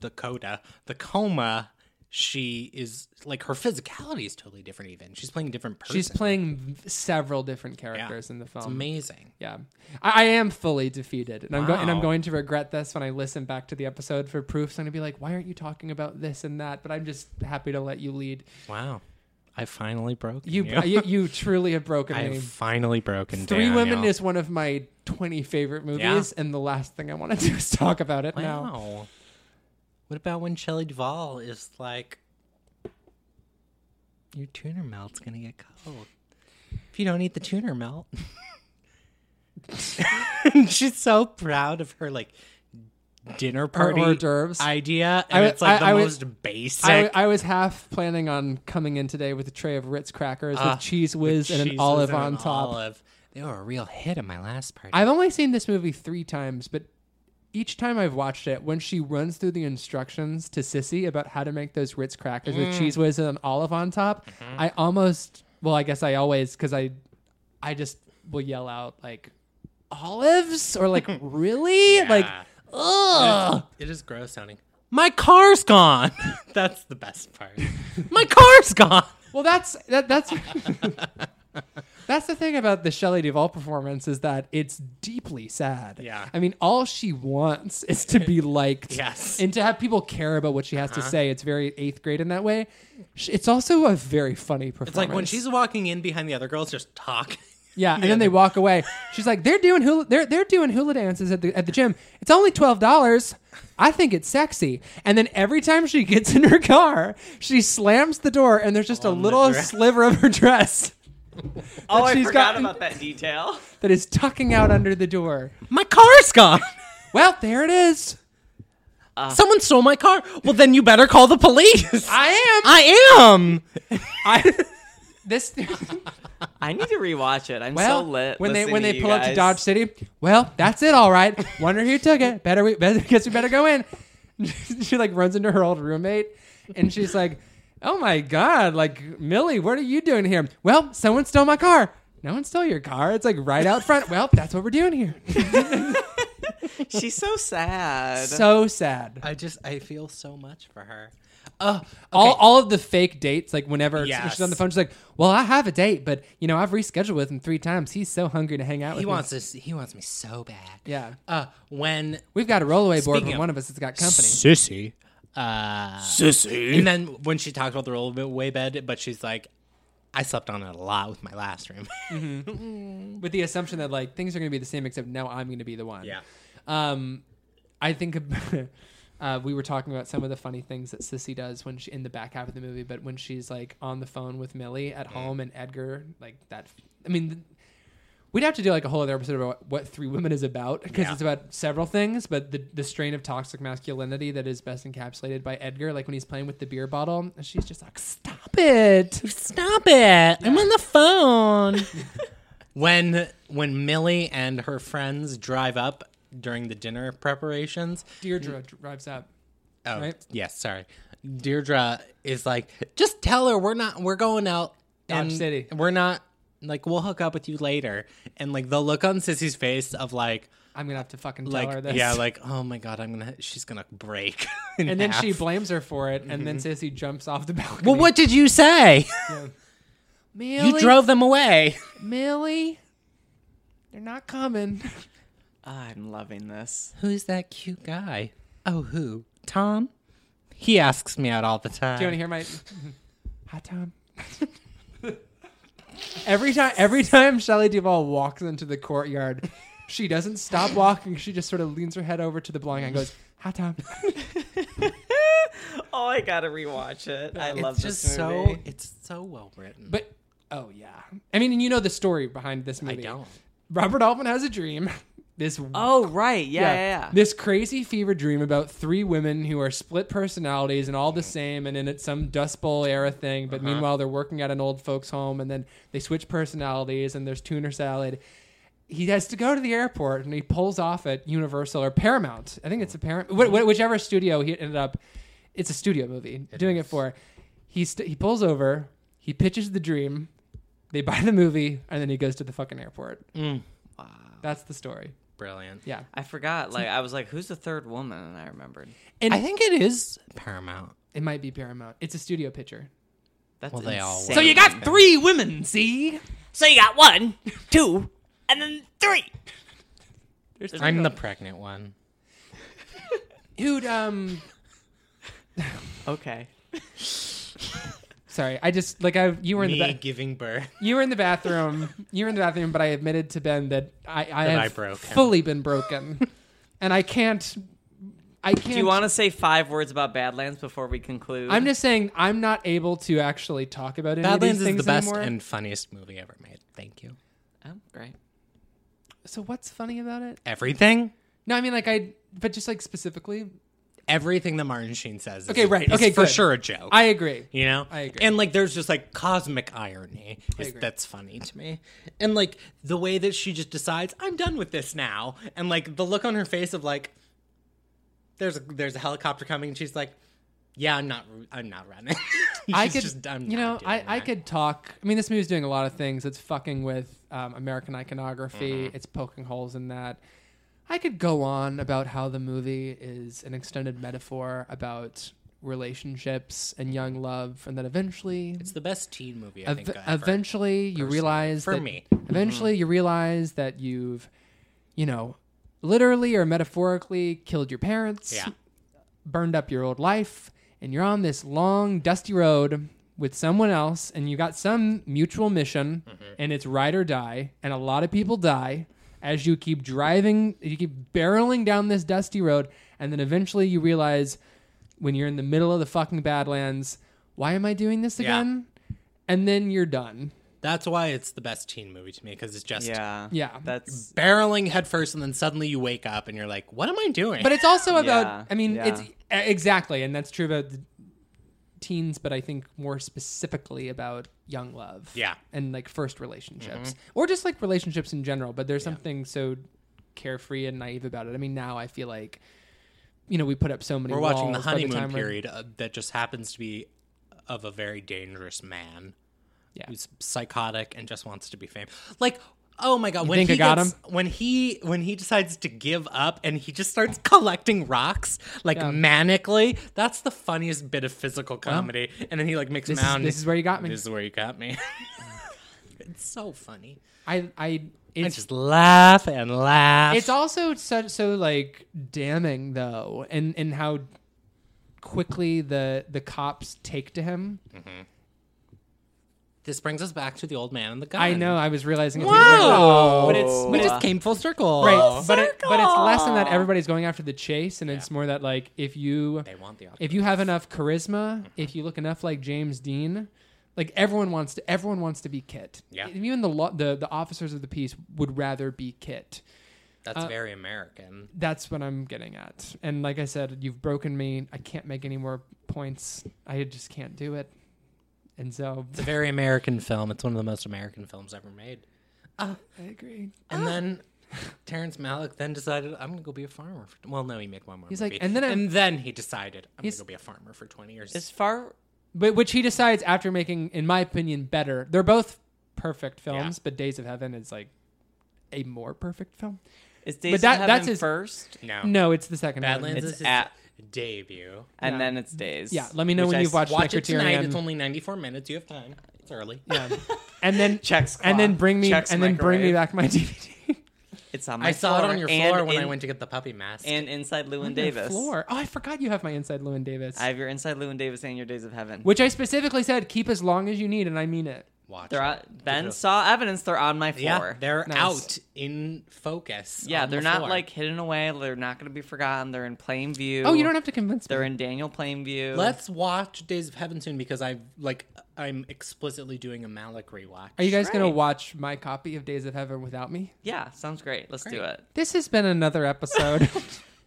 S2: the coda, the coma, she is like her physicality is totally different even. She's playing a different person.
S3: She's playing several different characters in the film.
S2: It's amazing.
S3: Yeah, I, I am fully defeated, and I'm go- and I'm
S2: Wow.
S3: going to regret this when I listen back to the episode for proofs. I'm gonna be like, why aren't you talking about this and that? But I'm just happy to let you lead.
S2: Wow. I finally broke
S3: You
S2: you.
S3: you, you truly have
S2: *laughs*
S3: broken
S2: I've
S3: me.
S2: finally broken
S3: Three
S2: down,
S3: Women
S2: y'all.
S3: is one of my 20 favorite movies, and the last thing I want to do is talk about it now.
S2: Wow. What about when Shelley Duvall is like, your tuner melt's gonna get cold if you don't eat the tuner melt? *laughs* And she's so proud of her like dinner party
S3: hors d'oeuvres.
S2: idea,
S3: I
S2: and
S3: wa-
S2: it's like
S3: I-
S2: the
S3: I wa-
S2: most basic.
S3: I, I was half planning on coming in today with a tray of Ritz crackers
S2: Ah,
S3: with cheese whiz
S2: with
S3: and an
S2: cheese
S3: olive
S2: and an
S3: on top.
S2: olive. They were a real hit at my last party.
S3: I've only seen this movie three times, but each time I've watched it, when she runs through the instructions to Sissy about how to make those Ritz crackers
S2: Mm.
S3: with cheese whiz and an olive on top,
S2: Mm-hmm.
S3: I almost, well, I guess I always, because I, I just will yell out like, olives or like
S2: *laughs*
S3: really like ugh
S2: It is gross sounding. My car's gone. *laughs* That's the best part. *laughs* My car's gone.
S3: Well, that's that, that's *laughs* that's the thing about the Shelley Duvall performance is that it's deeply sad.
S2: Yeah.
S3: I mean, all she wants is to be liked.
S2: Yes. Uh-huh.
S3: and to have people care about what she has to say. It's very eighth grade in that way. Sh- It's also a very funny performance.
S2: It's like when she's walking in behind the other girls, just talking.
S3: yeah, and then they walk away. She's like, they're doing hula, they're they're doing hula dances at the at the gym. It's only twelve dollars. I think it's sexy. And then every time she gets in her car, she slams the door, and there's just a little
S2: dress.
S3: sliver of her dress
S1: Oh, I
S3: she's
S1: forgot
S3: got-
S1: about that detail.
S3: that is tucking out under the door.
S2: My car's *laughs* gone.
S3: Well, there it is.
S2: Someone stole my car. Well, then you better call the *laughs* police. I,
S3: I am.
S2: am.
S3: I, this. *laughs*
S1: I need to rewatch it. I'm
S3: Well,
S1: so lit.
S3: when they
S1: listening
S3: when
S1: to
S3: they
S1: you
S3: pull up to
S1: guys.
S3: Dodge City, well, that's it. All right. Wonder who took it. Better we. Better, guess we better go in. *laughs* she like runs into her old roommate, and she's like, "Oh my god! Like Millie, what are you doing here? Well, someone stole my car. No one stole your car. It's like right out front. Well, that's what we're
S1: *laughs*
S3: doing here.
S1: she's so sad.
S3: So sad.
S2: I just I feel so much for her. Uh, oh,
S3: All, all of the fake dates, like whenever
S2: Yes.
S3: she's on the phone, she's like, "Well, I have a date, but you know, I've rescheduled with him three times. He's so hungry to hang out with
S2: He
S3: me."
S2: wants this. He wants me so bad.
S3: Yeah,
S2: Uh, when
S3: we've got a rollaway board
S2: Speaking
S3: when
S2: of-
S3: one of us has got company.
S2: sissy, uh, sissy, and then when she talks about the roll way bed, but she's like, I slept on it a lot with my last room.
S3: with the assumption that like things are going to be the same, except now I'm going to be the one.
S2: Yeah.
S3: Um, I think *laughs* uh, we were talking about some of the funny things that Sissy does when she in the back half of the movie, but when she's like on the phone with Millie
S2: Mm.
S3: at home and Edgar, like that. I mean. We'd have to do like a whole other episode about what, what Three Women is about because
S2: Yeah.
S3: it's about several things, but the, the strain of toxic masculinity that is best encapsulated by Edgar, like when he's playing with the beer bottle, and she's just like, "Stop it!"
S2: Stop it! I'm on the phone. *laughs* when when Millie and her friends drive up during the dinner preparations.
S3: Deirdre drives up.
S2: Oh,
S3: Right.
S2: yes, sorry. Deirdre is like, just tell her we're not we're going out
S3: Dodge
S2: and
S3: City."
S2: We're not like we'll hook up with you later. And like the look on Sissy's face of like
S3: I'm gonna have to fucking tell her
S2: like
S3: this.
S2: yeah, like oh my god, I'm gonna she's gonna break. *laughs* in
S3: and then she
S2: half. Mm-hmm.
S3: blames her for it, and then Sissy jumps off the *laughs* balcony.
S2: well, what did you say?
S3: Millie,
S2: you drove them away.
S3: Millie. They're not
S2: *laughs*
S3: coming.
S1: I'm loving this.
S2: Who's that cute guy? Oh, who? Tom? He asks me out all the time.
S3: Do you want to hear
S2: *laughs*
S3: my? Hi, Tom. *laughs* every time, every time Shelley Duvall walks into the courtyard, she
S2: *laughs* *laughs*
S3: doesn't stop walking. She just sort of leans her head over to the blind guy and goes, "Hi, Tom."
S1: *laughs* oh, I gotta rewatch it. I love
S2: it's
S1: this
S2: just
S1: movie.
S2: so it's so well written.
S3: But oh yeah, I mean, and you know the story behind this
S2: I
S3: movie.
S2: don't.
S3: Robert Altman has a dream. This
S1: Oh right, yeah, yeah, yeah.
S3: This crazy fever dream about three women who are split personalities and all
S1: Mm-hmm.
S3: the same, and then it's some Dust Bowl era thing. But
S1: Uh-huh.
S3: meanwhile, they're working at an old folks' home, and then they switch personalities, and there's tuna salad. He has to go to the airport, and he pulls off at Universal or Paramount. I think it's a Paramount, wh- wh- whichever studio he ended up. It's a studio movie. doing it for. He st- he pulls over. He pitches the dream. They buy the movie, and then he goes to the fucking airport.
S1: Mm.
S3: Wow, that's the story.
S2: Brilliant.
S3: Yeah.
S1: I forgot. Like I was like, who's the third woman? And I remembered.
S2: I think it is Paramount.
S3: It might be Paramount. It's a studio picture.
S1: That's
S2: Well, they all
S1: insane.
S2: were. So you
S1: got
S3: Three women, see?
S4: So you got one, two, and then three.
S2: I'm the pregnant one.
S3: Who'd um
S1: okay.
S3: sorry, I just like I you were in
S2: Me
S3: the ba-
S2: giving
S3: *laughs*
S2: birth.
S3: you were in the bathroom. You were in the bathroom, but I admitted to Ben that I, I
S2: That I
S3: have
S2: broke him.
S3: fully been broken. and I can't I can't
S1: Do you want to say five words about Badlands before we conclude?
S3: I'm just saying I'm not able to actually talk about any
S2: Badlands
S3: of these
S2: is
S3: things
S2: the best
S3: anymore.
S2: and funniest movie ever made. Thank you.
S1: Oh, great.
S3: so what's funny about it?
S2: Everything,
S3: No, I mean like I but just like specifically.
S2: everything that Martin Sheen says. Is,
S3: Okay, right.
S2: is
S3: Okay,
S2: for
S3: good.
S2: sure a joke.
S3: I agree.
S2: You know,
S3: I agree.
S2: And like, there's just like cosmic irony is, that's funny to me, and like the way that she just decides, I'm done with this now, and like the look on her face of like, there's a there's a helicopter coming, and she's like, Yeah, I'm not, I'm not running. *laughs*
S3: I
S2: She's
S3: could,
S2: just, "I'm
S3: you know,
S2: not doing
S3: I, I
S2: that."
S3: could talk. I mean, this movie's doing a lot of things. It's fucking with um, American iconography.
S2: Mm-hmm.
S3: It's poking holes in that. I could go on about how the movie is an extended metaphor about relationships and young love, and that eventually,
S2: It's the best teen movie I
S3: ev-
S2: think ever.
S3: eventually, you realize
S2: for
S3: that-
S2: me. Mm-hmm.
S3: Eventually, you realize that you've, you know, literally or metaphorically killed your parents
S2: yeah,
S3: burned up your old life and you're on this long dusty road with someone else and you got some mutual mission and it's ride or die and a lot of people die as you keep driving you keep barreling down this dusty road and then eventually you realize when you're in the middle of the fucking badlands why am i doing this
S2: Yeah.
S3: again and then you're done
S2: that's why it's the best teen movie to me because it's just
S1: Yeah.
S3: Yeah.
S1: That's
S2: barreling headfirst, and then suddenly you wake up and you're like, What am I doing?
S3: but
S1: *laughs*
S3: it's also about
S1: Yeah,
S3: i mean
S1: yeah.
S3: it's e- exactly and that's true about the teens but i think more specifically about young love
S2: Yeah.
S3: and like first relationships
S1: Mm-hmm.
S3: or just like relationships in general but there's something so carefree and naive about it i mean now i feel like you know we put up so many
S2: we're watching the
S3: walls by
S2: honeymoon
S3: time we're-
S2: period uh, that just happens to be of a very dangerous man
S3: Yeah.
S2: who's psychotic and just wants to be famous like oh my god when
S3: think
S2: he
S3: I got
S2: gets- when he when he decides to give up and he just starts collecting rocks like manically that's the funniest bit of physical comedy and then he like makes
S3: this
S2: mountains.
S3: is- this is where you got me.
S2: this is where you got me *laughs* it's so funny
S3: i i
S2: I
S3: it's
S2: just laugh and laugh
S3: it's also such so like damning though and and how quickly the the cops take to him
S2: this brings us back to the old man and the gun
S3: i know i was realizing it's
S2: Wow.
S3: but it's
S2: we just came full circle
S3: right but it, but it's less than that everybody's going after the chase and it's more that like if you
S2: They want the
S1: Uh,
S2: Mm-hmm.
S3: if you have enough charisma if you look enough like james dean like everyone wants to everyone wants to be kit
S2: Yeah.
S3: even the lo- the, the officers of the peace would rather be kit
S2: That's very American.
S3: that's what i'm getting at and like i said you've broken me i can't make any more points i just can't do it and so
S2: It's a very American film. It's one of the most American films ever made.
S3: i agree
S2: And then Terrence Malick then decided, I'm going to go be a farmer. For, well, no, he made one more
S3: He's like,
S2: movie.
S3: "And then I'm-
S2: and then he decided, I'm going
S3: He's-
S2: to go be a farmer for 20 years.
S1: as far.
S3: but which he decides after making, in my opinion, better. They're both perfect films, but Days of Heaven is like a more perfect film.
S1: Is Days
S3: But that-
S1: of Heaven
S3: that's his-
S1: first,
S2: no.
S3: No, it's the second one.
S2: Badlands
S3: *laughs*
S2: is
S1: It's
S2: his
S1: at-
S2: debut.
S1: and then it's Days.
S3: Yeah, let me know
S1: which
S3: when
S1: I
S3: you've
S1: s-
S3: watched
S2: Watch it tonight.
S3: Criterion.
S2: It's only 94 minutes. You have time. It's early. Yeah.
S3: and then
S1: *laughs* Checks
S3: and then
S1: clock.
S3: bring me
S1: Checks
S3: and then bring me
S1: microwave.
S3: back my *laughs* DVD.
S1: It's on my
S2: I saw it
S1: floor
S2: on your
S1: and
S2: floor when I
S1: in-
S2: went to get the puppy mask.
S1: and inside Lewin
S3: Your
S1: Davis.
S3: Floor. Oh, I forgot you have my Inside Lewin Davis,
S1: I have your inside Lewin Davis and your Days of Heaven.
S3: which I specifically said keep as long as you need, and I mean it.
S2: watch.
S1: They're
S2: it.
S1: on, Ben saw evidence. They're on my
S2: Yeah,
S1: floor.
S2: they're
S3: Nice.
S2: out in focus.
S1: yeah,
S2: on
S1: they're
S2: the
S1: not
S2: floor.
S1: like hidden away. They're not going to be forgotten. They're in plain view.
S3: Oh, you don't have to convince
S1: They're
S3: me.
S1: in Daniel plain view.
S2: Let's watch Days of Heaven soon because I like I'm explicitly doing a Malik rewatch.
S3: Are you guys going
S1: Right.
S3: to watch my copy of Days of Heaven without me?
S1: Yeah, sounds great. Let's do it.
S3: This has been another
S1: *laughs*
S3: episode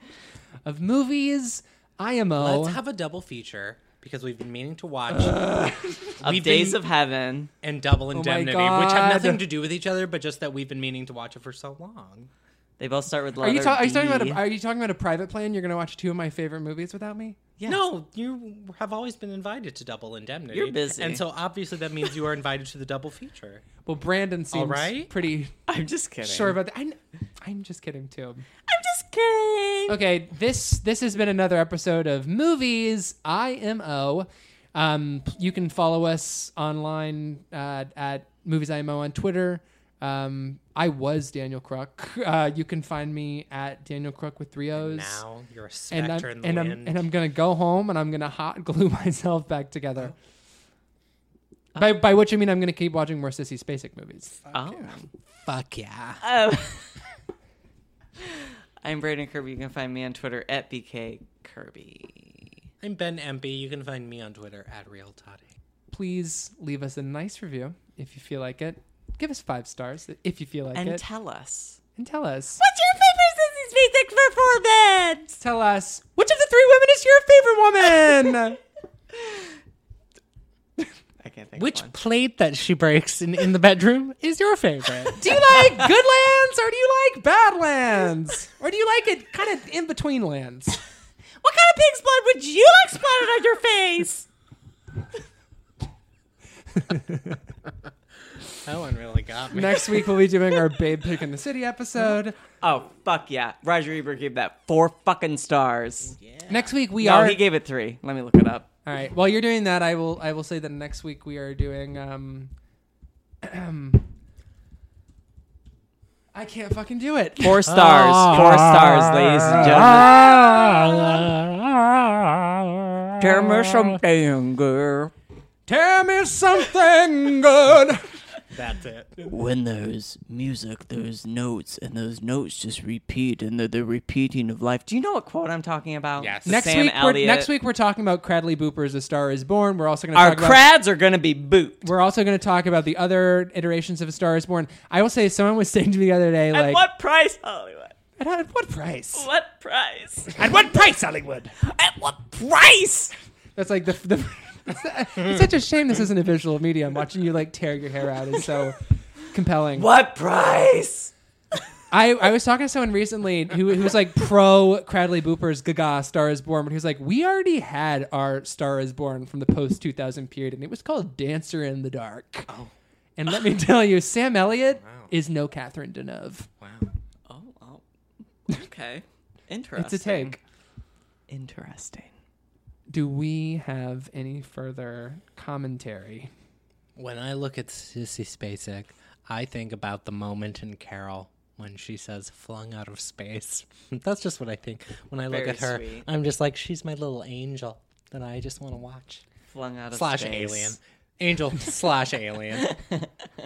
S3: *laughs* of movies. IMO.
S2: Let's have a double feature because we've been meaning to watch
S1: Of
S2: We've
S1: Days
S2: been-
S1: of Heaven.
S2: and Double Indemnity, which
S3: God.
S2: have nothing to do with each other, but just that we've been meaning to watch it for so long.
S1: They both start with
S3: are
S1: letter
S3: you, ta- are you talking about?
S1: D.
S3: A, are you talking about a private plane? You're going to watch two of my favorite movies without me?
S2: No, you have always been invited to Double Indemnity.
S1: You're busy.
S2: and so obviously that means you are invited to the double feature.
S3: Well, Brandon seems
S2: right.
S3: pretty
S1: *laughs* I'm just kidding.
S3: sure about that. I kn- I'm just kidding too.
S1: I'm just kidding.
S3: Okay, this this has been another episode of Movies IMO. Um, p- you can follow us online uh, at Movies IMO on Twitter. Um, I was Daniel Crook. Uh, you can find me at Daniel Crook with three O's.
S2: Now you're a
S3: and I'm
S2: specter in the
S3: and I'm,
S2: wind.
S3: and I'm gonna go home and I'm gonna hot *laughs* glue myself back together. By by which I mean I'm gonna keep watching more Sissy Spacek movies.
S1: Oh.
S2: Fuck yeah.
S1: *laughs* I'm Braden Kirby. You can find me on Twitter at BK Kirby.
S2: I'm Ben Empey. You can find me on Twitter at Real Toddy.
S3: Please leave us a nice review if you feel like it. Give us five stars if you feel like
S1: And
S3: it,
S1: tell us.
S3: and tell us
S1: What's your favorite Sissy Spacek performance?
S3: tell us which of the three women is your favorite woman.
S1: I can't think
S2: Which
S1: of one.
S2: plate that she breaks in, in the bedroom is your favorite?
S3: do you like Goodlands or do you like Badlands or do you like it kind of in between lands?
S1: What kind of pig's blood would you like splattered on your face?
S2: that one really got me.
S3: Next week we'll be doing our Babe Pick in the City episode.
S1: Oh, fuck yeah. Roger Ebert gave that four fucking stars.
S3: Next week we
S1: No,
S3: are
S1: he gave it three. Let me look it up.
S3: All right. While you're doing that, I will I will say that next week we are doing um *clears throat* I can't fucking do it.
S1: Four stars. Four stars, ladies and gentlemen.
S3: Ah.
S1: Tell me something, girl.
S3: Tell me
S1: *laughs*
S3: something good.
S2: That's it.
S5: when there's music, there's notes, and those notes just repeat, and they're the repeating of life.
S1: Do you know what quote I'm talking about?
S2: Yes.
S1: The
S3: next
S1: Sam
S3: week we're,
S1: Elliott.
S3: next week we're talking about Cradley Booper's A Star Is Born. We're also going to
S1: Our
S3: talk about
S1: crads are going to be boot.
S3: we're also going to talk about the other iterations of A Star Is Born. I will say someone was saying to me the other day
S1: At
S3: like
S1: what price, Hollywood?
S3: at, at what price?
S1: What price?
S3: *laughs* At what price Hollywood?
S1: At what price?
S3: That's like the. the *laughs* it's such a shame this isn't a visual medium. Watching you like tear your hair out is so compelling.
S1: What price?
S3: I, I was talking to someone recently who, who was like pro Cradley Booper's Gaga Star is Born, but he was like, we already had our Star is Born from the post 2000 period, and it was called Dancer in the Dark. Oh. And let me tell you, Sam Elliott is no Catherine Deneuve.
S2: Wow.
S1: Oh, oh. okay. Interesting.
S3: It's a take.
S1: Interesting.
S3: Do we have any further commentary?
S2: When I look at Sissy Spacek, I think about the moment in Carol when she says flung out of space. *laughs* That's just what I think. When I look
S1: Very
S2: at her,
S1: sweet.
S2: I'm just like, she's my little angel that I just want to watch.
S1: Flung out of
S2: Slash
S1: space.
S2: alien. Angel slash alien.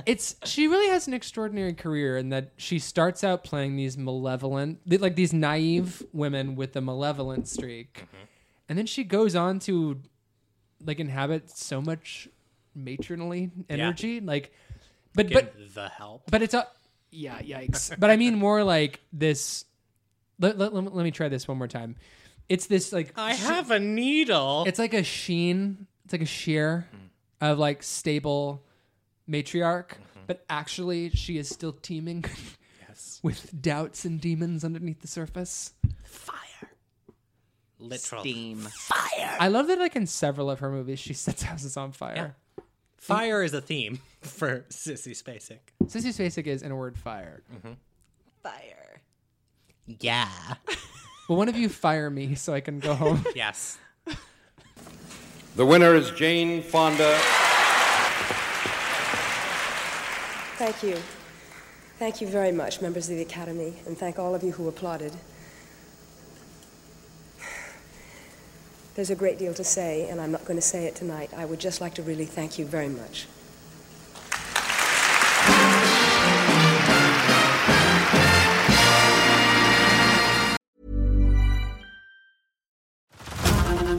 S3: it's she really has an extraordinary career in that she starts out playing these malevolent like these naive women with a malevolent streak and then she goes on to like inhabit so much matronly energy like but but
S2: Get the help.
S3: but it's a yeah yikes but i mean more like this let, let, let, me- let me try this one more time it's this like
S2: I have a needle.
S3: it's like a sheen. It's like a sheer of like stable matriarch, but actually she is still teeming *laughs* with doubts and demons underneath the surface.
S2: Literal.
S1: Steam.
S3: I love that like in several of her movies she sets *laughs* houses on fire.
S2: Fire is a theme *laughs* for Sissy Spacek.
S3: Sissy Spacek is in a word fire.
S1: Fire.
S2: Yeah. *laughs*
S3: Will one of you fire me so I can go home?
S2: yes.
S8: The winner is Jane Fonda.
S9: Thank you. Thank you very much, members of the Academy, and thank all of you who applauded. There's a great deal to say, and I'm not going to say it tonight. I would just like to really thank you very much.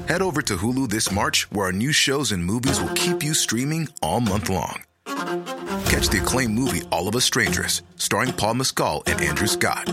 S10: Head over to Hulu this March, where our new shows and movies will keep you streaming all month long. Catch the acclaimed movie All of Us Strangers, starring Paul Mescal and Andrew Scott.